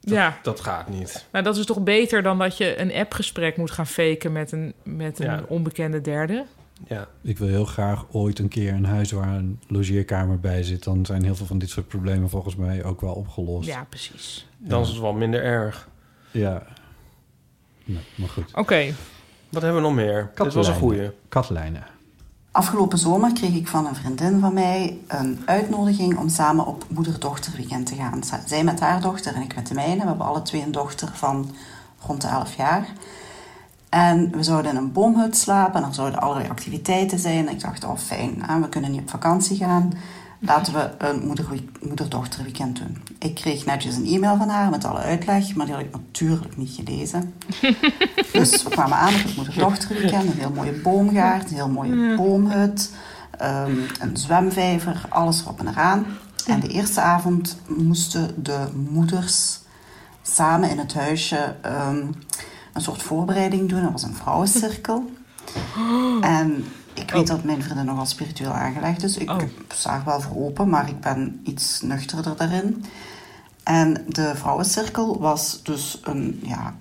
C: Ja.
D: dat gaat niet.
C: Nou, dat is toch beter dan dat je een appgesprek moet gaan faken met een, met een
D: Ja.
C: onbekende derde.
D: Ja.
B: Ik wil heel graag ooit een keer een huis waar een logeerkamer bij zit. Dan zijn heel veel van dit soort problemen volgens mij ook wel opgelost.
C: Ja, precies.
D: Dan is het wel minder erg.
B: Ja. Nee, maar goed.
C: Oké.
D: Wat hebben we nog meer? Dit was een goeie.
B: Katlijnen.
M: Afgelopen zomer kreeg ik van een vriendin van mij een uitnodiging om samen op moeder-dochterweekend te gaan. Za- Zij met haar dochter en ik met de mijne. We hebben alle twee een dochter van rond de 11 jaar. En we zouden in een boomhut slapen en er zouden allerlei activiteiten zijn. En ik dacht, oh fijn, hè, we kunnen niet op vakantie gaan. Laten we een moeder- moeder-dochterweekend doen. Ik kreeg netjes een e-mail van haar met alle uitleg, maar die had ik natuurlijk niet gelezen. Dus we kwamen aan op het moeder-dochterweekend. Een heel mooie boomgaard, een heel mooie boomhut, ehm, een zwemvijver, alles erop en eraan. En de eerste avond moesten de moeders samen in het huisje ehm, een soort voorbereiding doen. Dat was een vrouwencirkel. En ik weet dat mijn vriendin nogal spiritueel aangelegd is. Ik sta er wel voor open, maar ik ben iets nuchterder daarin. En de vrouwencirkel was dus een, ja,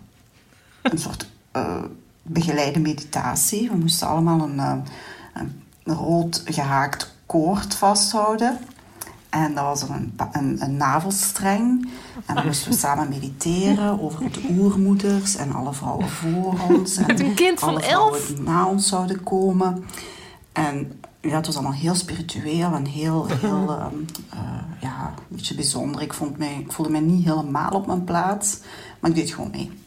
M: een soort
D: Ah.
M: eh, begeleide meditatie. We moesten allemaal een, eh, een rood gehaakt koord vasthouden. En dat was dan een, pa- een, een navelstreng. En dan moesten we samen mediteren over de oermoeders en alle vrouwen voor ons. En
C: Met een kind van
M: alle vrouwen die na ons zouden komen. En ja, het was allemaal heel spiritueel en heel,
C: Mhm.
M: heel ehm, eh, ja, een beetje bijzonder. Ik, vond mij, ik voelde mij niet helemaal op mijn plaats, maar ik deed gewoon mee.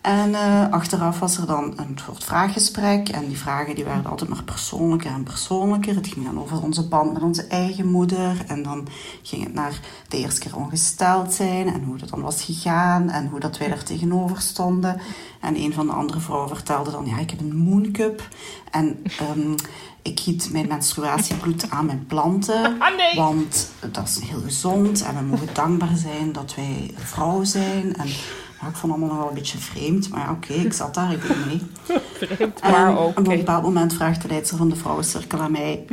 M: En eh, achteraf was er dan een soort vraaggesprek. En die vragen die werden altijd maar persoonlijker en persoonlijker. Het ging dan over onze band met onze eigen moeder. En dan ging het naar de eerste keer ongesteld zijn. En hoe dat dan was gegaan. En hoe dat wij daar tegenover stonden. En een van de andere vrouwen vertelde dan... Ja, ik heb een mooncup. En ehm, ik giet mijn menstruatiebloed aan mijn planten. Want dat is heel gezond. En we mogen dankbaar zijn dat wij vrouw zijn. En... Ja, ik vond het allemaal nog wel een beetje vreemd, maar ja, oké, ik zat daar, ik weet niet.
C: Vreemd,
M: En
C: maar ook.
M: op een bepaald moment vraagt de leidster van de vrouwencirkel aan mij...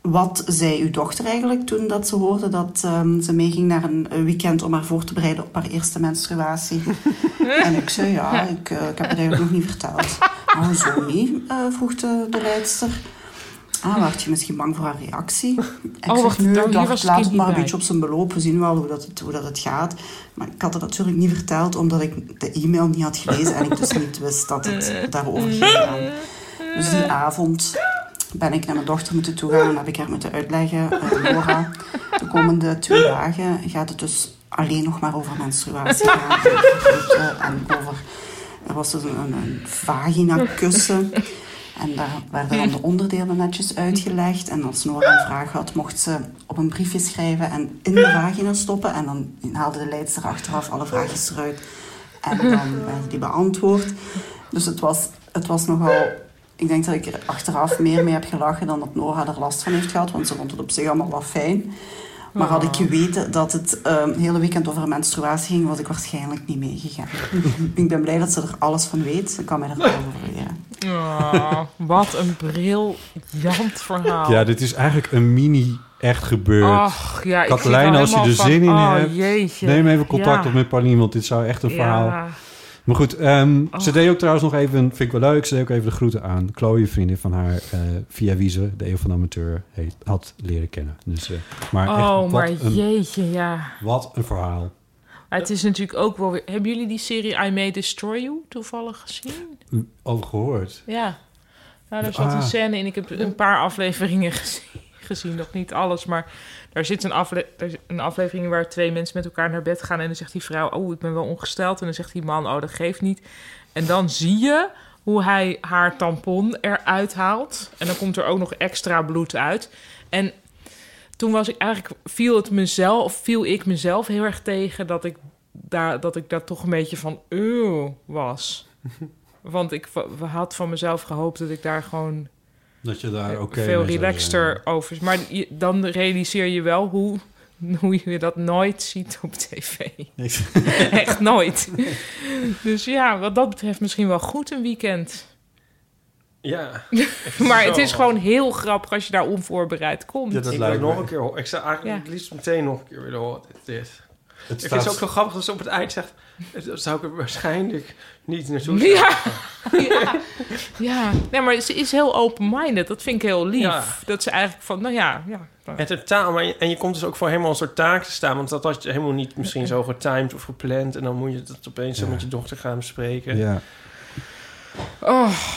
M: Wat zei uw dochter eigenlijk toen dat ze hoorde dat ehm, ze meeging naar een weekend om haar voor te bereiden op haar eerste menstruatie? en ik zei, ja, ik, eh, ik heb het eigenlijk nog niet verteld. Oh, zo niet, eh, vroeg de, de leidster. Ah, werd je misschien bang voor haar reactie? Ik
C: Oh,
M: zeg,
C: wacht,
M: nee,
C: nou,
M: ik
C: hier
M: dacht,
C: was ik
M: laat het
C: niet
M: maar een
C: bij.
M: beetje op zijn beloop. We zien wel hoe dat, het, hoe dat het gaat. Maar ik had het natuurlijk niet verteld, omdat ik de e-mail niet had gelezen. En ik dus niet wist dat
J: Eh,
M: het daarover ging. Dus die avond ben ik naar mijn dochter moeten toegaan. En heb ik haar moeten uitleggen. eh, Laura, de komende twee dagen gaat het dus alleen nog maar over menstruatie gaan. En over groenten En over... Er was dus een, een, een vagina-kussen. En daar werden dan de onderdelen netjes uitgelegd. En als Nora een vraag had, mocht ze op een briefje schrijven en in de vagina stoppen. En dan haalde de leidster achteraf alle vraagjes eruit. En dan werd die beantwoord. Dus het was, het was nogal... Ik denk dat ik er achteraf meer mee heb gelachen dan dat Nora er last van heeft gehad. Want ze vond het op zich allemaal wel fijn. Maar had
C: Ah.
M: ik geweten dat het ehm hele weekend over menstruatie ging, was ik waarschijnlijk niet meegegaan. ik ben blij dat ze er alles van weet. Ze kan mij er alles over leren.
C: Ah, wat een briljant verhaal.
B: Ja, dit is eigenlijk een mini echt gebeurd.
C: Ach, Oh. ja, ik
B: Katelijn,
C: zit er
B: als je er
C: helemaal
B: zin in
C: van- oh,
B: hebt,
C: jeetje.
B: neem even contact
C: Ja.
B: op met Paulien, want dit zou echt een
C: Ja.
B: verhaal. Maar goed, ehm, ze deed ook trouwens nog even, vind ik wel leuk, ze deed ook even de groeten aan Chloe, vriendin van haar, eh, via wie ze de eeuw van de amateur heet, had leren kennen. Dus, eh, maar echt,
C: oh,
B: wat
C: maar
B: een-
C: jeetje, ja.
B: wat een verhaal.
C: Maar het is natuurlijk ook wel weer... Hebben jullie die serie I May Destroy You toevallig gezien?
B: Over gehoord.
C: Ja. Nou, daar zat
B: Ah.
C: een scène in. Ik heb een paar afleveringen gezien. gezien, nog niet alles, maar daar zit een, afle daar zit een aflevering in waar twee mensen met elkaar naar bed gaan en dan zegt die vrouw, oh, ik ben wel ongesteld, en dan zegt die man, oh, dat geeft niet. En dan zie je hoe hij haar tampon eruit haalt en dan komt er ook nog extra bloed uit. En toen was ik eigenlijk viel het mezelf, viel ik mezelf heel erg tegen dat ik daar dat ik daar toch een beetje van eeuw was. Want ik wa- had van mezelf gehoopt dat ik daar gewoon
B: Dat je daar oké eh, mee
C: Eh, veel
B: zou
C: relaxter over is. Maar je- dan realiseer je wel hoe, hoe je dat nooit ziet op tv.
B: Ik-
C: Echt nooit. Dus ja, wat dat betreft misschien wel goed een weekend.
D: Ja.
C: Maar
D: Zo.
C: het is gewoon heel grappig als je daar onvoorbereid komt.
D: ik wil het nog een keer horen. Ik zou eigenlijk
C: Ja.
D: het liefst meteen nog een keer willen horen. Dit, dit. ik
B: staat-
D: vind het ook zo grappig dat ze op het eind zegt... Daar zou ik er waarschijnlijk niet naartoe zijn.
C: Ja. ja. ja. Nee, maar ze is heel open-minded. Dat vind ik heel lief.
D: Ja.
C: Dat ze eigenlijk van, nou ja, ja.
D: En totaal, maar je- en je komt dus ook voor helemaal een soort taak te staan. Want dat had je helemaal niet misschien zo getimed of gepland. En dan moet je dat opeens zo
B: Ja.
D: met je dochter gaan bespreken.
B: Ja.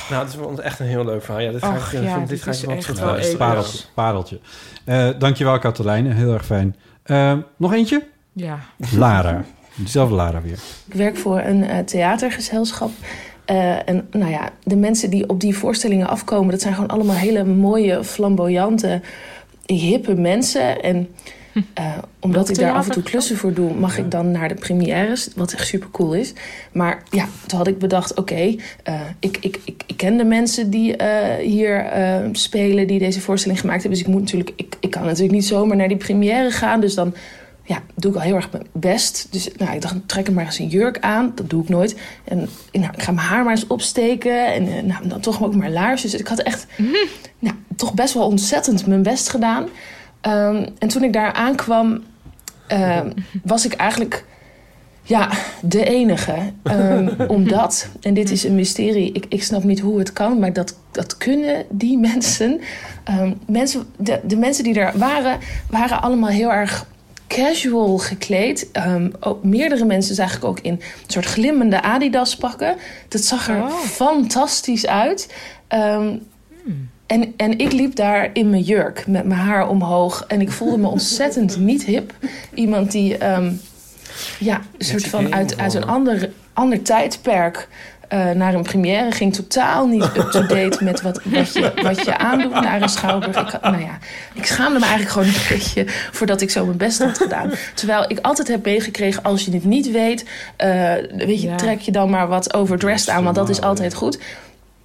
D: Nou, het is wel echt een heel leuk verhaal. Ja, dit ga
C: Oh. Och,
D: ik,
C: ja,
D: dit
C: dit
D: ga ik
C: is
D: wel
C: echt
D: terug
C: wel
D: luisteren.
C: even-
D: Ja.
B: Pareltje. pareltje. Eh, dankjewel, Katelijn. Heel erg fijn. Eh, nog eentje?
C: Ja.
B: Lara. Dezelfde Lara weer.
J: Ik werk voor een eh, theatergezelschap. Eh, en nou ja, de mensen die op die voorstellingen afkomen, dat zijn gewoon allemaal hele mooie, flamboyante, hippe mensen. En eh, omdat ik daar af en toe klussen voor doe, mag ik dan naar de premières, wat echt super cool is. Maar ja, toen had ik bedacht, oké, eh, ik, ik, ik, ik ken de mensen die eh, hier eh, spelen, die deze voorstelling gemaakt hebben. Dus ik moet natuurlijk, ik, ik kan natuurlijk niet zomaar naar die première gaan. Dus dan ja, doe ik al heel erg mijn best. Dus nou, ik dacht, trek er maar eens een jurk aan. Dat doe ik nooit. En nou, ik ga mijn haar maar eens opsteken. En eh, nou, dan toch ook maar laarsjes. Dus ik had echt nou, toch best wel ontzettend mijn best gedaan. Ehm, en toen ik daar aankwam, ehm, was ik eigenlijk ja, de enige. Ehm, omdat, en dit is een mysterie, ik, ik snap niet hoe het kan, maar dat, dat kunnen die mensen. Ehm, mensen de, de mensen die er waren, waren allemaal heel erg casual gekleed. Ehm, ook, meerdere mensen zag ik ook in een soort glimmende Adidas pakken. Dat zag er fantastisch uit. Ehm, en, en ik liep daar in mijn jurk met mijn haar omhoog. En ik voelde me ontzettend niet hip. Iemand die ehm, ja, een soort van uit, uit een ander, ander tijdperk eh, naar een première ging. Totaal niet up-to-date met wat, wat, je, wat je aandoet naar Oh, een schouwburg. Ik, had- nou ja, ik schaamde me eigenlijk gewoon een beetje voordat ik zo mijn best had gedaan. Terwijl ik altijd heb meegekregen, als je het niet weet, eh, weet je,
C: Ja.
J: trek je dan maar wat overdressed aan. Want dat is altijd goed.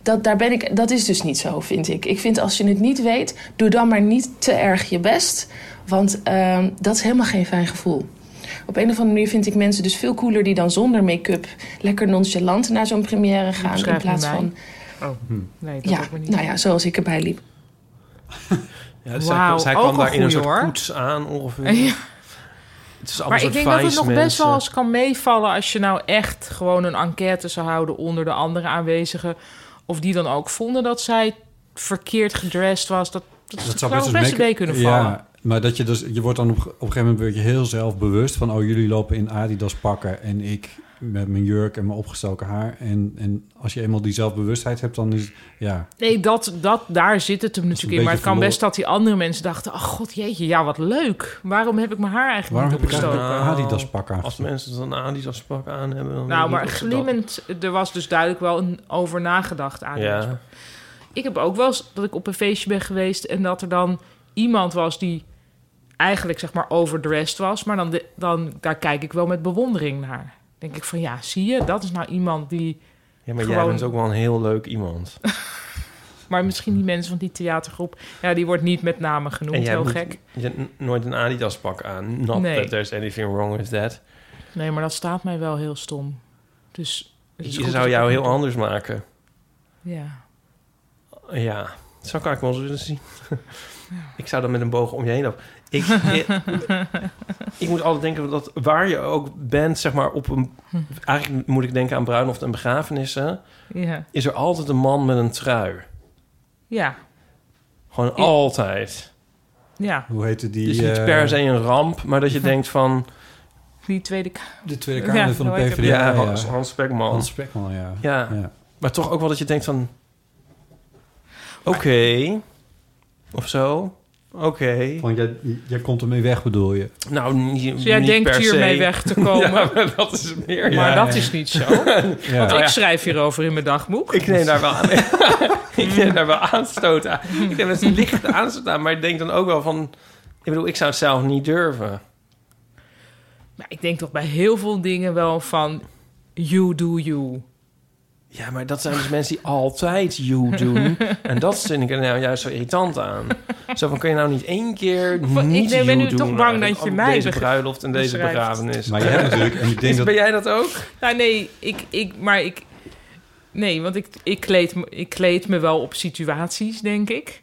J: Dat, daar ben ik, dat is dus niet zo, vind ik. Ik vind als je het niet weet, doe dan maar niet te erg je best. Want ehm, dat is helemaal geen fijn gevoel. Op een of andere manier vind ik mensen dus veel cooler die dan zonder make-up lekker nonchalant naar zo'n première gaan. In
C: Schrijf
J: plaats
C: mij.
J: van.
C: Oh, nee, dat
J: Ja,
C: ook maar niet.
J: nou ja, zoals ik erbij liep.
D: Ja, dus
C: Wauw,
D: zij, zij
C: ook
D: kwam
C: een
D: daar in een
C: goeie,
D: soort
C: hoor.
D: koets aan ongeveer.
C: Ja.
D: Het is allemaal
C: Maar
D: een
C: ik
D: soort
C: denk dat het
D: Vice
C: nog best wel
D: mensen.
C: eens kan meevallen als je nou echt gewoon een enquête zou houden onder de andere aanwezigen. Of die dan ook vonden dat zij verkeerd gedressed was. Dat, dat, zou best, best mee kunnen vallen.
B: Ja, maar dat je dus, je wordt dan op, op een gegeven moment word je heel zelfbewust van, oh jullie lopen in Adidas pakken en ik met mijn jurk en mijn opgestoken haar. En, en als je eenmaal die zelfbewustheid hebt, dan is ja.
C: Nee, dat, dat, daar zit het hem natuurlijk in. Maar het
B: beetje verloren.
C: kan best dat die andere mensen dachten... ach god jeetje, ja wat leuk. Waarom heb ik mijn haar eigenlijk
B: Waarom
C: niet
B: heb ik
C: opgestoken?
B: eigenlijk een Adidas pak aan?
D: Nou, Als mensen dan een Adidas pak aan hebben... dan weet
C: Nou,
D: ik
C: maar
D: niet of ze
C: glimmend, er was dus duidelijk wel een over nagedacht
D: dat-
C: aan.
D: Ja.
C: Ik heb ook wel eens dat ik op een feestje ben geweest en dat er dan iemand was die eigenlijk zeg maar overdressed was, maar dan, de- dan daar kijk ik wel met bewondering naar. denk ik van ja, zie je, dat is nou iemand die.
D: Ja, maar jij
C: Gewoon-
D: bent ook wel een heel leuk iemand.
C: Maar misschien die mensen van die theatergroep, ja, die wordt niet met name genoemd.
D: en jij
C: Heel
D: hebt
C: gek.
D: niet- Je hebt n- nooit een Adidas pak aan. Not
C: Nee.
D: that there's anything wrong with that.
C: Nee, maar dat staat mij wel heel stom. Dus. het is
D: Je
C: goed dat
D: zou
C: ik
D: jou
C: dat
D: heel
C: doe.
D: anders maken.
C: Ja.
D: Ja, zo kan ik me wel eens zien. Ik zou dan met een boog om je heen lopen. Ik, ik, ik moet altijd denken dat waar je ook bent, zeg maar op een... Eigenlijk moet ik denken aan bruiloft en begrafenissen.
C: Ja.
D: Is er altijd een man met een trui.
C: Ja.
D: Gewoon altijd.
C: Ja.
B: Hoe heette die?
D: Dus niet
B: eh,
D: per se een ramp, maar dat je denkt van...
C: Die tweede Kamer.
B: De Tweede Kamer van de PvdA.
D: Ja, Hans, Hans Spekman.
B: Hans Spekman, ja.
D: Ja. Maar toch ook wel dat je denkt van... Oké. Of zo. Oké.
B: Want jij, jij komt ermee weg, bedoel je?
D: Nou, niet,
C: Dus jij
D: niet
C: denkt
D: per se.
C: hiermee weg te komen.
D: Ja, maar dat is het meer.
C: Maar
D: ja.
C: dat is niet zo. Want ik schrijf hierover in mijn dagboek.
D: Ik neem daar wel aan. ik neem daar wel aanstoot aan. Ik neem best een lichte aanstoot aan. Maar ik denk dan ook wel van... Ik bedoel, ik zou het zelf niet durven.
C: Maar ik denk toch bij heel veel dingen wel van... You do you.
D: Ja, maar dat zijn dus mensen die altijd you doen. En dat vind ik er nou juist zo irritant aan. Zo van, kun je nou niet één keer niet
C: ben-
D: you
C: ben nu
D: doen
C: toch bang
D: eigenlijk
C: dat je
D: op
C: mij
D: deze
C: beg-
D: bruiloft en deze
C: beschrijft.
D: begrafenis.
B: Maar jij natuurlijk, en ik denk
D: Is-
B: dat-
D: Ben jij dat ook?
C: Nou, nee, ik, ik, maar ik... Nee, want ik, ik, kleed, me- ik kleed me wel op situaties, denk ik.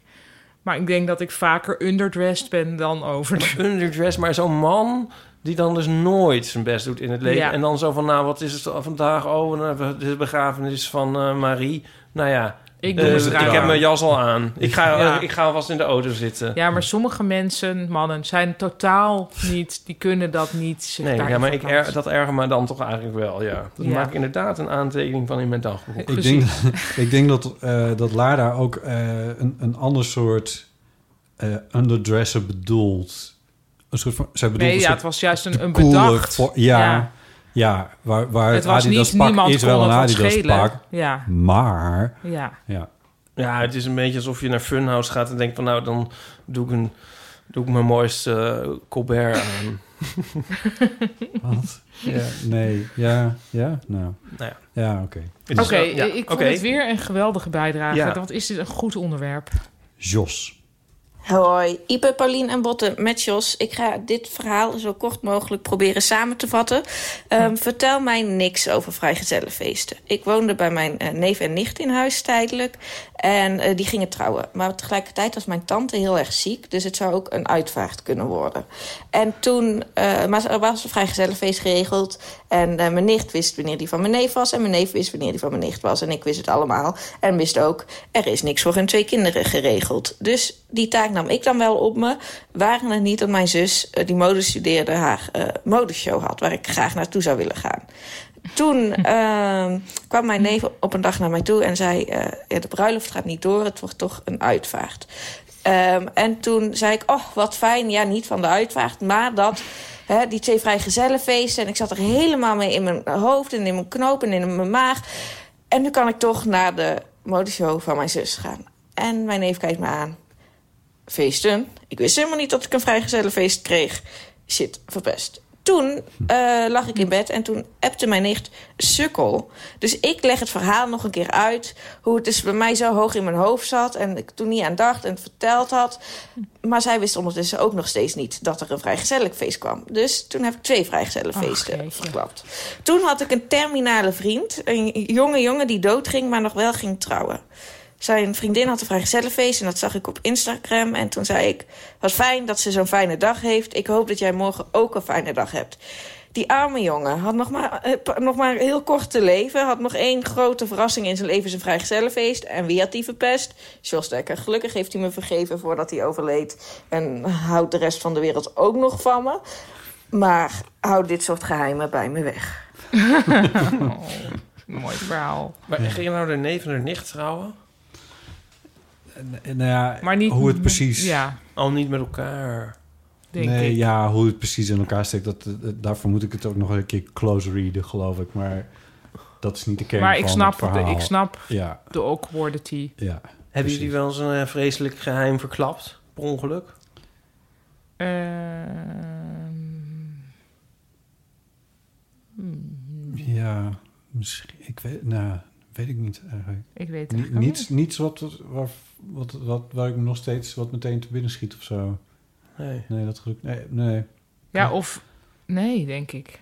C: Maar ik denk dat ik vaker underdressed ben dan over.
D: Underdressed, maar zo'n man die dan dus nooit zijn best doet in het leven.
C: Ja.
D: En dan zo van, nou, wat is het vandaag? Oh, nou, de begrafenis van eh, Marie. Nou ja,
C: Ik doe
D: eh,
C: mijn trui
D: ik heb
C: aan.
D: mijn jas al aan. Ik ga,
C: Ja.
D: eh, ik ga alvast in de auto zitten.
C: Ja, maar sommige mensen, mannen, zijn totaal niet... Die kunnen dat niet. zich
D: Nee, ja,
C: daarin
D: maar ik
C: verplaatsen.
D: er, dat erger me dan toch eigenlijk wel, ja. Dat
C: Ja.
D: maak ik inderdaad een aantekening van in mijn dagboek.
B: Ik denk, ik denk dat, eh dat Lara ook eh, een, een ander soort eh underdresser bedoelt. Een soort van, zij bedoelt
C: Nee,
B: een
C: ja,
B: soort
C: het was juist een, een
B: coole
C: bedacht.
B: voor- ja,
C: Ja.
B: ja. waar, waar
C: Het was
B: Adidas
C: niet-
B: pak
C: niemand
B: is
C: kon
B: wel
C: het
B: een
C: wat
B: Adidas
C: schelen.
B: pak.
C: Ja.
B: Maar...
C: Ja.
B: ja.
D: Ja, het is een beetje alsof je naar Funhouse gaat en denkt van... nou, dan doe ik, een, doe ik mijn mooiste eh, Colbert aan.
B: Wat?
D: Ja.
B: Nee, ja, ja, nou.
D: Nou
B: ja. oké.
C: Oké, ik vond het weer een geweldige bijdrage.
B: Ja.
C: Want is dit een goed onderwerp?
B: Jos.
N: Hoi, Ipe, Paulien en Botte met Jos. Ik ga dit verhaal zo kort mogelijk proberen samen te vatten. Ehm, Vertel mij niks over vrijgezellenfeesten. Ik woonde bij mijn eh, neef en nicht in huis tijdelijk. En eh, die gingen trouwen. Maar tegelijkertijd was mijn tante heel erg ziek. Dus het zou ook een uitvaart kunnen worden. En toen eh, maar er was een vrijgezellenfeest geregeld. En eh, mijn nicht wist wanneer die van mijn neef was. En mijn neef wist wanneer die van mijn nicht was. En ik wist het allemaal. En wist ook, er is niks voor hun twee kinderen geregeld. Dus die taak nam ik dan wel op me. Waren het niet dat mijn zus, eh, die mode studeerde, haar eh, modeshow had. Waar ik graag naartoe zou willen gaan. Toen ehm, kwam mijn neef op een dag naar mij toe en zei... eh, ja, de bruiloft gaat niet door, het wordt toch een uitvaart. Ehm, en toen zei ik, oh, wat fijn. Ja, niet van de uitvaart, maar dat... Hè, die twee vrijgezellenfeesten. En ik zat er helemaal mee in mijn hoofd en in mijn knoop en in mijn maag. En nu kan ik toch naar de modeshow van mijn zus gaan. En mijn neef kijkt me aan. Feesten? Ik wist helemaal niet dat ik een vrijgezellenfeest kreeg. Shit, verpest. Toen eh, lag ik in bed en toen appte mijn nicht sukkel. Dus ik leg het verhaal nog een keer uit. Hoe het dus bij mij zo hoog in mijn hoofd zat. En ik toen niet aan dacht en het verteld had. Maar zij wist ondertussen ook nog steeds niet dat er een vrijgezellig feest kwam. Dus toen heb ik twee vrijgezellenfeesten verklapt. Toen had ik een terminale vriend. Een jonge jongen die doodging, maar nog wel ging trouwen. Zijn vriendin had een vrijgezellenfeest en dat zag ik op Instagram. En toen zei ik, wat fijn dat ze zo'n fijne dag heeft. Ik hoop dat jij morgen ook een fijne dag hebt. Die arme jongen had nog maar, eh, pa- nog maar heel kort te leven. Had nog één grote verrassing in zijn leven, zijn vrijgezellenfeest. En wie had die verpest? Jos Dekker. Gelukkig heeft hij me vergeven voordat hij overleed. En houdt de rest van de wereld ook nog van me. Maar houd dit soort geheimen bij me weg.
D: Oh.
C: Mooi verhaal.
D: Maar ging je nou de neef en de nicht trouwen?
B: En, nou ja,
D: Maar niet-
B: hoe het precies...
D: ja. Al niet met elkaar.
B: nee, ja, hoe het precies in elkaar steekt, dat, dat- daarvoor moet ik het ook nog een keer close readen, geloof ik. Maar dat is niet de kern
C: maar
B: van
C: ik snap,
B: het verhaal.
C: ik snap
B: Ja,
C: de awkwardity.
B: ja.
D: Hebben jullie wel eens een eh, vreselijk geheim verklapt? Per ongeluk?
C: Eh, Ehm, hmm,
B: Ja, misschien. Ik weet, nou, weet ik niet eigenlijk.
C: Ik weet het
B: Ni-
C: eigenlijk ook
B: niets, niets wat, waar, wat, wat, waar ik me nog steeds wat meteen te binnen schiet of zo.
D: Nee.
B: Nee, dat geluk. Nee, nee.
C: Ja, of... Nee, denk ik.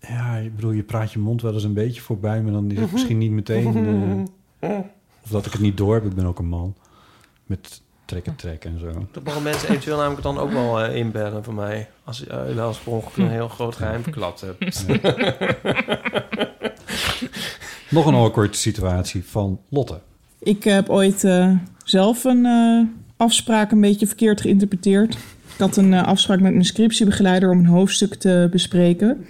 B: Ja, ik bedoel, je praat je mond wel eens een beetje voorbij, maar dan is
D: Mhm.
B: het misschien niet meteen. eh, of dat ik het niet door heb. Ik ben ook een man. Met trekken, trekken en zo.
D: Dat mogen mensen eventueel namelijk dan ook wel eh, inbellen van mij. Als, eh als ik per ongeluk
B: Hm.
D: een heel groot geheim verklapt heb.
B: Nog een awkward situatie van Lotte.
O: Ik heb ooit eh, zelf een eh, afspraak een beetje verkeerd geïnterpreteerd. Ik had een eh, afspraak met mijn scriptiebegeleider om een hoofdstuk te bespreken.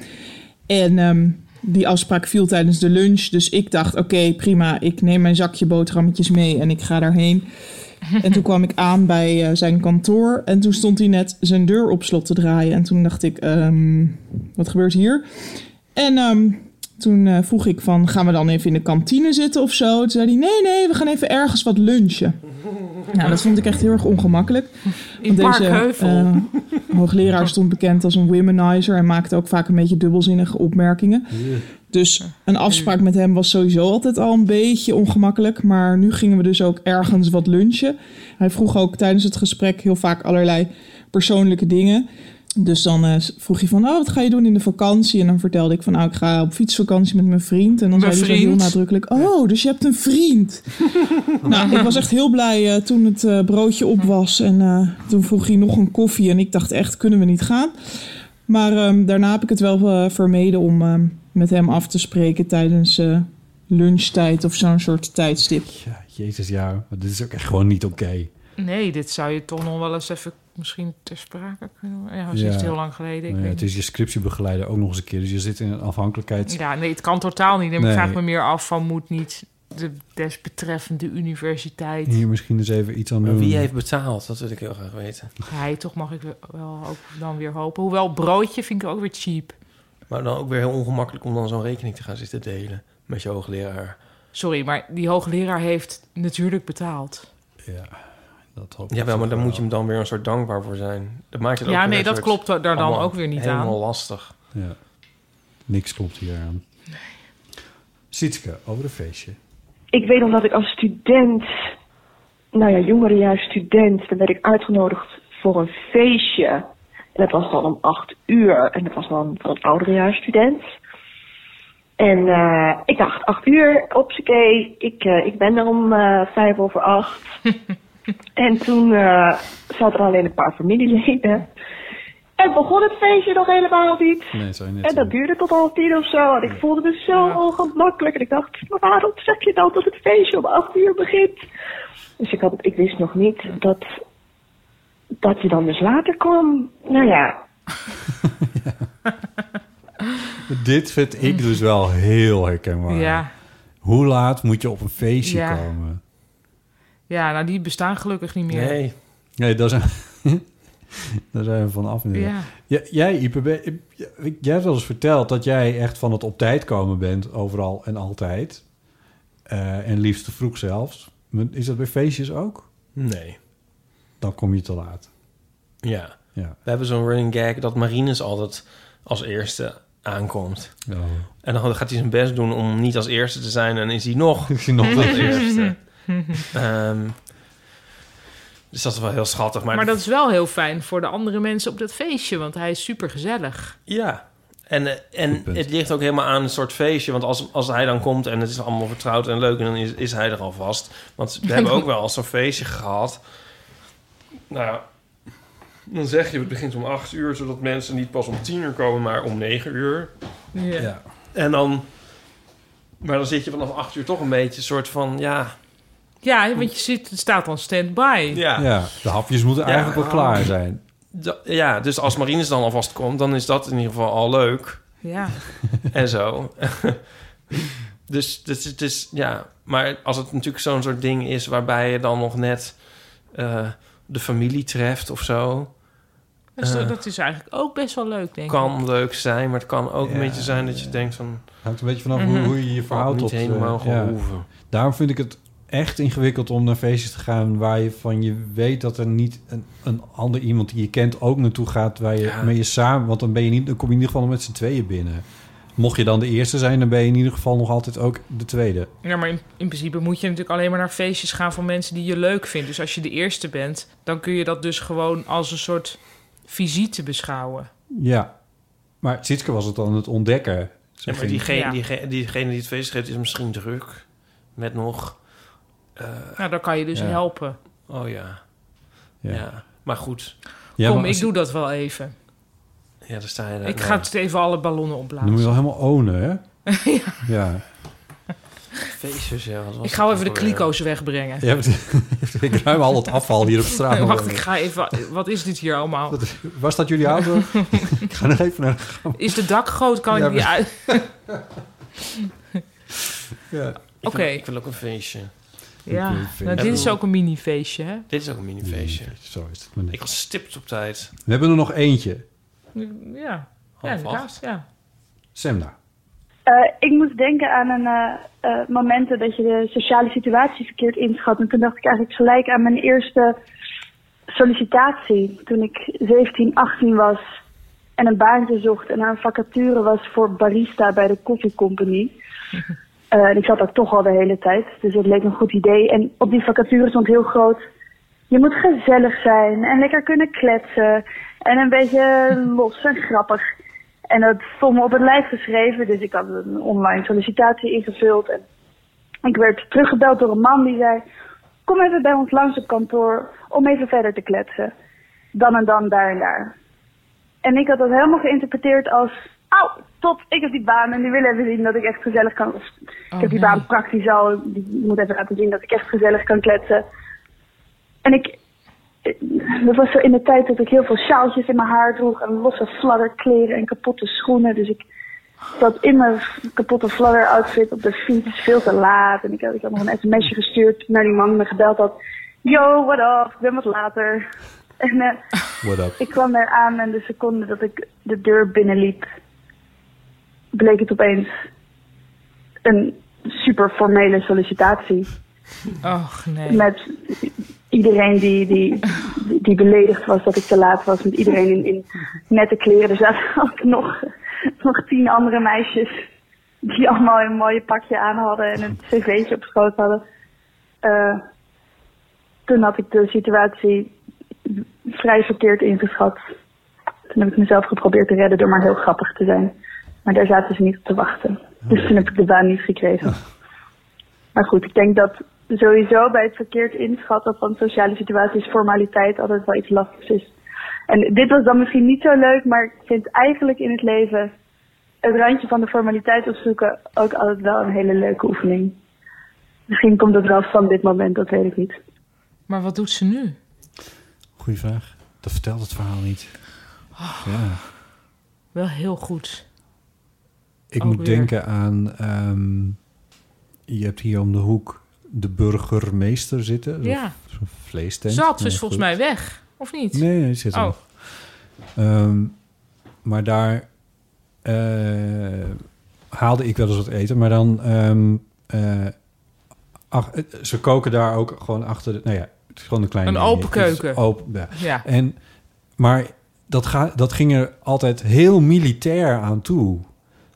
O: En ehm, die afspraak viel tijdens de lunch. Dus ik dacht, oké, prima. Ik neem mijn zakje boterhammetjes mee en ik ga daarheen. En toen kwam ik aan bij eh, zijn kantoor. En toen stond hij net zijn deur op slot te draaien. En toen dacht ik, ehm, wat gebeurt hier? En ehm, toen eh, vroeg ik van, gaan we dan even in de kantine zitten of zo? Toen zei hij, nee, nee, we gaan even ergens wat lunchen. Nou, dat vond ik echt heel erg ongemakkelijk.
C: In
O: Want
C: Parkheuvel.
O: eh, hoogleraar stond bekend als een womanizer... en maakte ook vaak een beetje dubbelzinnige opmerkingen. Dus een afspraak met hem was sowieso altijd al een beetje ongemakkelijk. Maar nu gingen we dus ook ergens wat lunchen. Hij vroeg ook tijdens het gesprek heel vaak allerlei persoonlijke dingen. Dus dan eh, vroeg hij van, oh, wat ga je doen in de vakantie? En dan vertelde ik van, nou, ik ga op fietsvakantie met mijn vriend. En dan
P: Mijn
O: zei hij zo heel
P: vriend?
O: nadrukkelijk, oh, dus je hebt een vriend. nou, ik was echt heel blij eh, toen het eh, broodje op was. En eh, toen vroeg hij nog een koffie. En ik dacht echt, kunnen we niet gaan? Maar ehm, daarna heb ik het wel eh, vermeden om ehm, met hem af te spreken tijdens eh, lunchtijd of zo'n soort tijdstip.
B: Jezus, ja, maar dit is ook echt gewoon niet oké.
C: Nee, dit zou je toch nog wel eens even misschien ter sprake kunnen... Ja, dat Oh, is
B: Ja.
C: echt heel lang geleden. Ik
B: Nou ja,
C: weet
B: het is je scriptiebegeleider ook nog eens een keer. Dus je zit in een afhankelijkheid.
C: Ja, nee, het kan totaal niet. En
B: Nee.
C: ik vraag me meer af van moet niet de desbetreffende universiteit...
B: Hier misschien eens even iets aan
D: Maar
B: doen.
D: wie heeft betaald? Dat wil ik heel graag weten.
C: Hij toch mag ik wel ook dan weer hopen. Hoewel broodje vind ik ook weer cheap.
D: Maar dan ook weer heel ongemakkelijk om dan zo'n rekening te gaan zitten delen met je hoogleraar.
C: Sorry, maar die hoogleraar heeft natuurlijk betaald.
B: Ja, dat hoop ik
D: Jawel, maar
B: toch
D: dan
B: wel.
D: moet je hem dan weer een soort dankbaar voor zijn. Dat maakt het ook
C: Ja,
D: weer
C: nee,
D: een
C: dat
D: soort-
C: klopt daar dan
D: allemaal
C: ook weer niet aan.
D: Helemaal lastig.
B: Ja. Niks klopt hier aan. Nee. Sietske, over een feestje.
P: Ik weet nog dat ik als student, nou ja, jongerejaar student, dan werd ik uitgenodigd voor een feestje. En dat was dan om acht uur. En dat was dan voor een ouderejaar student. En eh, ik dacht, acht uur, opsakee, ik, eh, ik ben er om eh, vijf over acht. en toen eh zaten er alleen een paar familieleden. En begon het feestje nog helemaal niet.
B: Nee, zou je net
P: En dat duurde tot half tien of zo. En ik voelde me zo ongemakkelijk. En ik dacht, maar waarom zeg je dan dat het feestje om acht uur begint? Dus ik, had, ik wist nog niet dat, dat je dan dus later kwam. Nou ja,
B: Dit vind ik dus wel heel herkenbaar.
C: Mm. Ja.
B: Hoe laat moet je op een feestje
C: Ja.
B: komen?
C: Ja, nou die bestaan gelukkig niet meer.
D: Nee.
B: Nee, daar zijn, daar zijn we van af.
C: Ja.
B: Ja. jij, Ipe, ben- jij hebt wel eens verteld dat jij echt van het op tijd komen bent, overal en altijd. Eh, en liefst te vroeg zelfs. Maar Is dat bij feestjes ook?
D: Nee.
B: Dan kom je te laat.
D: Ja.
B: Ja.
D: We hebben zo'n running gag dat Marines altijd als eerste aankomt. En dan gaat hij zijn best doen om niet als eerste te zijn. En is hij nog,
B: is hij nog
D: als
B: als
D: eerste. Ehm, dus dat is wel heel schattig. Maar,
C: Maar dat is wel heel fijn voor de andere mensen op dat feestje, want hij is super gezellig.
D: Ja. En, eh, en het ligt ook helemaal aan een soort feestje. Want als, als hij dan komt en het is allemaal vertrouwd en leuk... en dan is, is hij er alvast. Want we hebben ook wel als zo'n feestje gehad. Nou, ja, dan zeg je het begint om 8 uur... zodat mensen niet pas om 10 uur komen, maar om 9 uur.
C: Ja.
B: Ja.
D: En dan... Maar dan zit je vanaf 8 uur toch een beetje een soort van... ja,
C: Ja, want je zit, het staat dan stand-by.
D: Ja.
B: Ja, de hapjes moeten
D: Ja.
B: eigenlijk wel klaar zijn.
D: da- ja dus als Marines dan alvast komt... dan is dat in ieder geval al leuk.
C: Ja.
D: en zo. dus, dus het is, ja. Maar als het natuurlijk zo'n soort ding is waarbij je dan nog net eh, de familie treft of zo.
C: Dus dat-
D: eh,
C: dat is eigenlijk ook best wel leuk, denk ik.
D: kan leuk zijn, maar het kan ook
B: Ja,
D: een beetje zijn dat je denkt van.
C: Mhm.
B: Hangt een beetje vanaf hoe, hoe je je verhoudt
D: Niet
B: tot... eh,
D: helemaal
B: ja.
D: gehoeven.
B: Daarom vind ik het echt ingewikkeld om naar feestjes te gaan waar je van je weet dat er niet een, een ander iemand die je kent ook naartoe gaat waar je mee je samen, want dan ben je niet, dan kom je in ieder geval met z'n tweeën binnen. Mocht je dan de eerste zijn, dan ben je in ieder geval nog altijd ook de tweede.
C: Ja, maar in, in principe moet je natuurlijk alleen maar naar feestjes gaan van mensen die je leuk vindt. Dus als je de eerste bent, dan kun je dat dus gewoon als een soort visite beschouwen.
B: Ja, maar Sitske was het dan het ontdekken. Ze
D: Ja, maar
B: ging-
D: diegene,
C: Ja.
D: diegene, diegene die het feest geeft is misschien druk. Met nog... eh,
C: Nou, dan kan je dus
D: Ja.
C: helpen.
D: Oh ja.
B: Ja.
D: ja. Maar goed.
B: Ja,
C: Kom,
B: maar
C: ik
B: als-
C: doe dat wel even.
D: Ja, daar sta je daar.
C: ik
D: nou.
C: ga het even alle ballonnen
B: Dan moet
C: opblazen.
B: je wel helemaal ownen, hè?
C: Ja.
B: ja.
D: Feestjes, ja. wat was
C: Ik ga
D: dat
C: even de
D: ook alweer?
C: kliko's wegbrengen.
B: Je hebt- ik ruim al het afval hier op straat. nog
C: Wacht,
B: weg.
C: ik ga even... Wat is dit hier allemaal?
B: Was dat jullie auto? ik ga nog even naar de gang.
C: Is de dak groot? Kan
B: Ja,
C: ik niet
B: maar-
C: uit?
B: Ja.
D: Ik wil-
C: Oké.
D: Ik wil ook een feestje.
C: Ja,
D: Ik wil
C: nou, dit is
D: feestje.
C: ook een mini-feestje, hè?
D: Dit is ook een minifeestje.
B: Zo is het maar net.
D: Ik was stipt op tijd.
B: We hebben er nog eentje.
Q: Ja,
D: Half inderdaad, acht.
Q: ja.
B: Semna.
Q: Eh, ik moest denken aan een eh, eh, momenten dat je de sociale situatie verkeerd inschat. En toen dacht ik eigenlijk gelijk aan mijn eerste sollicitatie. Toen ik 17, 18 was en een baantje zocht en aan een vacature was voor barista bij de Coffee Company. Eh, en ik zat daar toch al de hele tijd, dus dat leek me een goed idee. En op die vacature stond heel groot... Je moet gezellig zijn en lekker kunnen kletsen. En een beetje los en grappig. En dat stond me op het lijf geschreven, dus ik had een online sollicitatie ingevuld. En ik werd teruggebeld door een man die zei: Kom even bij ons langs op kantoor om even verder te kletsen. Dan en dan, daar en daar. En ik had dat helemaal geïnterpreteerd als: Au, top, ik heb die baan en die willen even zien dat ik echt gezellig kan. Of, ik heb die baan praktisch al, die moet even laten zien dat ik echt gezellig kan kletsen. En ik, eh, dat was zo in de tijd dat ik heel veel sjaaltjes in mijn haar droeg en losse fladderkleren en kapotte schoenen. Dus ik zat in mijn kapotte fladder outfit op de fiets veel te laat. En ik had, ik had nog een sms'je gestuurd naar die man die me gebeld had. Yo, what up? Ik ben wat later. En eh,
B: What up?
Q: ik kwam daar aan en de seconde dat ik de deur binnenliep, bleek het opeens een super formele sollicitatie.
C: Och, nee.
Q: Met iedereen die, die, die beledigd was dat ik te laat was. Met iedereen in, in nette kleren. Er zaten ook nog, nog tien andere meisjes. Die allemaal een mooie pakje aan hadden en een cv'tje op schoot hadden. Eh, toen had ik de situatie vrij verkeerd ingeschat. Toen heb ik mezelf geprobeerd te redden door maar heel grappig te zijn. Maar daar zaten ze niet op te wachten. Dus toen heb ik de baan niet gekregen. Maar goed, ik denk dat sowieso bij het verkeerd inschatten van sociale situaties formaliteit altijd wel iets lastigs is. En dit was dan misschien niet zo leuk, maar ik vind eigenlijk in het leven het randje van de formaliteit opzoeken ook altijd wel een hele leuke oefening. Misschien komt het wel van dit moment, dat weet ik niet.
C: Maar wat doet ze nu?
B: Goeie vraag. Dat vertelt het verhaal niet.
C: Oh,
B: Ja.
C: Wel heel goed.
B: Ik
C: Ook
B: moet
C: weer.
B: denken aan... ehm, je hebt hier om de hoek de burgermeester zitten.
C: Ja.
B: Zo'n- Zo'n vleestent.
C: Zat dus
B: Maar
C: volgens
B: goed.
C: mij weg, of niet?
B: Nee, nee, die zit er
C: Oh,
B: nog. Ehm, maar daar eh, haalde ik wel eens wat eten. Maar dan... ehm, eh, ach- eh, ze koken daar ook gewoon achter... De, nou ja, het is gewoon een kleine...
C: Een open
B: Het is
C: keuken.
B: Open, ja.
C: Ja.
B: En, maar dat, ga, dat ging er altijd heel militair aan toe.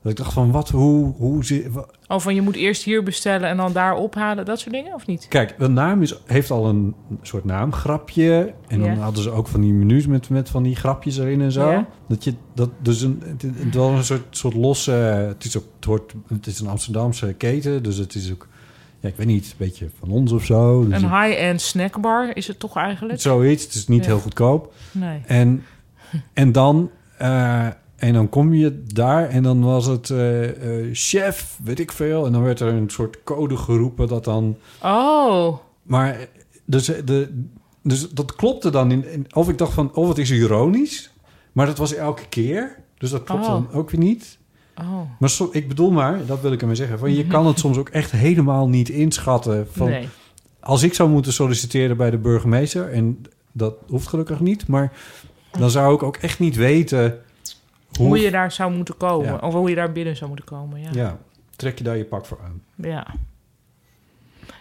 B: Dat ik dacht van, wat, hoe, hoe... zit- wa-
C: oh, van je moet eerst hier bestellen en dan daar ophalen, dat soort dingen, of niet?
B: Kijk, de naam is, heeft al een soort naamgrapje. En dan
C: Ja.
B: hadden ze ook van die menus met, met van die grapjes erin en zo.
C: Ja.
B: Dat je dat dus een, het, het wel een soort, soort losse. Het is ook het, hoort, het is een Amsterdamse keten, dus het is ook. Ja, ik weet niet, een beetje van ons of zo. Dus
C: Een
B: het-
C: high-end snackbar is het toch eigenlijk?
B: Zoiets, het is niet
C: Ja.
B: heel goedkoop.
C: Nee.
B: En, en, dan, eh, en dan kom je daar en dan was het eh, eh, chef, weet ik veel. En dan werd er een soort code geroepen dat dan...
C: Oh.
B: Maar eh, dus, eh, de, dus dat klopte dan. In, in- of ik dacht van, of het is ironisch. Maar dat was elke keer. Dus dat klopte
C: Oh.
B: dan ook weer niet.
C: Oh.
B: Maar som- ik bedoel maar, dat wil ik ermee zeggen... Van, je kan het soms ook echt helemaal niet inschatten. Van,
C: Mhm. Nee.
B: Als ik zou moeten solliciteren bij de burgemeester... en dat hoeft gelukkig niet... maar dan zou ik ook echt niet weten...
C: Hoe, je daar zou moeten komen,
B: Ja.
C: of hoe je daar binnen zou moeten komen, ja.
B: Ja, trek je daar je pak voor aan.
C: Ja.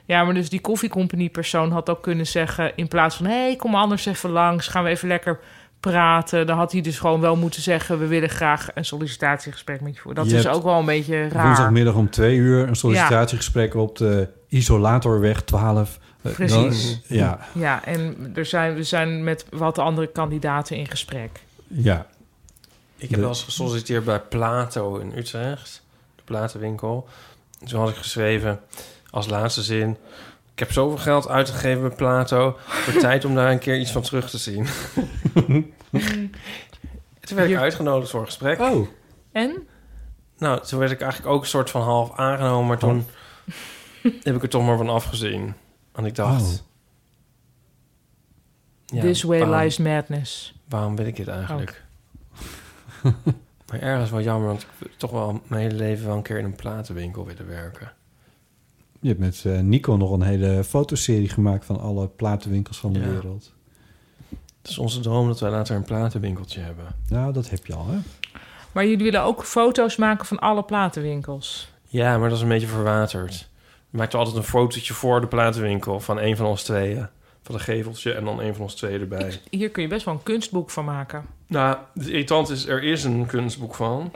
C: Ja, maar dus die koffiecompagnie-persoon had ook kunnen zeggen... in plaats van, hé, hey, kom anders even langs, gaan we even lekker praten. Dan had hij dus gewoon wel moeten zeggen... we willen graag een sollicitatiegesprek met je voeren. Dat
B: Je
C: is
B: hebt
C: ook wel een beetje raar.
B: Woensdagmiddag om twee uur een sollicitatiegesprek op de Isolatorweg 12. Eh,
C: Precies.
B: dan- ja,
C: ja, en er zijn, we zijn met wat andere kandidaten in gesprek.
B: ja.
D: Ik heb wel eens gesolliciteerd bij Plato in Utrecht, de platenwinkel. Toen had ik geschreven als laatste zin: Ik heb zoveel geld uitgegeven bij Plato. Het wordt tijd om daar een keer iets van terug te zien. toen werd ik uitgenodigd voor een gesprek.
B: Oh.
C: En?
D: Nou, toen werd ik eigenlijk ook een soort van half aangenomen, maar toen heb ik er toch maar van afgezien. Want ik dacht.
C: Oh.
D: ja,
C: This way
D: waarom-
C: lies madness.
D: Waarom wil ik dit eigenlijk? maar ergens wel jammer, want ik wil toch wel mijn hele leven wel een keer in een platenwinkel willen werken.
B: Je hebt met eh, Nico nog een hele fotoserie gemaakt van alle platenwinkels van de
D: Ja.
B: wereld.
D: Het is onze droom dat wij later een platenwinkeltje hebben.
B: Nou, dat heb je al, hè?
C: Maar jullie willen ook foto's maken van alle platenwinkels.
D: Ja, maar dat is een beetje verwaterd. We maakten altijd een fotootje voor de platenwinkel van een van ons tweeën. Van een geveltje en dan een van ons tweeën erbij.
C: Hier kun je best wel een kunstboek van maken.
D: Nou, het irritant is, er is een kunstboek van.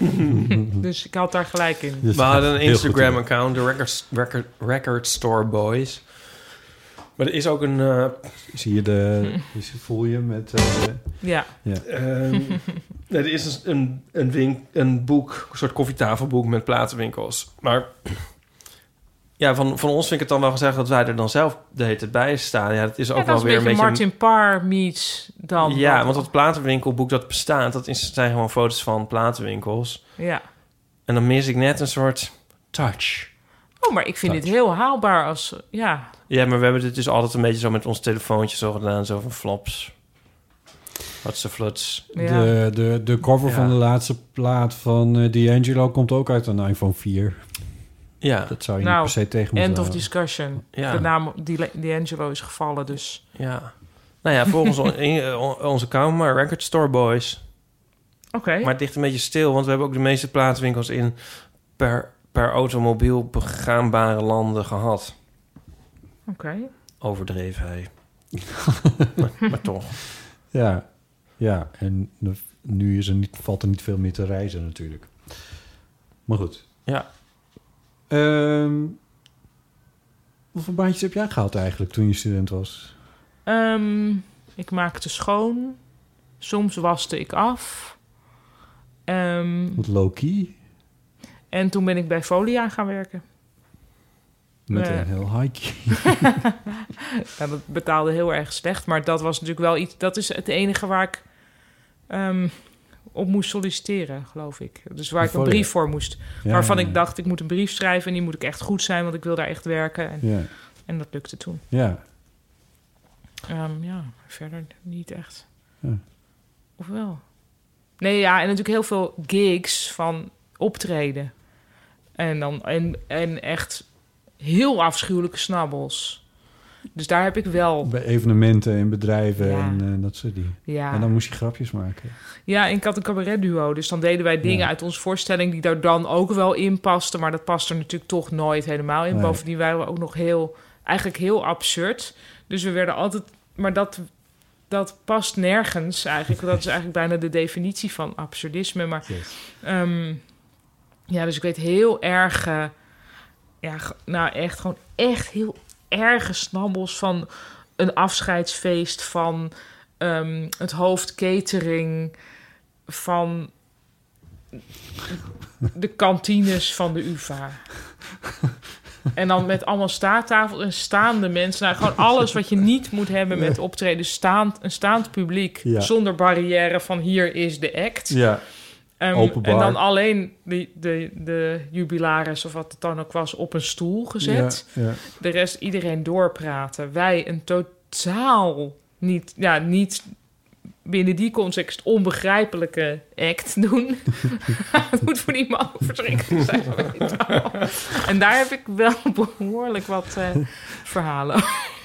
D: Mhm.
C: Dus ik had daar gelijk in.
D: We hadden een
B: Heel goed
D: Instagram-account, de record, record, record Store Boys. Maar er is ook een... eh,
B: Zie je de... dus voel je met... eh,
C: Ja.
B: ja.
D: Ehm, nee, er is een, een, een, wink, een boek, een soort koffietafelboek met platenwinkels. Maar ja, van, van ons vind ik het dan wel gezegd dat wij er dan zelf de hele tijd bij staan. Ja, dat is ook
C: Ja,
D: wel
C: dat is
D: weer
C: een beetje Martin Parr meets dan.
D: Ja, want dat platenwinkelboek dat bestaat, dat is, zijn gewoon foto's van platenwinkels.
C: Ja.
D: En dan mis ik net een soort touch.
C: Oh, maar ik vind dit heel haalbaar als... Ja,
D: Ja, maar we hebben dit dus altijd een beetje zo met ons telefoontje zo gedaan, zo van flops. Wat de fluts.
B: De, de, de cover
D: Ja.
B: van de laatste plaat van eh, D'Angelo komt ook uit een iPhone 4.
D: Ja.
B: Dat zou je
C: nou,
B: niet per se tegen eh, moeten
C: end of
B: houden.
C: discussion.
D: Ja.
C: De naam Di- D'Angelo is gevallen, dus...
D: Ja. Nou ja, volgens on- in- eh, on- onze kamer, Record Store Boys.
C: Oké.
D: Maar het ligt een beetje stil, want we hebben ook de meeste plaatswinkels in per, per automobiel begaanbare landen gehad.
C: Oké.
D: Overdreef hij. maar, maar toch.
B: Ja, ja. en de- nu is er niet, valt er niet veel meer te reizen natuurlijk. Maar goed. Ehm,
D: Ja.
B: wat voor baantjes heb jij gehad eigenlijk toen je student was?
C: Ehm, ik maakte schoon. Soms waste ik af. Ehm,
B: Wat low-key?
C: en toen ben ik bij Folia gaan werken.
B: Met
C: Nee.
B: een heel high
C: Ja, dat betaalde heel erg slecht. Maar dat was natuurlijk wel iets. Dat is het enige waar ik ehm, op moest solliciteren, geloof ik. Dus waar ik een
B: Voor je.
C: brief voor moest.
B: Ja,
C: waarvan
B: ja,
C: ik
B: ja.
C: dacht, ik moet een brief schrijven en die moet ik echt goed zijn, want ik wil daar echt werken. En,
B: Ja.
C: en dat lukte toen.
B: Ja.
C: Ehm, ja, verder niet echt.
B: Ja.
C: Of wel? Nee, ja, en natuurlijk heel veel gigs van optreden. En, dan, en, en echt heel afschuwelijke snabbels. Dus daar heb ik wel...
B: Bij evenementen en bedrijven
C: Ja.
B: en eh, dat soort dingen.
C: Ja.
B: En dan moest je grapjes maken.
C: Ja, en ik had een cabaretduo. Dus dan deden wij dingen uit onze voorstelling die daar dan ook wel in pasten. Maar dat past er natuurlijk toch nooit helemaal in.
B: Nee.
C: Bovendien waren we ook nog heel, eigenlijk heel absurd. Dus we werden altijd. Maar dat, dat past nergens eigenlijk. Dat is eigenlijk bijna de definitie van absurdisme. Maar ehm, ja, dus ik weet heel erg. eh, ja, ge- nou echt gewoon echt heel erge snabbels van een afscheidsfeest van ehm, het hoofd catering van de kantines van de UvA. En dan met allemaal staattafels en staande mensen. Nou, gewoon alles wat je niet moet hebben met optreden. Staand, een staand publiek.
B: Ja.
C: Zonder barrière van hier is de act.
B: Ja.
C: Ehm,
B: Open bar.
C: en dan alleen de, de, de jubilaris of wat het dan ook was op een stoel gezet.
B: Ja, ja.
C: De rest iedereen doorpraten. Wij een totaal niet, ja, niet binnen die context onbegrijpelijke act doen. Het moet voor die man verschrikkelijk zijn. weet je wel. en daar heb ik wel behoorlijk wat eh, verhalen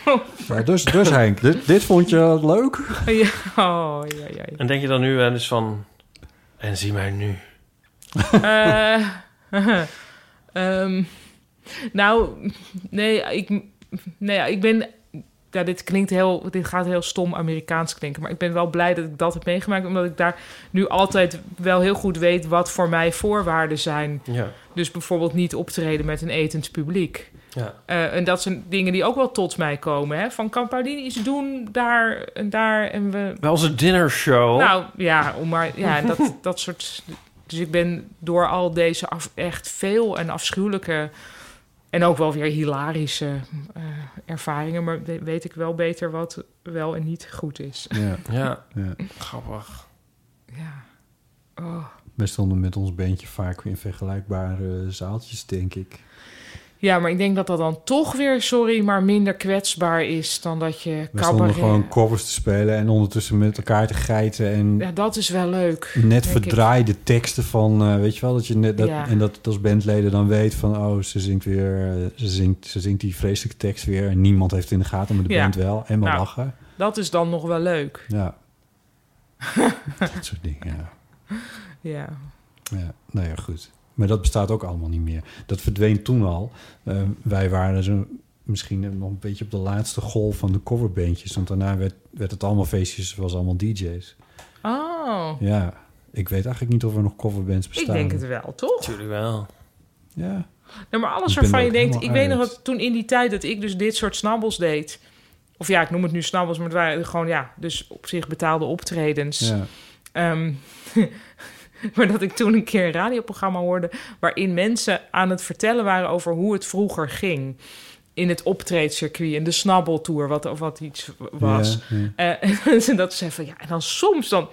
C: over.
B: Maar dus, dus Henk, dit, dit vond je leuk?
C: Ja, oh, ja, ja, ja.
D: En denk je dan nu wel eens van... En zie mij nu.
C: Eh, ehm, Nou, nee, ik, nee, ja, ik ben. Ja, dit klinkt heel. Dit gaat heel stom Amerikaans klinken. Maar ik ben wel blij dat ik dat heb meegemaakt. Omdat ik daar nu altijd wel heel goed weet wat voor mij voorwaarden zijn.
D: Ja.
C: Dus bijvoorbeeld niet optreden met een etend publiek.
D: Ja.
C: Eh, en dat zijn dingen die ook wel tot mij komen. Hè? Van kan Pauline iets doen daar en daar. En we,
D: Wel onze dinnershow.
C: nou ja, om maar, ja dat, dat soort. Dus ik ben door al deze af, echt veel en afschuwelijke. En ook wel weer hilarische eh, ervaringen. Maar we- weet ik wel beter wat wel en niet goed is.
B: Ja.
D: Ja.
B: Ja.
D: Grappig.
C: Ja. Oh.
B: Wij stonden met ons bandje vaak in vergelijkbare eh, zaaltjes, denk ik.
C: Ja, maar ik denk dat dat dan toch weer, sorry, maar minder kwetsbaar is dan dat je
B: We stonden
C: cabaret...
B: gewoon covers te spelen en ondertussen met elkaar te geiten. En
C: Ja, dat is wel leuk.
B: net
C: denk ik.
B: verdraaide teksten van, eh, weet je wel, dat je net, dat,
C: Ja.
B: en dat het als bandleden dan weet van, oh, ze zingt weer, eh, ze zingt, ze zingt die vreselijke tekst weer en niemand heeft het in de gaten, maar de
C: Ja.
B: band wel. En we
C: Nou,
B: lachen.
C: Dat is dan nog wel leuk.
B: Ja. dat soort dingen, ja.
C: Ja.
B: Ja, nou ja, goed. Maar dat bestaat ook allemaal niet meer. Dat verdween toen al. Eh, wij waren zo misschien nog een beetje op de laatste golf van de coverbandjes. Want daarna werd, werd het allemaal feestjes, was allemaal DJ's.
C: Oh.
B: Ja, ik weet eigenlijk niet of er nog coverbands bestaan.
C: Ik denk het wel, toch?
D: Natuurlijk wel.
B: Ja.
C: Nou, maar alles
B: Ik ben
C: waarvan
B: er
C: je
B: ook
C: denkt... Ik
B: helemaal
C: weet nog
B: uit.
C: dat toen in die tijd dat ik dus dit soort snabbels deed... Of ja, ik noem het nu snabbels, maar het waren gewoon... Ja, dus op zich betaalde optredens.
B: Ja.
C: Ehm, maar dat ik toen een keer een radioprogramma hoorde... waarin mensen aan het vertellen waren over hoe het vroeger ging... in het optreedcircuit, in de snabbeltour, wat, of wat iets was.
B: Ja, ja.
C: Eh, en dat ze van ja, en dan soms dan,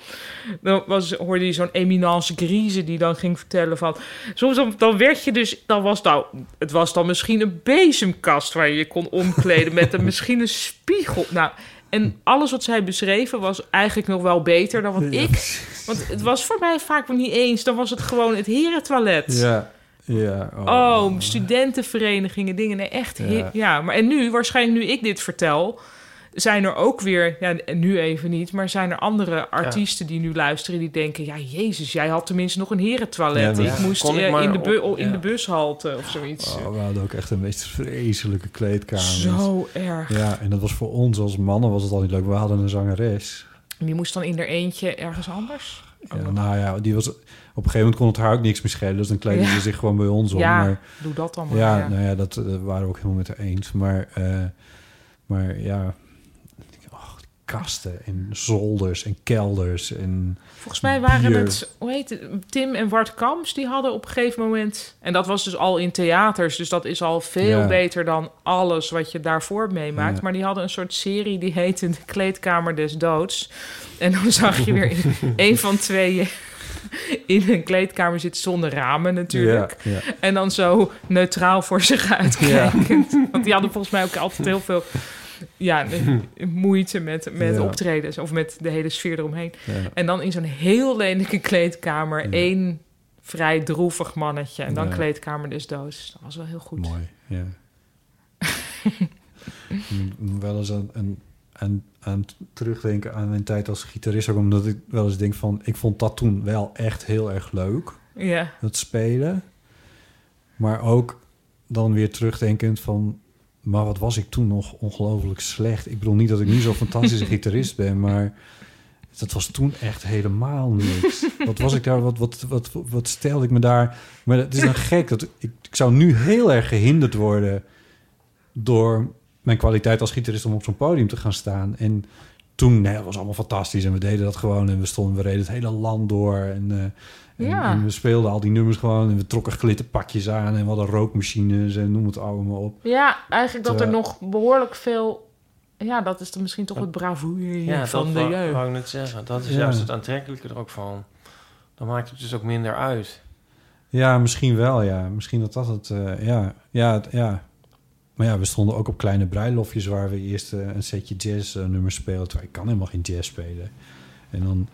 C: dan was, hoorde je zo'n eminence Grise die dan ging vertellen van soms dan, dan werd je dus, dan was nou, het was dan misschien een bezemkast waar je je kon omkleden met een, misschien een spiegel. Nou, en alles wat zij beschreven was eigenlijk nog wel beter dan wat
B: Ja,
C: ik. Want het was voor mij vaak niet eens. Dan was het gewoon het herentoilet.
B: Ja, ja. oh.
C: Oh, studentenverenigingen, dingen. Nee, echt. he-
B: Ja.
C: Ja. maar en nu, waarschijnlijk nu ik dit vertel, zijn er ook weer, ja, nu even niet, maar zijn er andere artiesten die nu luisteren die denken: ja, Jezus, jij had tenminste nog een herentoilet.
B: Ja,
C: ik
B: maar-
C: moest
B: Kon ik
C: eh,
B: maar
C: in, de bu-
B: op-
C: in
B: ja.
C: de bushalte of zoiets.
B: Oh, we hadden ook echt de meest vreselijke kleedkamer.
C: Zo erg.
B: Ja, en dat was voor ons als mannen was het al niet leuk. We hadden een zangeres.
C: Die moest dan in haar eentje ergens anders.
B: Ja, nou ja, die was, op een gegeven moment kon het haar ook niks meer schelen. Dus dan kleedde
C: Ja.
B: ze zich gewoon bij ons om.
C: Ja,
B: maar,
C: doe dat dan maar,
B: Ja,
C: ja.
B: nou ja, dat eh, waren we ook helemaal met haar eens. Maar, eh, maar ja, och, kasten en zolders en kelders. En
C: Volgens mij waren
B: bier.
C: het, hoe heet het, Tim en Wart Kams, die hadden op een gegeven moment... En dat was dus al in theaters, dus dat is al veel
B: Ja.
C: beter dan alles wat je daarvoor meemaakt.
B: Ja.
C: Maar die hadden een soort serie, die heette De Kleedkamer des Doods. En dan zag je weer een van tweeën in een kleedkamer zitten zonder ramen natuurlijk.
B: Ja, ja.
C: En dan zo neutraal voor zich uitkijkend. Want die hadden volgens mij ook altijd heel veel... Ja, moeite met, met
B: Ja.
C: optredens of met de hele sfeer eromheen.
B: Ja.
C: En dan in zo'n heel lelijke kleedkamer één vrij droevig mannetje. En dan
B: Ja.
C: kleedkamer dus doos. Dat was wel heel goed.
B: Mooi, ja. Ik moet wel eens aan, aan, aan, aan terugdenken aan mijn tijd als gitarist. Ook omdat ik wel eens denk van... Ik vond dat toen wel echt heel erg leuk.
C: Ja.
B: Dat spelen. Maar ook dan weer terugdenkend van... Maar wat was ik toen nog ongelooflijk slecht. Ik bedoel niet dat ik nu zo'n fantastische gitarist ben, maar... Dat was toen echt helemaal niks. Wat was ik daar? Wat, wat, wat, wat stelde ik me daar? Maar het is dan gek dat ik, ik zou nu heel erg gehinderd worden door mijn kwaliteit als gitarist om op zo'n podium te gaan staan. En toen, nee, dat was allemaal fantastisch en we deden dat gewoon en we stonden, we reden het hele land door en, eh, en-
C: Ja.
B: en we speelden al die nummers gewoon en we trokken glitterpakjes aan en we hadden rookmachines en noem het allemaal op.
C: Ja, eigenlijk dat er
B: Terwijl-
C: nog behoorlijk veel... Ja, dat is dan misschien toch het bravoure
D: Ja,
C: van
D: dat
C: de
D: wou,
C: jeugd.
D: wou ik net zeggen. Dat is
B: Ja.
D: juist het aantrekkelijke er ook van. Dan maakt het dus ook minder uit.
B: Ja, misschien wel, ja. Misschien dat dat het, eh, ja, ja, het- ja. Maar ja, we stonden ook op kleine bruiloftjes waar we eerst eh, een setje jazz eh, nummers speelden. Terwijl ik kan helemaal geen jazz spelen. En dan,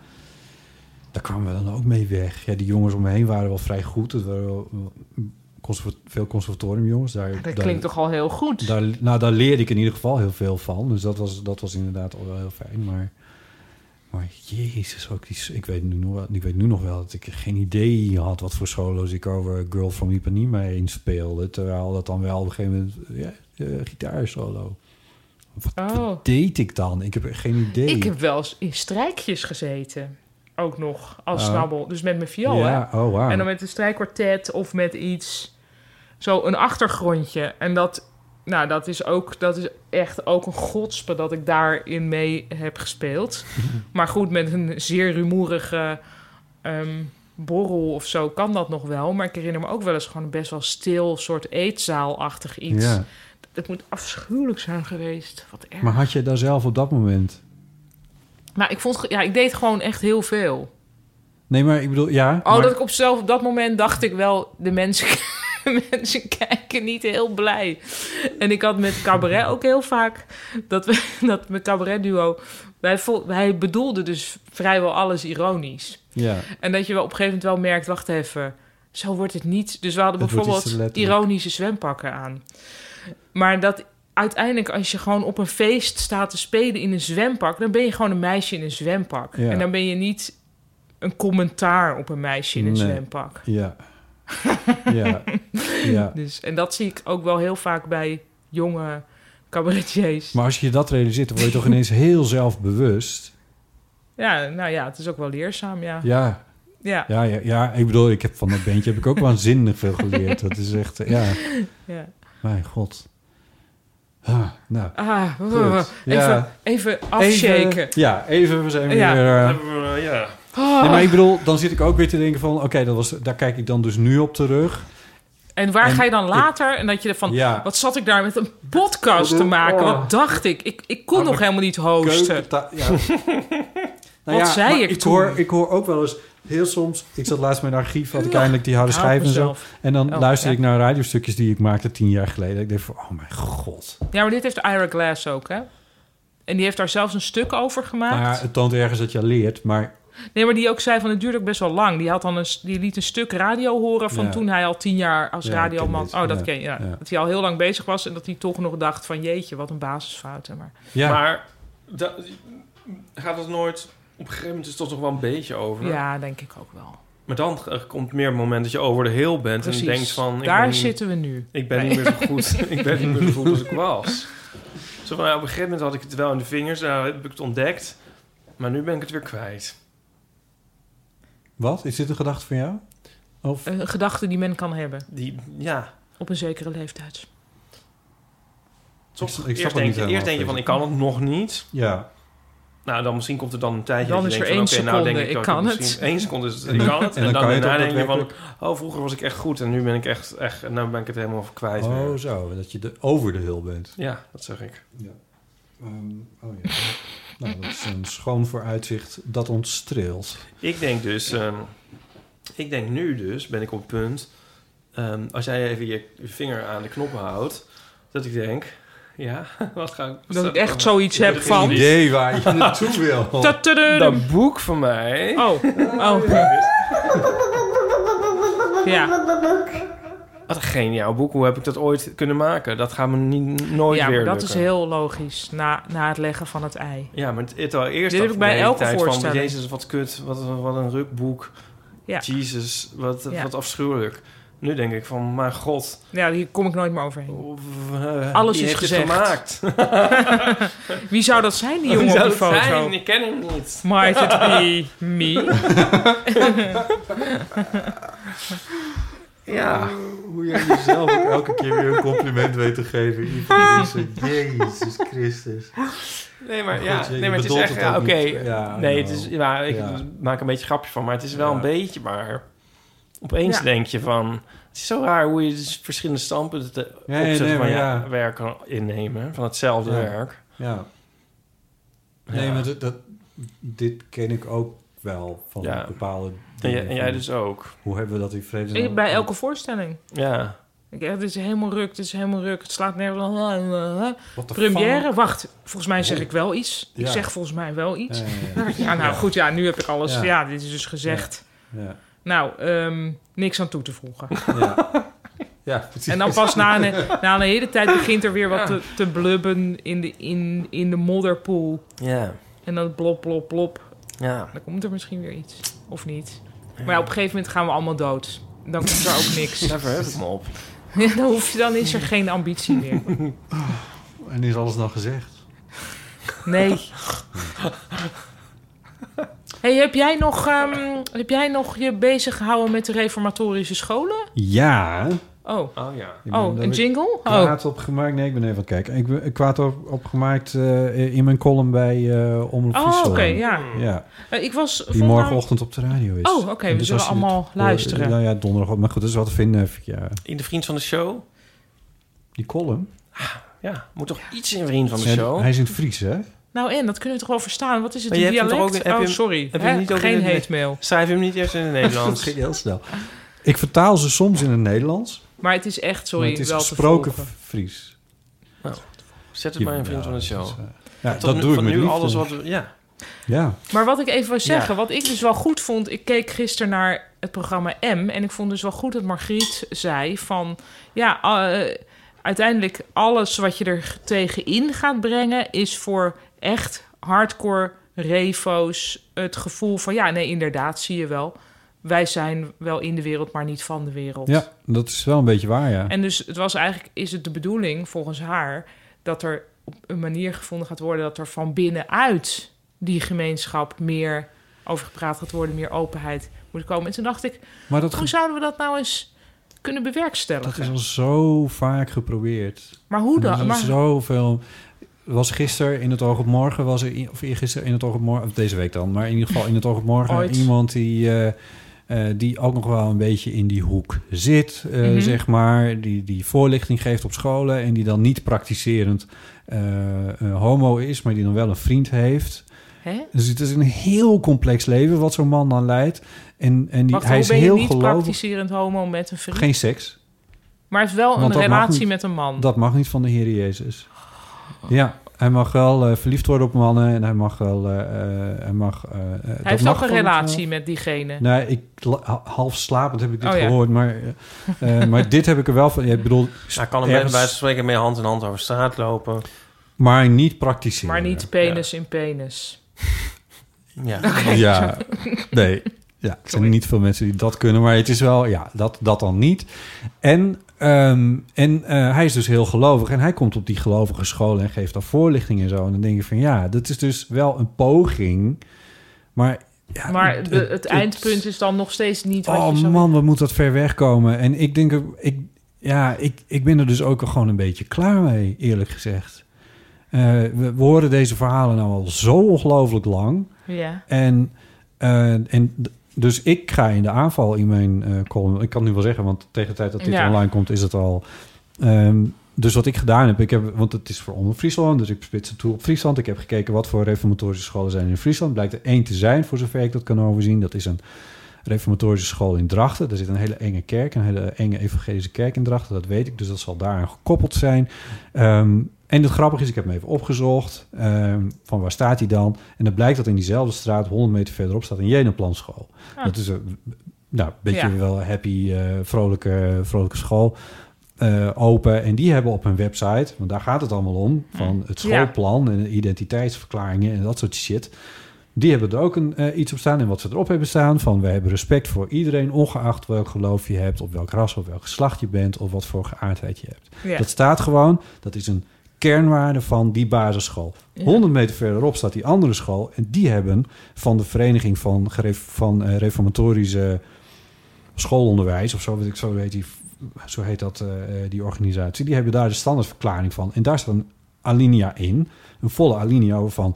B: daar kwamen we dan ook mee weg. Ja, die jongens om me heen waren wel vrij goed. Het waren wel wel conserva- veel conservatoriumjongens. Daar,
C: Dat
B: daar-
C: klinkt toch al heel goed?
B: Daar, nou, daar leerde ik in ieder geval heel veel van. Dus dat was, dat was inderdaad al wel heel fijn. Maar, Maar jezus, ook die, ik, weet nu nog wel, ik weet nu nog wel dat ik geen idee had wat voor solo's ik over Girl from Ipanema heen speelde. Terwijl dat dan wel op een gegeven moment, ja, eh, gitaarsolo.
C: Oh.
B: Deed ik dan? Ik heb echt geen idee.
C: Ik heb wel eens in strijkjes gezeten. Ook nog, als
B: Oh.
C: snabbel. Dus met mijn viool,
B: Ja,
C: hè?
B: oh, wauw.
C: En dan met een strijkkwartet of met iets... Zo een achtergrondje. En dat, nou, dat, is ook, dat is echt ook een godspe dat ik daarin mee heb gespeeld. maar goed, met een zeer rumoerige ehm, borrel of zo kan dat nog wel. Maar ik herinner me ook wel eens gewoon een best wel stil soort eetzaalachtig iets.
B: Ja.
C: Het moet afschuwelijk zijn geweest. Wat erg.
B: Maar had je daar zelf op dat moment?
C: Maar ik vond, ja, ik deed gewoon echt heel veel.
B: Nee, maar ik bedoel, ja.
C: Oh,
B: maar-
C: dat ik op zelf op dat moment dacht ik wel, de mensen, mensen kijken niet heel blij. En ik had met cabaret ook heel vaak dat we dat mijn cabaret duo, wij, vo- wij bedoelden dus vrijwel alles ironisch.
B: Ja.
C: En dat je wel op een gegeven moment wel merkt, wacht even, zo wordt het niet. Dus we hadden
B: Het wordt iets te
C: bijvoorbeeld
B: letterlijk.
C: ironische zwempakken aan. Maar dat uiteindelijk, als je gewoon op een feest staat te spelen in een zwempak, dan ben je gewoon een meisje in een zwempak.
B: Ja.
C: En dan ben je niet een commentaar op een meisje in een
B: Nee.
C: zwempak.
B: Ja. ja. ja.
C: Dus, en dat zie ik ook wel heel vaak bij jonge cabaretiers.
B: Maar als je dat realiseert, dan word je toch ineens heel zelfbewust.
C: Ja, nou ja, het is ook wel leerzaam, ja.
B: Ja.
C: Ja.
B: Ja, ja, ja. ik bedoel, ik heb van dat bandje heb ik ook waanzinnig veel geleerd. Dat is echt, eh, ja.
C: Ja.
B: Mijn god. Ah, nou.
C: Ah,
B: Goed.
C: even,
B: Ja.
C: even afshaken.
B: Even- ja, even, we zijn
C: Ja. Oh.
B: weer... eh,
D: ja.
B: Nee, maar ik bebedoel, dan zit ik ook weer te denken van... Oké, dat was, daar kijk ik dan dus nu op terug.
C: En waar
B: En
C: ga je dan
B: ik-
C: later? en dat je ervan,
B: Ja.
C: wat zat ik daar met een podcast te maken?
B: Oh. Ah,
C: Wat dacht ik? Ik, ik kon nog helemaal niet hosten.
B: Nou
C: wat
B: ja,
C: zei
B: maar
C: ik,
B: ik
C: toen?
B: hoor, ik hoor ook wel eens heel soms... Ik zat laatst met een archief, had ik eindelijk die harde
C: ik
B: schijf en
C: hou
B: zo.
C: mezelf.
B: En dan
C: Oh,
B: luisterde
C: ja.
B: ik naar radiostukjes die ik maakte tien jaar geleden. Ik dacht van, oh mijn god.
C: Ja, maar dit heeft Ira Glass ook, hè? En die heeft daar zelfs een stuk over gemaakt.
B: Nou ja, het toont ergens dat je leert, maar...
C: Nee, maar die ook zei van het duurde ook best wel lang. Die, had dan een, s- die liet een stuk radio horen van
B: Ja.
C: toen hij al tien jaar als
B: Ja, ik ken
C: radioman...
B: dit.
C: Oh, dat
B: Ja,
C: ken je. Ja.
B: ja.
C: Dat hij al heel lang bezig was en dat hij toch nog dacht van jeetje, wat een basisfout. hè, Maar...
B: Ja.
D: Maar da- gaat het nooit... Op een gegeven moment is het toch nog wel een beetje over.
C: Ja, denk ik ook wel.
D: Maar dan eh, komt meer het moment dat je over de heel bent
C: Precies.
D: en denkt van... ik
C: Daar
D: ben niet-
C: zitten we nu.
D: Ik ben
C: Nee.
D: niet meer zo goed. ik ben niet meer zo goed als ik was. Zo van, ja, op een gegeven moment had ik het wel in de vingers. Nou, heb ik het ontdekt. Maar nu ben ik het weer kwijt.
B: Wat? Is dit een gedachte van jou? Of...
C: Een gedachte die men kan hebben.
D: Die, ja.
C: Op een zekere leeftijd.
D: Toch?
B: snap het
D: eerst
B: niet
D: denk, je,
B: helemaal,
D: eerst denk je van, ik
B: Frits.
D: kan het nog niet.
B: Ja.
D: Nou, dan misschien komt er dan een tijdje
C: Dan
D: dat je
C: is er
D: denkt van,
C: één
D: oké, nou denk
C: seconde,
D: ik, dat
C: ik kan het.
D: misschien- één seconde is het,
C: En
D: ik
C: dan-
D: kan het.
B: en
D: En,
B: dan
D: dan,
B: kan je het
D: daarna
B: ook
D: denk je van, oh, vroeger was ik echt goed en nu ben ik echt, echt nou ben ik het helemaal kwijt weer.
B: Oh zo, dat je de, over de hul bent.
D: Ja, dat zeg ik.
B: Ja. oh ja. nou, dat is een schoon vooruitzicht dat ons streelt.
D: Ik denk dus, ehm, ik denk nu dus, ben ik op het punt, ehm, als jij even je vinger aan de knoppen houdt, dat ik denk, ja, wat ga ik...
C: Dat ik echt zoiets heb
D: heb
C: van-
D: geen
B: idee waar je naartoe wil.
C: Tatadum.
D: Dat boek van mij.
C: Oh, oh. Ja.
D: Wat een geniaal boek. Hoe heb ik dat ooit kunnen maken? Dat gaat me niet, nooit
C: ja,
D: weer
C: maar dat
D: lukken.
C: is heel logisch na, na het leggen van het ei.
D: Ja, maar het, het al eerst
C: Dit
D: dacht
C: heb ik bij
D: de hele
C: elke
D: tijd van,
C: voorstelling.
D: Jezus, wat kut, wat, wat een rukboek.
C: Ja.
D: Jezus, wat,
C: Ja.
D: wat afschuwelijk. Nu denk ik van, mijn god.
C: Ja, hier kom ik nooit meer overheen.
D: eh,
C: Alles
D: wie
C: is
D: heeft dit
C: gezegd. Wie zou dat zijn, die
D: Wie
C: jongen
D: zou
C: op die
D: dat
C: foto?
D: zijn? Ik ken hem niet.
C: Might it be me?
D: Ja.
B: Oh, Hoe jij jezelf ook elke keer weer een compliment weet te geven. Ivan Driessen. Jezus Christus.
D: Nee, maar,
B: Oh, goed,
D: ja,
B: je- je
D: nee, maar het is
B: bedoelt
D: echt...
B: het
D: ja,
B: ook
D: Oké,
B: niet. Ja,
D: nee,
B: I
D: het is,
B: know.
D: ja, ik
B: Ja.
D: maak een beetje een grapje van, maar het is wel
B: Ja.
D: een beetje maar... Opeens
B: Ja.
D: denk je van... Het is zo raar hoe je dus verschillende standpunten te- op
B: Ja, ja,
D: zich
B: nee,
D: van
B: maar
D: je
B: ja.
D: werk kan innemen. Van hetzelfde
B: Ja.
D: werk.
B: Ja. Nee, maar dat, dat- dit ken ik ook wel van
D: Ja.
B: bepaalde
D: En jij-
B: dingen
D: en jij
B: van-
D: dus ook.
B: Hoe hebben we dat in vrede...
C: Ik- Bij elke voorstelling.
D: Ja.
C: Ik echt, dit is helemaal ruk, dit is helemaal ruk. Het slaat nergens.
B: What the
C: Première,
B: fuck? Oh.
C: wacht. Volgens mij zeg ik wel iets. Ik
B: Ja.
C: zeg volgens mij wel iets.
B: Ja,
C: Ja,
B: ja, ja.
C: nou
B: Ja.
C: goed, ja, nu heb ik alles.
B: Ja.
C: Ja, dit is dus gezegd.
B: Ja. Ja.
C: Nou, ehm, niks aan toe te voegen.
B: Ja, precies.
C: En dan pas na een, na een hele tijd begint er weer wat
D: Ja.
C: te, te blubben in de, in, in de modderpoel.
D: Ja.
C: En dan blop, blop, blop.
D: Ja.
C: Dan komt er misschien weer iets. Of niet. Maar ja, op een gegeven moment gaan we allemaal dood. Dan komt er ook niks.
D: Daar verheug ik me op.
C: Ja, dan, hoef je, dan is er geen ambitie meer.
B: En is alles dan gezegd?
C: Nee. Hey, heb, jij nog, ehm, heb jij nog je bezig gehouden met de reformatorische scholen?
B: Ja.
C: Oh.
D: Oh ja.
B: Ik ben
C: Oh,
B: daar
C: een
B: weer
C: jingle? Oh.
B: Kwaad opgemaakt. Nee, ik ben even aan het kijken. Ik ben eh, kwaad op, opgemaakt eh, in mijn column bij eh Omroep
C: Oh,
B: Friesland.
C: oké, ja.
B: ja.
C: Eh, ik was
B: Die
C: vandaag-
B: morgenochtend op de radio is.
C: Oh, oké, we
B: En dus
C: zullen
B: als je dit
C: allemaal
B: hoort-
C: luisteren.
B: Nou ja, donderdag. Maar goed, dat is wat te vinden. eh, Ja.
D: In de Vriend van de Show.
B: Die column.
D: Ja, moet toch iets in Vriend van de
B: Zijn-
D: Show?
B: Hij is in het Fries, hè?
C: Nou en, dat kunnen we toch wel verstaan? Wat is het,
D: Maar je
C: een
D: hebt hem
C: dialect?
D: toch ook in- heb
C: oh,
D: je hem-
C: sorry.
D: heb je hem
C: Hè?
D: niet ook in
C: Geen
D: het-
C: hate mail.
D: Schrijf hem niet eerst in het
B: dat ging
D: Nederlands.
B: heel snel. Ik vertaal ze soms in het Nederlands.
C: Maar het is echt, sorry,
B: maar het is
C: wel te
B: gesproken
C: volgen.
B: Fries.
D: Nou, zet het maar in Vriend van de Show.
B: eh, Ja,
D: Tot
B: dat
D: nu-
B: doe ik
D: van
B: met
D: nu
B: liefde.
D: alles wat... we- Ja.
B: Ja.
C: Maar wat ik even wil zeggen,
D: Ja.
C: wat ik dus wel goed vond... Ik keek gisteren naar het programma M... en ik vond dus wel goed dat Margriet zei van... ja, eh, uiteindelijk alles wat je er tegenin gaat brengen... is voor echt hardcore revo's het gevoel van... ja, nee, inderdaad, zie je wel. Wij zijn wel in de wereld, maar niet van de wereld.
B: ja, dat is wel een beetje waar, Ah, ja.
C: En dus het was eigenlijk, is het de bedoeling volgens haar dat er op een manier gevonden gaat worden dat er van binnenuit die gemeenschap meer over gepraat gaat worden, meer openheid moet komen. En toen dacht ik,
B: Maar dat
C: hoe
B: ge-
C: zouden we dat nou eens kunnen
B: Dat
C: bewerkstelligen?
B: is al zo vaak geprobeerd.
C: Maar hoe dan?
B: Er is
C: Maar-
B: zoveel... Was gisteren in het oog op morgen, was er, i- of eergisteren in het oog op morgen, of deze week dan, maar in ieder geval in het oog op morgen
C: Ooit.
B: iemand die, eh, eh, die ook nog wel een beetje in die hoek zit, eh,
C: Mhm.
B: zeg maar, die, die voorlichting geeft op scholen en die dan niet praktiserend eh, eh, homo is, maar die dan wel een vriend heeft.
C: Hè?
B: Dus het is een heel complex leven wat zo'n man dan leidt. En, en die,
C: Wacht,
B: hij
C: hoe
B: is
C: ben je
B: heel
C: niet
B: gelovig.
C: praktiserend homo met een vriend?
B: Geen seks.
C: Maar het is wel
B: Want
C: Oh, een
B: dat mag
C: relatie
B: niet.
C: met een man.
B: Dat mag niet van de Heer Jezus. Ja, hij mag wel eh, verliefd worden op mannen en hij mag wel. eh, eh, hij mag, eh, eh, dat
C: Hij heeft
B: mag
C: ook een
B: van het, eh,
C: relatie met diegene.
B: Nee, Nou, ik, la- ha- half slapend heb ik dit
C: Oh, ja.
B: gehoord, maar, eh, eh, maar dit heb ik er wel van. ja, Ik bedoel,
D: Hij Nou, kan hem bij
B: ergens-
D: wijze van spreken mee hand in hand over straat lopen.
B: maar niet praktiseren.
C: Maar niet penis in penis.
D: Ja.
C: Oké.
B: Ja, nee. Ja, er zijn niet veel mensen die dat kunnen, maar het is wel, ja, dat, dat dan niet. En, ehm, en eh, hij is dus heel gelovig en hij komt op die gelovige scholen en geeft daar voorlichting en zo. En dan denk je van ja, dat is dus wel een poging, maar. Ja,
C: maar de, het, eindpunt is dan nog steeds niet wat
B: Oh
C: je zou
B: man, wat moet dat ver weg komen? En ik denk, er- ik, ja, ik, ik ben er dus ook al gewoon een beetje klaar mee, eerlijk gezegd. Eh, we, we horen deze verhalen nou al zo ongelooflijk lang.
C: Ja.
B: En, eh, en d- dus ik ga in de aanval in mijn eh, column. Ik kan het nu wel zeggen, want tegen de tijd dat dit
C: Ja.
B: online komt, is het al. Ehm, dus wat ik gedaan heb, ik heb, want het is voor onder Friesland, dus ik spits het toe op Friesland. Ik heb gekeken wat voor reformatorische scholen zijn in Friesland. Blijkt er één te zijn, voor zover ik dat kan overzien. Dat is een reformatorische school in Drachten. Daar zit een hele enge kerk, een hele enge evangelische kerk in Drachten. Dat weet ik, dus dat zal daaraan gekoppeld zijn. Ehm, en het grappige is, ik heb hem even opgezocht. ehm, van waar staat hij dan? En dan blijkt dat in diezelfde straat, 100 meter verderop, staat een Jeneplanschool.
C: Ah.
B: Dat is een nou, beetje
C: Ja.
B: wel happy, eh, vrolijke, vrolijke school. eh, open en die hebben op hun website, want daar gaat het allemaal om, van het
C: Mm. Ja.
B: schoolplan en de identiteitsverklaringen en dat soort shit. Die hebben er ook een, eh, iets op staan. En wat ze erop hebben staan: van we hebben respect voor iedereen, ongeacht welk geloof je hebt, of welk ras, of welk geslacht je bent, of wat voor geaardheid je hebt.
C: Ja.
B: Dat staat gewoon, dat is een kernwaarde van die basisschool.
C: Ja.
B: 100 meter verderop staat die andere school. En die hebben van de vereniging van, geref- van eh, reformatorische schoolonderwijs of zo, weet ik, zo, heet die, zo heet dat, eh, eh, die organisatie. Die hebben daar de standaardverklaring van. En daar staat een alinea in, een volle alinea over van...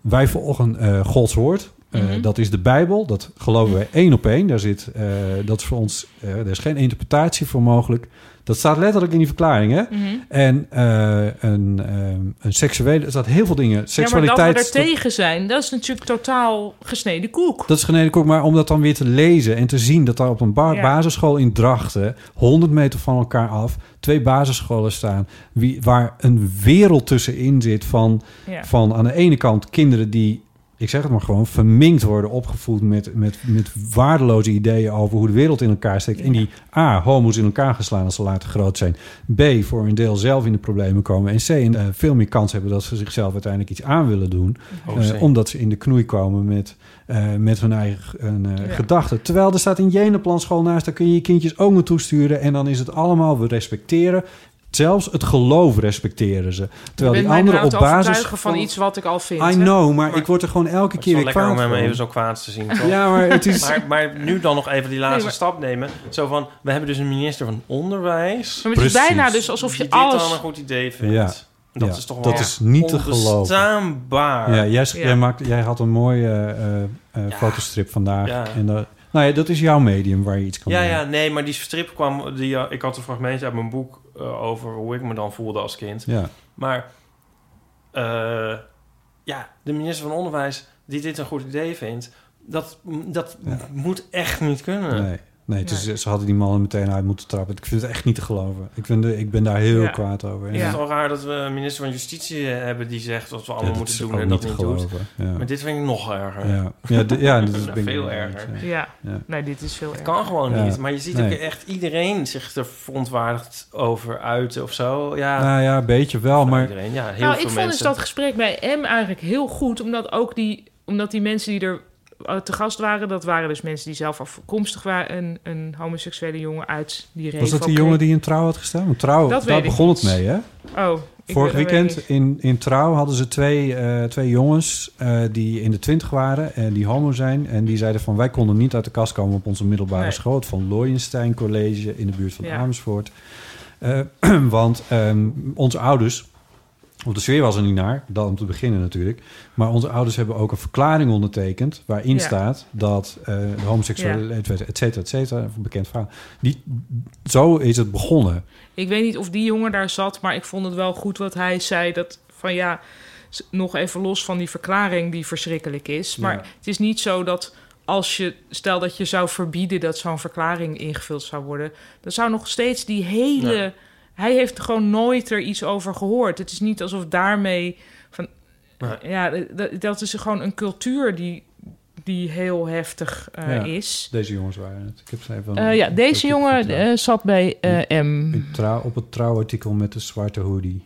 B: wij volgen eh, Gods woord, Eh,
C: Mhm.
B: dat is de Bijbel, dat geloven wij één op één. Daar zit, eh, dat is voor ons, eh er is geen interpretatie voor mogelijk. Dat staat letterlijk in die verklaring, hè?
C: Mhm.
B: En eh, een, ehm, een seksuele, er staat heel veel dingen. Seksualiteit,
C: Ja, maar dat we
B: dat-
C: er tegen zijn, dat is natuurlijk totaal gesneden koek.
B: dat is geneden ook, maar om dat dan weer te lezen en te zien dat daar op een ba-
C: Ja.
B: basisschool in Drachten, 100 meter van elkaar af, twee basisscholen staan, wie, waar een wereld tussenin zit van,
C: Ja.
B: van aan de ene kant kinderen die ik zeg het maar gewoon, verminkt worden opgevoed met, met, met waardeloze ideeën over hoe de wereld in elkaar steekt. En die A, homo's in elkaar geslaan als ze later groot zijn. B, voor een deel zelf in de problemen komen. En C, en, eh, veel meer kans hebben dat ze zichzelf uiteindelijk iets aan willen doen.
D: Oh,
B: eh,
D: zeker.
B: omdat ze in de knoei komen met, eh, met hun eigen eh,
D: Ja.
B: gedachten. Terwijl er staat in Jenaplan school naast, daar kun je je kindjes ook naartoe sturen. En dan is het allemaal, we respecteren. Zelfs het geloof respecteren ze. Terwijl
C: ben
B: die
C: mij
B: anderen
C: nou
B: op
C: te
B: basis
C: overtuigen van iets wat ik al vind,
B: I
C: hè?
B: know, maar, ik word er gewoon elke
D: Het is
B: keer weer
D: wel lekker
B: kwaad
D: om hem
B: van.
D: even zo kwaad te zien. Toch?
B: Ja, maar het is-
D: Maar, maar nu dan nog even die laatste
C: Nee, maar-
D: stap nemen. Zo van, we hebben dus een minister van onderwijs.
C: Maar het is Precies. bijna dus alsof je
D: die dit
C: alles-
D: dan een goed idee vindt.
B: Ja.
D: Dat
B: Ja.
D: is toch wel
B: Dat is niet te geloven.
D: onbestaanbaar.
B: Ja, jij, Jij, maakt, jij had een mooie eh, eh, fotostrip vandaag.
D: Ja.
B: En dat, nou ja, dat is jouw medium waar je iets kan
D: Ja,
B: doen.
D: ja, nee, maar die strip kwam... Die, eh, ik had een fragmentje uit mijn boek eh, over hoe ik me dan voelde als kind.
B: Ja.
D: Maar eh, ja, de minister van Onderwijs die dit een goed idee vindt... dat, dat moet echt niet kunnen.
B: Nee, nee het is, ze hadden die mannen meteen uit moeten trappen. Ik vind het echt niet te geloven. Ik, vind de, ik ben daar heel
D: Ja.
B: kwaad over.
D: Ik vind het al raar dat we een minister van Justitie eh, hebben die zegt wat we allemaal
B: dat
D: moeten
B: is
D: doen
B: ook
D: en dat
B: niet
D: niet
B: te
D: doet.
B: geloven, ja.
D: Maar dit vind ik nog erger.
B: Ja. Ja, dit- ja, dat
D: Nou,
B: ben ik
D: veel
B: wel eens,
D: erger.
B: ja.
C: Ja. nee, dit is veel
D: Het kan gewoon
B: Ja.
D: niet. Maar je ziet
B: Nee.
D: ook echt iedereen zich er verontwaardigd over uiten of zo. Ja,
B: Nou ja, een beetje wel, maar...
D: iedereen. Ja, heel veel
C: nou, ik vond dus
D: mensen.
C: dat gesprek bij M eigenlijk heel goed, omdat ook die, omdat die mensen die er eh, te gast waren, dat waren dus mensen die zelf afkomstig waren, een, een homoseksuele jongen uit die regio.
B: Was dat die jongen die in Trouw had gestaan? Want Trouw,
C: Dat
B: daar
C: weet ik
B: begon het
C: niet.
B: mee, hè?
C: Oh, ik
B: Vorig
C: weet- ik
B: weekend
C: weet
B: in, in Trouw hadden ze twee, eh, twee jongens eh, die in de twintig waren en die homo zijn. En die zeiden van wij konden niet uit de kast komen op onze middelbare
D: Nee.
B: school. Het Van Looyenstein College in de buurt van
D: Ja.
B: Amersfoort. Eh, want ehm, onze ouders, want de sfeer was er niet naar, dat om te beginnen natuurlijk. Maar onze ouders hebben ook een verklaring ondertekend waarin
D: Ja.
B: staat dat eh de homoseksuele,
C: Ja.
B: et cetera, et cetera, et cetera, een bekend verhaal. Die, zo is het begonnen.
C: Ik weet niet of die jongen daar zat, maar ik vond het wel goed wat hij zei. Dat van ja, s- nog even los van die verklaring die verschrikkelijk is. Maar
D: Ja.
C: het is niet zo dat als je, stel dat je zou verbieden dat zo'n verklaring ingevuld zou worden, dan zou nog steeds die hele.
D: Ja.
C: Hij heeft er gewoon nooit er iets over gehoord. Het is niet alsof daarmee van.
D: Nee.
C: Ja, d- d- dat is gewoon een cultuur die, die heel heftig eh,
B: Ja,
C: is.
B: Deze jongens waren het. Ik heb ze even.
C: Eh, ja, deze jongen eh, zat bij eh, M.
B: In trouw, op het trouwartikel met de zwarte hoodie.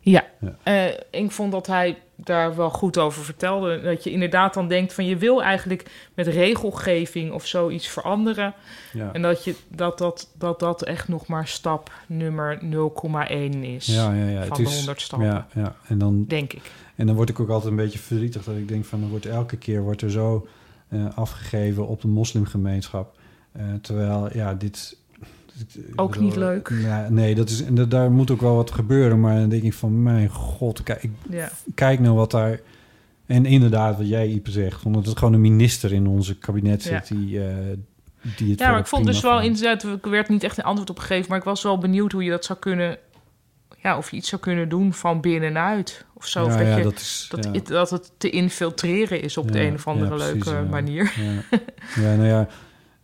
C: Ja,
B: Ja.
C: Eh, ik vond dat hij daar wel goed over vertelde. Dat je inderdaad dan denkt van je wil eigenlijk met regelgeving of zoiets veranderen.
B: Ja.
C: En dat, je, dat, dat, dat dat echt nog maar stap nummer 0,1 is
B: Ja, ja, ja.
C: van
B: het
C: de
B: is-
C: 100 stappen.
B: Ja, ja. En dan,
C: Denk ik.
B: En dan word ik ook altijd een beetje verdrietig dat ik denk van, er wordt elke keer wordt er zo eh, afgegeven op de moslimgemeenschap. Eh, terwijl, ja, dit. dit- ik
C: Ook
B: bedoel,
C: niet leuk.
B: ja, nee, dat is, en dat, daar moet ook wel wat gebeuren. Maar dan denk ik van, mijn god, kijk,
C: Ja.
B: kijk nou wat daar... En inderdaad, wat jij, Ipe, zegt. Omdat het gewoon een minister in onze kabinet zit
C: Ja.
B: die, eh, die het
C: Ja, maar
B: verder
C: ik vond
B: prima
C: dus wel inderdaad, ik werd niet echt een antwoord op gegeven, maar ik was wel benieuwd hoe je dat zou kunnen, ja, of je iets zou kunnen doen van binnenuit of zo.
B: Ja,
C: of dat,
B: ja,
C: je,
B: dat is-
C: dat,
B: ja.
C: het, dat het te infiltreren is op de
B: Ja,
C: een of andere
B: ja, precies,
C: leuke
B: ja.
C: manier.
B: Ja. Ja, nou ja,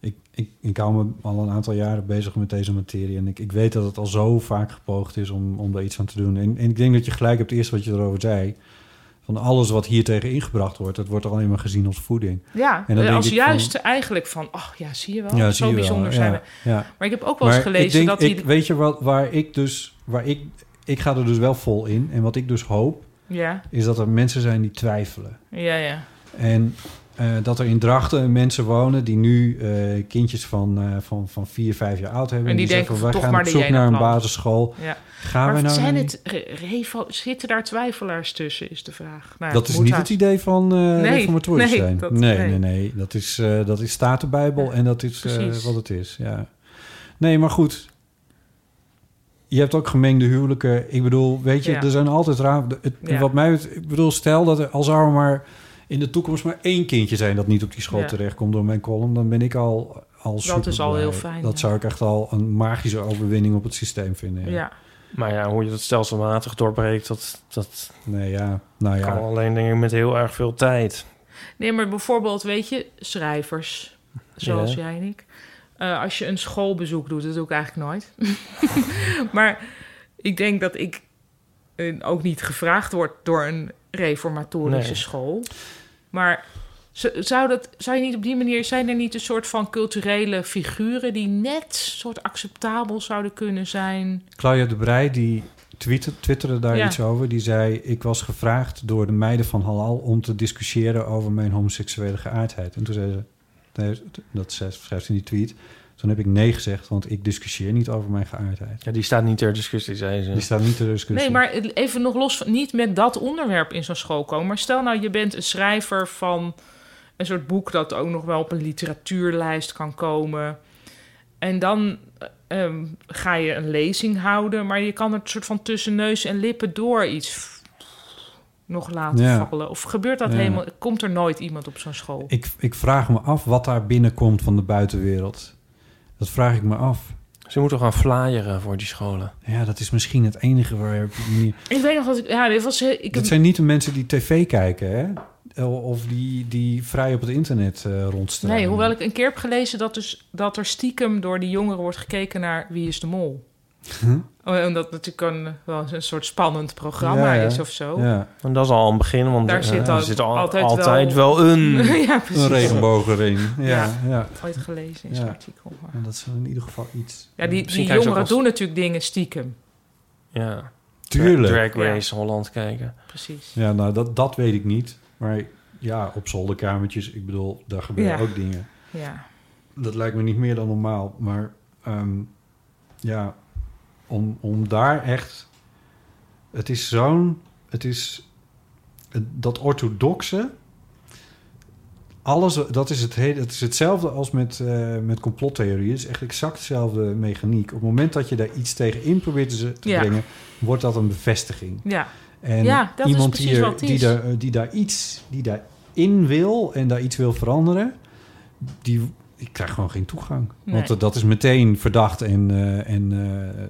B: ik, ik, ik hou me al een aantal jaren bezig met deze materie. En ik, ik weet dat het al zo vaak gepoogd is om, om daar iets aan te doen. En, en ik denk dat je gelijk hebt, eerst wat je erover zei. Van alles wat hier tegen ingebracht wordt, dat wordt alleen maar gezien als voeding.
C: Ja,
B: En dan denk
C: als
B: ik van-
C: juist eigenlijk van, ach ja, zie je wel,
B: Ja, zie
C: zo
B: je wel,
C: bijzonder
B: ja,
C: zijn we.
B: ja.
C: Maar ik heb ook wel eens
B: Maar ik
C: gelezen
B: denk-
C: dat
B: ik-
C: die...
B: Weet je wat, waar ik dus... Waar ik, ik ga er dus wel vol in. En wat ik dus hoop,
C: Ja.
B: is dat er mensen zijn die twijfelen.
C: Ja, ja.
B: En eh, dat er in Drachten mensen wonen die nu eh, kindjes van, eh van, van vier, vijf jaar oud hebben.
C: En die denken
B: zeggen, wij
C: toch
B: gaan
C: maar
B: op
C: de
B: zoek naar een
C: Jenaplan."
B: basisschool.
C: Ja.
B: Gaan
C: maar
B: we nou...
C: zijn
B: naar-
C: het re- reval- zitten daar twijfelaars tussen, is de vraag. Nou,
B: dat is
C: moet
B: niet
C: haast.
B: het idee van eh
C: Nee,
B: reformatorisch
C: nee,
B: zijn.
C: dat-
B: nee, nee,
C: nee.
B: nee, Dat is, eh dat is Statenbijbel en dat is eh,
C: Precies.
B: wat het is. Ja. Nee, maar goed. Je hebt ook gemengde huwelijken. Ik bedoel, weet je,
D: Ja.
B: er zijn altijd raar... Het,
D: Ja.
B: Wat mij betreft, ik bedoel, stel dat er, al zou er maar in de toekomst maar één kindje zijn... dat niet op die school
C: Ja.
B: terechtkomt door mijn column... dan ben ik al, al
C: Dat is
B: superblij.
C: al heel fijn,
B: Dat
C: ja.
B: zou ik echt al een magische overwinning op het systeem vinden. Ja.
C: Ja.
D: Maar ja, hoe je dat stelselmatig doorbreekt, dat, dat
B: nee, ja. Nou, ja.
D: kan alleen denk ik met heel erg veel tijd.
C: Nee, maar bijvoorbeeld, weet je, schrijvers, zoals
D: Ja.
C: jij en ik. Eh, als je een schoolbezoek doet, dat doe ik eigenlijk nooit. maar ik denk dat ik eh, ook niet gevraagd word door een reformatorische
D: Nee.
C: school. Maar z- zou, dat, zou je niet op die manier... Zijn er niet een soort van culturele figuren... die net soort acceptabel zouden kunnen zijn?
B: Claudia de Brij die tweette, twitterde daar
C: Ja.
B: iets over. Die zei: Ik was gevraagd door de meiden van Halal om te discussiëren over mijn homoseksuele geaardheid. En toen zei ze: nee, Dat ze- schrijft ze in die tweet. Toen heb ik nee gezegd, want ik discussieer niet over mijn geaardheid.
D: Ja, die staat niet ter discussie, zei ze.
B: Die staat niet ter discussie.
C: Nee, maar het- even nog los van... Niet met dat onderwerp in zo'n school komen. Maar stel nou, je bent een schrijver van een soort boek... dat ook nog wel op een literatuurlijst kan komen. En dan eh, ehm, ga je een lezing houden... maar je kan er een soort van tussen neus en lippen door iets... f- nog laten
B: Ja.
C: vallen. Of gebeurt dat
B: Ja.
C: helemaal... Komt er nooit iemand op zo'n school?
B: Ik, ik vraag me af wat daar binnenkomt van de buitenwereld. Dat vraag ik me af.
D: Ze moeten gaan flyeren voor die scholen.
B: Ja, dat is misschien het enige waar je op die manier-
C: Ik weet nog dat ik... Ja, dit was... heel- Ik
B: Dat zijn niet de mensen die tv kijken, hè? Of die, die vrij op het internet eh rondstralen.
C: Nee, hoewel ik een keer heb gelezen dat, dus, dat er stiekem door die jongeren wordt gekeken naar Wie is de Mol.
B: Hm?
C: Oh, Omdat natuurlijk een, wel een soort spannend programma is of zo.
D: En dat is al een begin, want
C: Daar
D: eh,
C: zit
D: er
C: al-
D: zit al,
C: altijd
D: altijd,
C: wel-
D: wel, een,
C: Ja, precies.
B: Een regenboog erin. Ja, ja.
C: Ooit gelezen in zo'n artikel.
B: Ja, dat is in ieder geval iets.
C: Ja, die,
D: Misschien
C: die
D: krijgen ze ook
C: jongeren
D: als-
C: doen natuurlijk dingen stiekem.
D: Ja.
B: Tuurlijk.
D: Drag Race Holland kijken.
C: Precies.
B: Ja, nou, dat, dat weet ik niet. Maar ja, op zolderkamertjes, ik bedoel, daar gebeuren
C: Ja.
B: ook dingen.
C: Ja.
B: Dat lijkt me niet meer dan normaal. Maar ehm, ja, om, om daar echt... Het is zo'n... Het is... het- Dat orthodoxe... Alles, dat is, het hele, het is hetzelfde als met, eh met complottheorieën. Het is echt exact dezelfde mechaniek. Op het moment dat je daar iets tegen in probeert te te
C: Ja.
B: brengen... wordt dat een bevestiging.
C: Ja.
B: En
C: Ja, dat is dus
B: iemand
C: precies
B: die, er-
C: wat het
B: die,
C: is.
B: daar, eh, die daar iets die daarin wil en daar iets wil veranderen, die, die krijgt gewoon geen toegang.
C: Nee.
B: Want dat- dat is meteen verdacht en, eh, en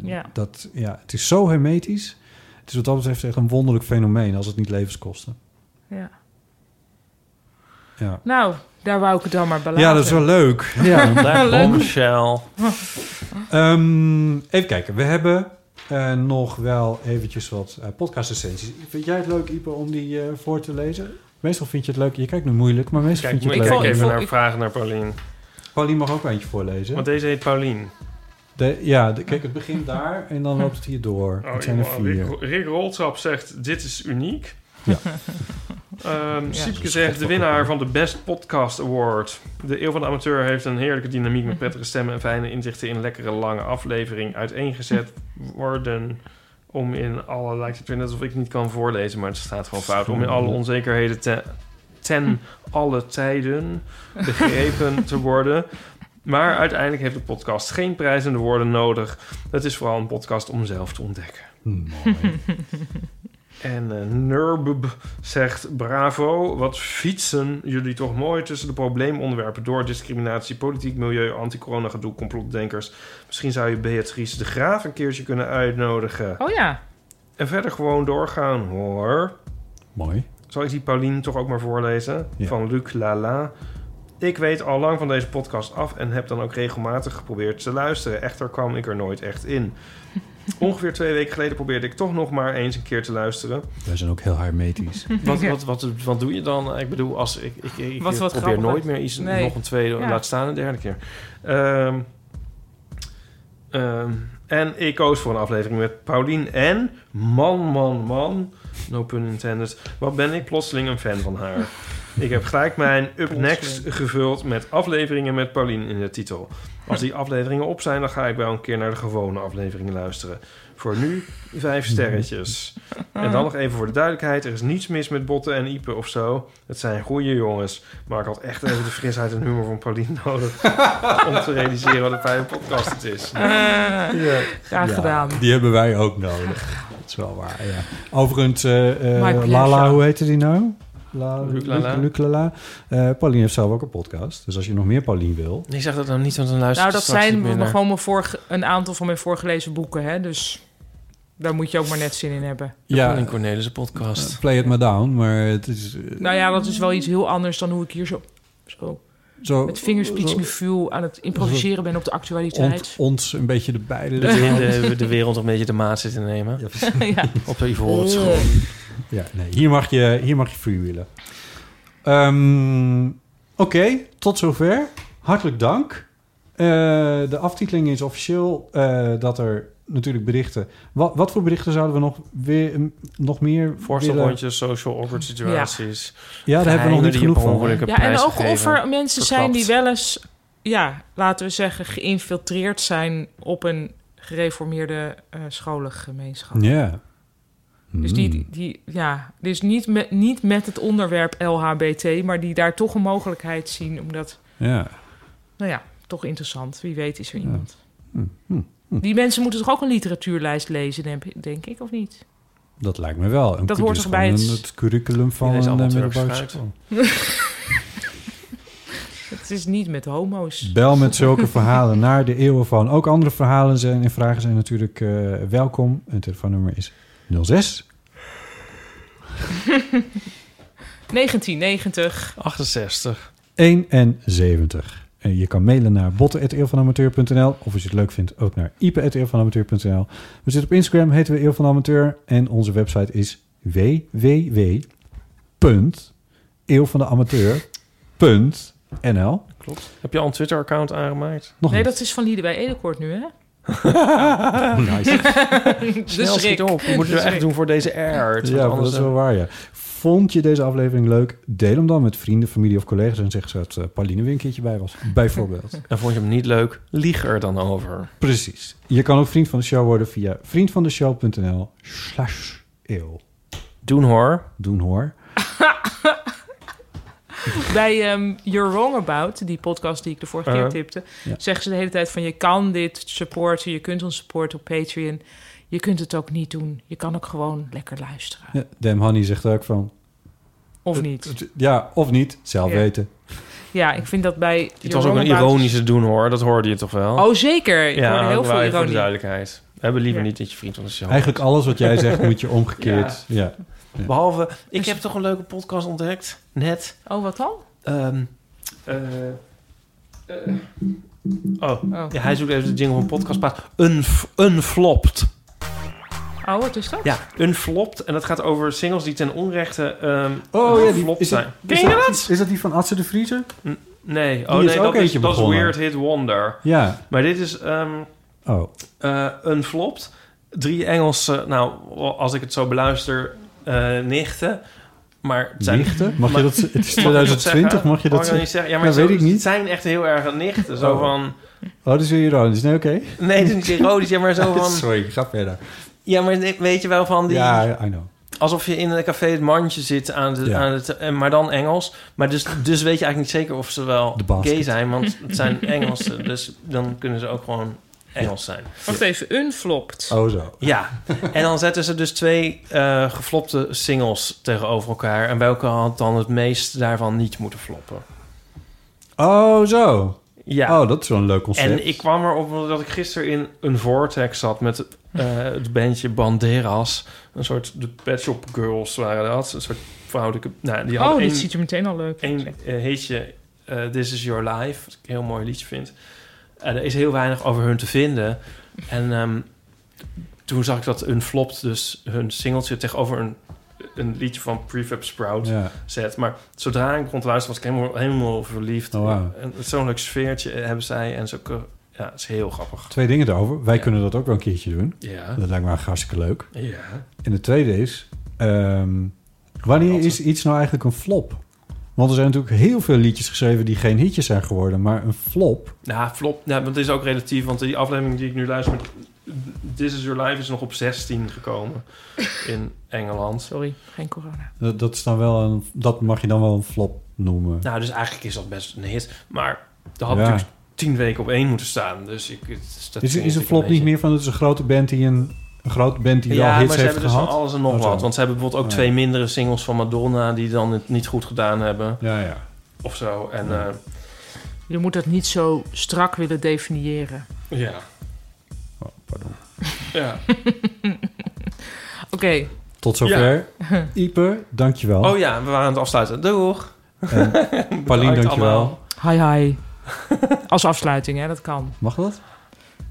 B: eh,
C: Ja.
B: dat, ja, het is zo hermetisch. Het is wat dat betreft echt een wonderlijk fenomeen als het niet levens kostte.
C: Ja.
B: Ja.
C: Nou, daar wou ik het dan maar bij
B: Ja,
C: laten.
B: dat is wel leuk. Ja.
D: Daar
B: Leuk.
D: bombshell.
B: Ehm, even kijken, we hebben eh, nog wel eventjes wat eh podcastessenties. Vind jij het leuk, Ipe, om die eh, voor te lezen? Meestal vind je het leuk. Je kijkt nu moeilijk, maar meestal
D: Kijk,
B: vind je
D: ik
B: het leuk.
D: kijk even naar vragen naar Paulien.
B: Paulien mag ook eentje voorlezen.
D: Want deze heet Paulien.
B: De, ja, de- kijk, het begint daar en dan loopt het hier door.
D: Oh,
B: het zijn er vier.
D: Rick, Rick Roltrap zegt, dit is uniek.
B: Ja.
D: Ehm, Siepke
B: dat
D: zegt, de winnaar van de Best Podcast Award. De Eeuw van de Amateur heeft een heerlijke dynamiek... met prettige stemmen en fijne inzichten in lekkere lange aflevering... uiteengezet worden om in alle... lijkt het weer net alsof ik niet kan voorlezen, maar het staat gewoon fout... om in alle onzekerheden te, ten alle tijden begrepen te worden... Maar uiteindelijk heeft de podcast geen prijzende woorden nodig. Het is vooral een podcast om zelf te ontdekken. En eh Nurbub zegt: Bravo, wat fietsen jullie toch mooi tussen de probleemonderwerpen door discriminatie, politiek, milieu, anti-corona gedoe, complotdenkers. Misschien zou je Beatrice de Graaf een keertje kunnen uitnodigen.
C: Oh ja.
D: En verder gewoon doorgaan hoor.
B: Mooi.
D: Zal ik die Paulien toch ook maar voorlezen?
B: Ja.
D: Van Luc Lala. Ik weet al lang van deze podcast af en heb dan ook regelmatig geprobeerd te luisteren. Echter kwam ik er nooit echt in. Ongeveer twee weken geleden probeerde ik toch nog maar eens een keer te luisteren.
B: Wij zijn ook heel hermetisch.
D: Wat, wat, wat, wat doe je dan? Ik bedoel, als ik, ik, ik,
C: Wat- wat
D: probeer
C: grappig.
D: nooit meer iets,
C: Nee.
D: nog een tweede,
C: Ja.
D: laat staan een derde keer. Ehm, ehm, en ik koos voor een aflevering met Paulien en man, man, man, no pun intended, wat ben ik plotseling een fan van haar. Ik heb gelijk mijn Up Next gevuld met afleveringen met Paulien in de titel. Als die afleveringen op zijn, dan ga ik wel een keer naar de gewone afleveringen luisteren. Voor nu vijf sterretjes. En
C: Mhm.
D: dan nog even voor de duidelijkheid: er is niets mis met botten en iepen of zo. Het zijn goede jongens. Maar ik had echt even de frisheid en humor van Paulien nodig. om te realiseren wat een fijne podcast het is.
C: Ja. Eh, Graag gedaan.
B: Die hebben wij ook nodig. Dat is wel waar, ja. Overigens, eh, eh,
C: My pleasure.
B: Lala, hoe heette die nou? La,
D: Luc Lala.
B: Luc- Luc Lala. Eh, Paulien heeft zelf ook een podcast. Dus als je nog meer Paulien wil...
D: Ik zeg dat dan niet, want dan luister
C: Nou, dat zijn gewoon mijn vorige, een aantal van mijn voorgelezen boeken, hè. Dus daar moet je ook maar net zin in hebben.
D: een Cornelissen podcast.
B: eh, play it maar down, maar het is... eh,
C: Nou ja, dat is wel iets heel anders dan hoe ik hier zo, zo,
B: Zo-
C: met vingerspitsgevoel aan het improviseren ben op de actualiteit.
B: ont- ons een beetje de beide...
D: Dat je de, de wereld een beetje de maat zitten nemen.
C: Ja. Oh.
D: Op de Ivoren school.
B: Ja, nee, hier mag je, hier mag je freewheelen. Ehm, Ehm, Oké, tot zover. Hartelijk dank. Eh, de aftiteling is officieel eh, dat er natuurlijk berichten... Wat, wat voor berichten zouden we nog, weer, m, nog meer willen-
D: Voorstelrondjes, social awkward situaties.
B: Ja, daar hebben we nog niet
D: Geheimen die je
B: genoeg
D: per
B: van.
D: ongeluk hebt
C: Ja, en ook
D: prijsgegeven.
C: of er mensen zijn die
D: Verklapt.
C: wel eens, ja, laten we zeggen, geïnfiltreerd zijn op een gereformeerde eh scholengemeenschap.
B: Ja.
C: Dus die, die, ja, dus niet met, niet met het onderwerp LHBT, maar die daar toch een mogelijkheid zien, omdat,
B: Hmm, Ja.
C: nou ja, toch interessant. Wie weet is er iemand.
B: Hmm, Hm.
C: Die mensen moeten toch ook een literatuurlijst lezen, denk, denk ik, of niet?
B: Dat lijkt me wel. Een
C: Dat
B: cu-
C: hoort
B: dus
C: toch bij
B: gewoon
C: het-
B: een- curriculum van
D: Iedereen is
B: een
D: allemaal
B: eh,
D: Turks
B: middelbare
D: fruit.
B: school.
C: het is niet met homo's.
B: Bel met zulke verhalen naar de eeuwenfoon. Ook andere verhalen zijn en vragen zijn natuurlijk eh, welkom. Het telefoonnummer is 06
C: 1990.
D: 68.
B: 71. En je kan mailen naar botten.eeuwvanamateur.nl of als je het leuk vindt ook naar ipe.eeuwvanamateur.nl. We zitten op Instagram, heten we Eeuw van Amateur en onze website is www.eeuwvanamateur.nl.
D: Klopt. Heb je al een Twitter-account aangemaakt?
B: Nog
C: nee, dat is van Lieden bij Edelkoort nu, hè?
B: Oh, Nice.
C: De
D: Snel schiet
C: schrik.
D: op. We
C: De
D: moeten het
C: schrik.
D: echt doen voor deze air.
B: Ja, dat is wel waar, ja. Vond je deze aflevering leuk? Deel hem dan met vrienden, familie of collega's en zeg dat eh, Pauline weer een keertje bij was, bijvoorbeeld.
D: Dan vond je hem niet leuk. Lieg er dan over.
B: Precies. Je kan ook vriend van de show worden via vriendvandeshow.nl slash eeuw.
D: Doen hoor.
B: Doen hoor.
C: Bij ehm, You're Wrong About, die podcast die ik de vorige
D: Eh,
C: keer tipte,
D: ja.
C: zeggen ze de hele tijd van je kan dit supporten, je kunt ons supporten op Patreon. Je kunt het ook niet doen. Je kan ook gewoon lekker luisteren.
B: Ja, Dem Honey zegt ook van...
C: Of
B: Het-
C: niet.
B: het- ja, of niet. Zelf
C: Ja.
B: weten.
C: Ja, ik vind dat bij.
D: Het
C: You're
D: was ook
C: Wrong
D: een
C: About-
D: ironische doen hoor. Dat hoorde je toch wel?
C: Oh, zeker. Ik hoorde heel
D: dat
C: veel
D: wou je Voor de
C: ironie.
D: duidelijkheid. We hebben liever niet dat je vriend van de show
B: Eigenlijk
D: wordt.
B: alles wat jij zegt moet je omgekeerd.
D: Ja.
B: Ja.
D: Behalve,
B: Dus-
D: ik heb toch een leuke podcast ontdekt. Net.
C: Oh, wat dan?
D: Ehm, eh, eh, oh, Ja, hij zoekt even de jingle van podcastpaas. Een, unflopped.
C: Oh, wat is dat?
D: Ja, unflopped. En dat gaat over singles die ten onrechte ehm
B: Oh ja, die,
D: geflopt
B: is,
D: zijn.
B: het,
D: Ken
B: is,
D: je dat?
B: dat, is dat die van Atze de Vriezer?
D: Nee,
B: Die
D: oh,
B: is
D: nee
B: ook
D: dat, is,
B: eentje
D: dat is
B: begonnen.
D: Weird Hit Wonder.
B: Ja.
D: Maar dit is ehm
B: Oh.
D: eh, Unflopped. Drie Engelse, nou, als ik het zo beluister, eh, nichten. Maar het zijn,
B: Nichten? Mag je
D: maar-
B: dat- het is
D: mag ik dat
B: 2020,
D: zeggen?
B: mag je dat
D: niet
B: zeggen?
D: zeggen? Ja, maar
B: Nou,
D: zo-
B: weet ik niet.
D: het zijn echt heel erg nichten. Zo
B: Oh.
D: van,
B: Oh, dat is weer ironisch. Nee, oké.
D: nee, het is niet ironisch, ja, maar zo van...
B: Sorry, ik ga verder.
D: Ja, maar ne- weet je wel van die...
B: Ja, I know.
D: Alsof je in een café het mandje zit, aan de,
B: Ja.
D: aan het, en- maar dan Engels. Maar dus, dus weet je eigenlijk niet zeker of ze wel
B: basket.
D: gay zijn, want het zijn Engelsen. Dus dan kunnen ze ook gewoon Engels zijn.
C: Wacht even, unflopt.
B: Oh, zo.
D: Ja, en dan zetten ze dus twee eh geflopte singles tegenover elkaar. En welke had dan het meest daarvan niet moeten floppen?
B: Oh, zo.
D: Ja.
B: Oh, dat is wel een leuk concept.
D: En ik kwam erop omdat ik gisteren in een vortex zat met eh, het bandje Banderas. Een soort de Pet Shop Girls waren dat. Een soort vrouwelijke... Nou, die
C: oh,
D: hadden
C: dit
D: één-
C: ziet er meteen al leuk uit.
D: Eén eh, hitje, eh, This Is Your Life, wat ik een heel mooi liedje vind. En er is heel weinig over hun te vinden. En ehm, toen zag ik dat hun flopt, dus hun singeltje tegenover een, een liedje van Prefab Sprout
B: Ja.
D: zet. Maar zodra ik kon luisteren, was ik helemaal, helemaal verliefd.
B: Oh, wauw.
D: En Zo'n leuk Eh, sfeertje eh, hebben zij en zo. Ja, het is heel grappig.
B: Twee dingen daarover. Wij kunnen dat ook wel een keertje doen.
D: Ja.
B: Dat lijkt me hartstikke leuk.
D: Ja.
B: En het tweede is... ehm, wanneer is iets nou eigenlijk een flop? Want er zijn natuurlijk heel veel liedjes geschreven die geen hitjes zijn geworden. Maar een flop...
D: Nou, flop. Nou, want het is ook relatief, want die aflevering die ik nu luister met This Is Your Life is nog op 16 gekomen in Engeland.
C: Sorry, geen corona.
B: Dat, dat, is dan wel een, dat mag je dan wel een flop noemen.
D: Nou, dus eigenlijk is dat best een hit. Maar dat had
B: Ja.
D: natuurlijk tien weken op één moeten staan. Dus ik, het is- dat
B: is,
D: vind
B: is een
D: ik
B: flop
D: beetje-
B: niet meer van het is een grote band die een, een grote band die wel
D: Ja,
B: hits
D: maar ze
B: heeft
D: hebben dus
B: gehad?
D: van alles en nog
B: Oh, zo.
D: wat. Want ze hebben bijvoorbeeld ook
B: Ja.
D: twee mindere singles van Madonna... die dan het niet goed gedaan hebben.
B: Ja, ja.
D: Of zo. En eh,
C: Je moet dat niet zo strak willen definiëren.
D: eh, ja.
B: Oh,
D: pardon.
C: Oké.
B: Tot zover. Ipe, dankjewel.
D: Ja. Oh ja, we waren aan het afsluiten. Doeg!
B: En
D: Bedankt
B: Paulien, dankjewel.
D: allemaal.
C: Hi, hi. Als afsluiting, hè? Dat kan.
B: Mag dat?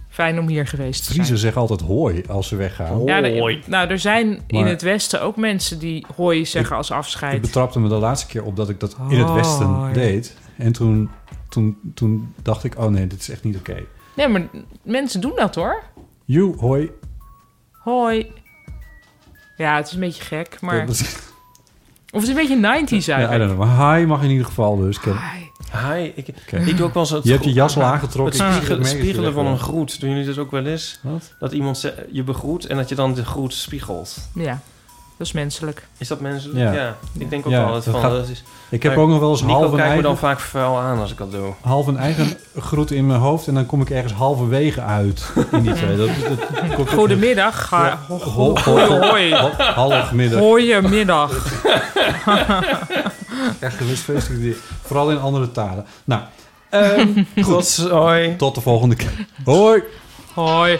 C: Fijn om hier geweest te zijn.
B: Vriezen zeggen altijd hoi als ze weggaan.
C: Ja, er, nou, er zijn in
B: Maar-
C: het Westen ook mensen die hooi zeggen als
B: Ik
C: afscheid.
B: betrapte me de laatste keer op dat ik dat in het
C: Hoi.
B: Westen deed. En toen, toen, toen dacht ik, oh nee, dit is echt niet oké.
C: Nee, maar mensen doen dat hoor.
B: You, hoi.
C: Hoi. Ja, het is een beetje gek, maar...
B: Ja, dat is-
C: Of het is een beetje 90s
B: Ja, I
C: eigenlijk.
B: don't know. Maar hi mag in ieder geval dus. Hi.
D: Hi, ik, ik doe ook wel eens het
B: Je hebt je
D: gro-
B: jas al aangetrokken. Ik
D: Het spiegel-
B: merk dat je
D: spiegelen
B: weg
D: van een
B: bent.
D: groet. Doen jullie dat ook wel eens?
B: Wat?
D: Dat iemand ze- je begroet en dat je dan de groet spiegelt.
C: Ja, dat is menselijk.
D: Is dat menselijk?
B: Ja.
D: Ja. Ik denk ook
B: Ja,
D: wel dat
B: dat
D: van...
B: gaat-
D: dat is,
B: Ik heb
D: maar
B: ook nog wel eens
D: Nico
B: half een
D: kijkt me dan
B: eigen-
D: vaak vuil aan als ik dat doe.
B: Half een eigen groet in mijn hoofd en dan kom ik ergens halverwege uit. In die twee. Dat, dat komt ook-
C: Goedemiddag.
B: Ja.
C: Ja.
B: Ho- ho- ho- ho- halfmiddag.
C: Goedemiddag.
B: Ja, gewistfeestelijk dit. Vooral in andere talen. Nou, ehm, goed.
D: Hoi.
B: Tot de volgende keer. Hoi.
C: Hoi.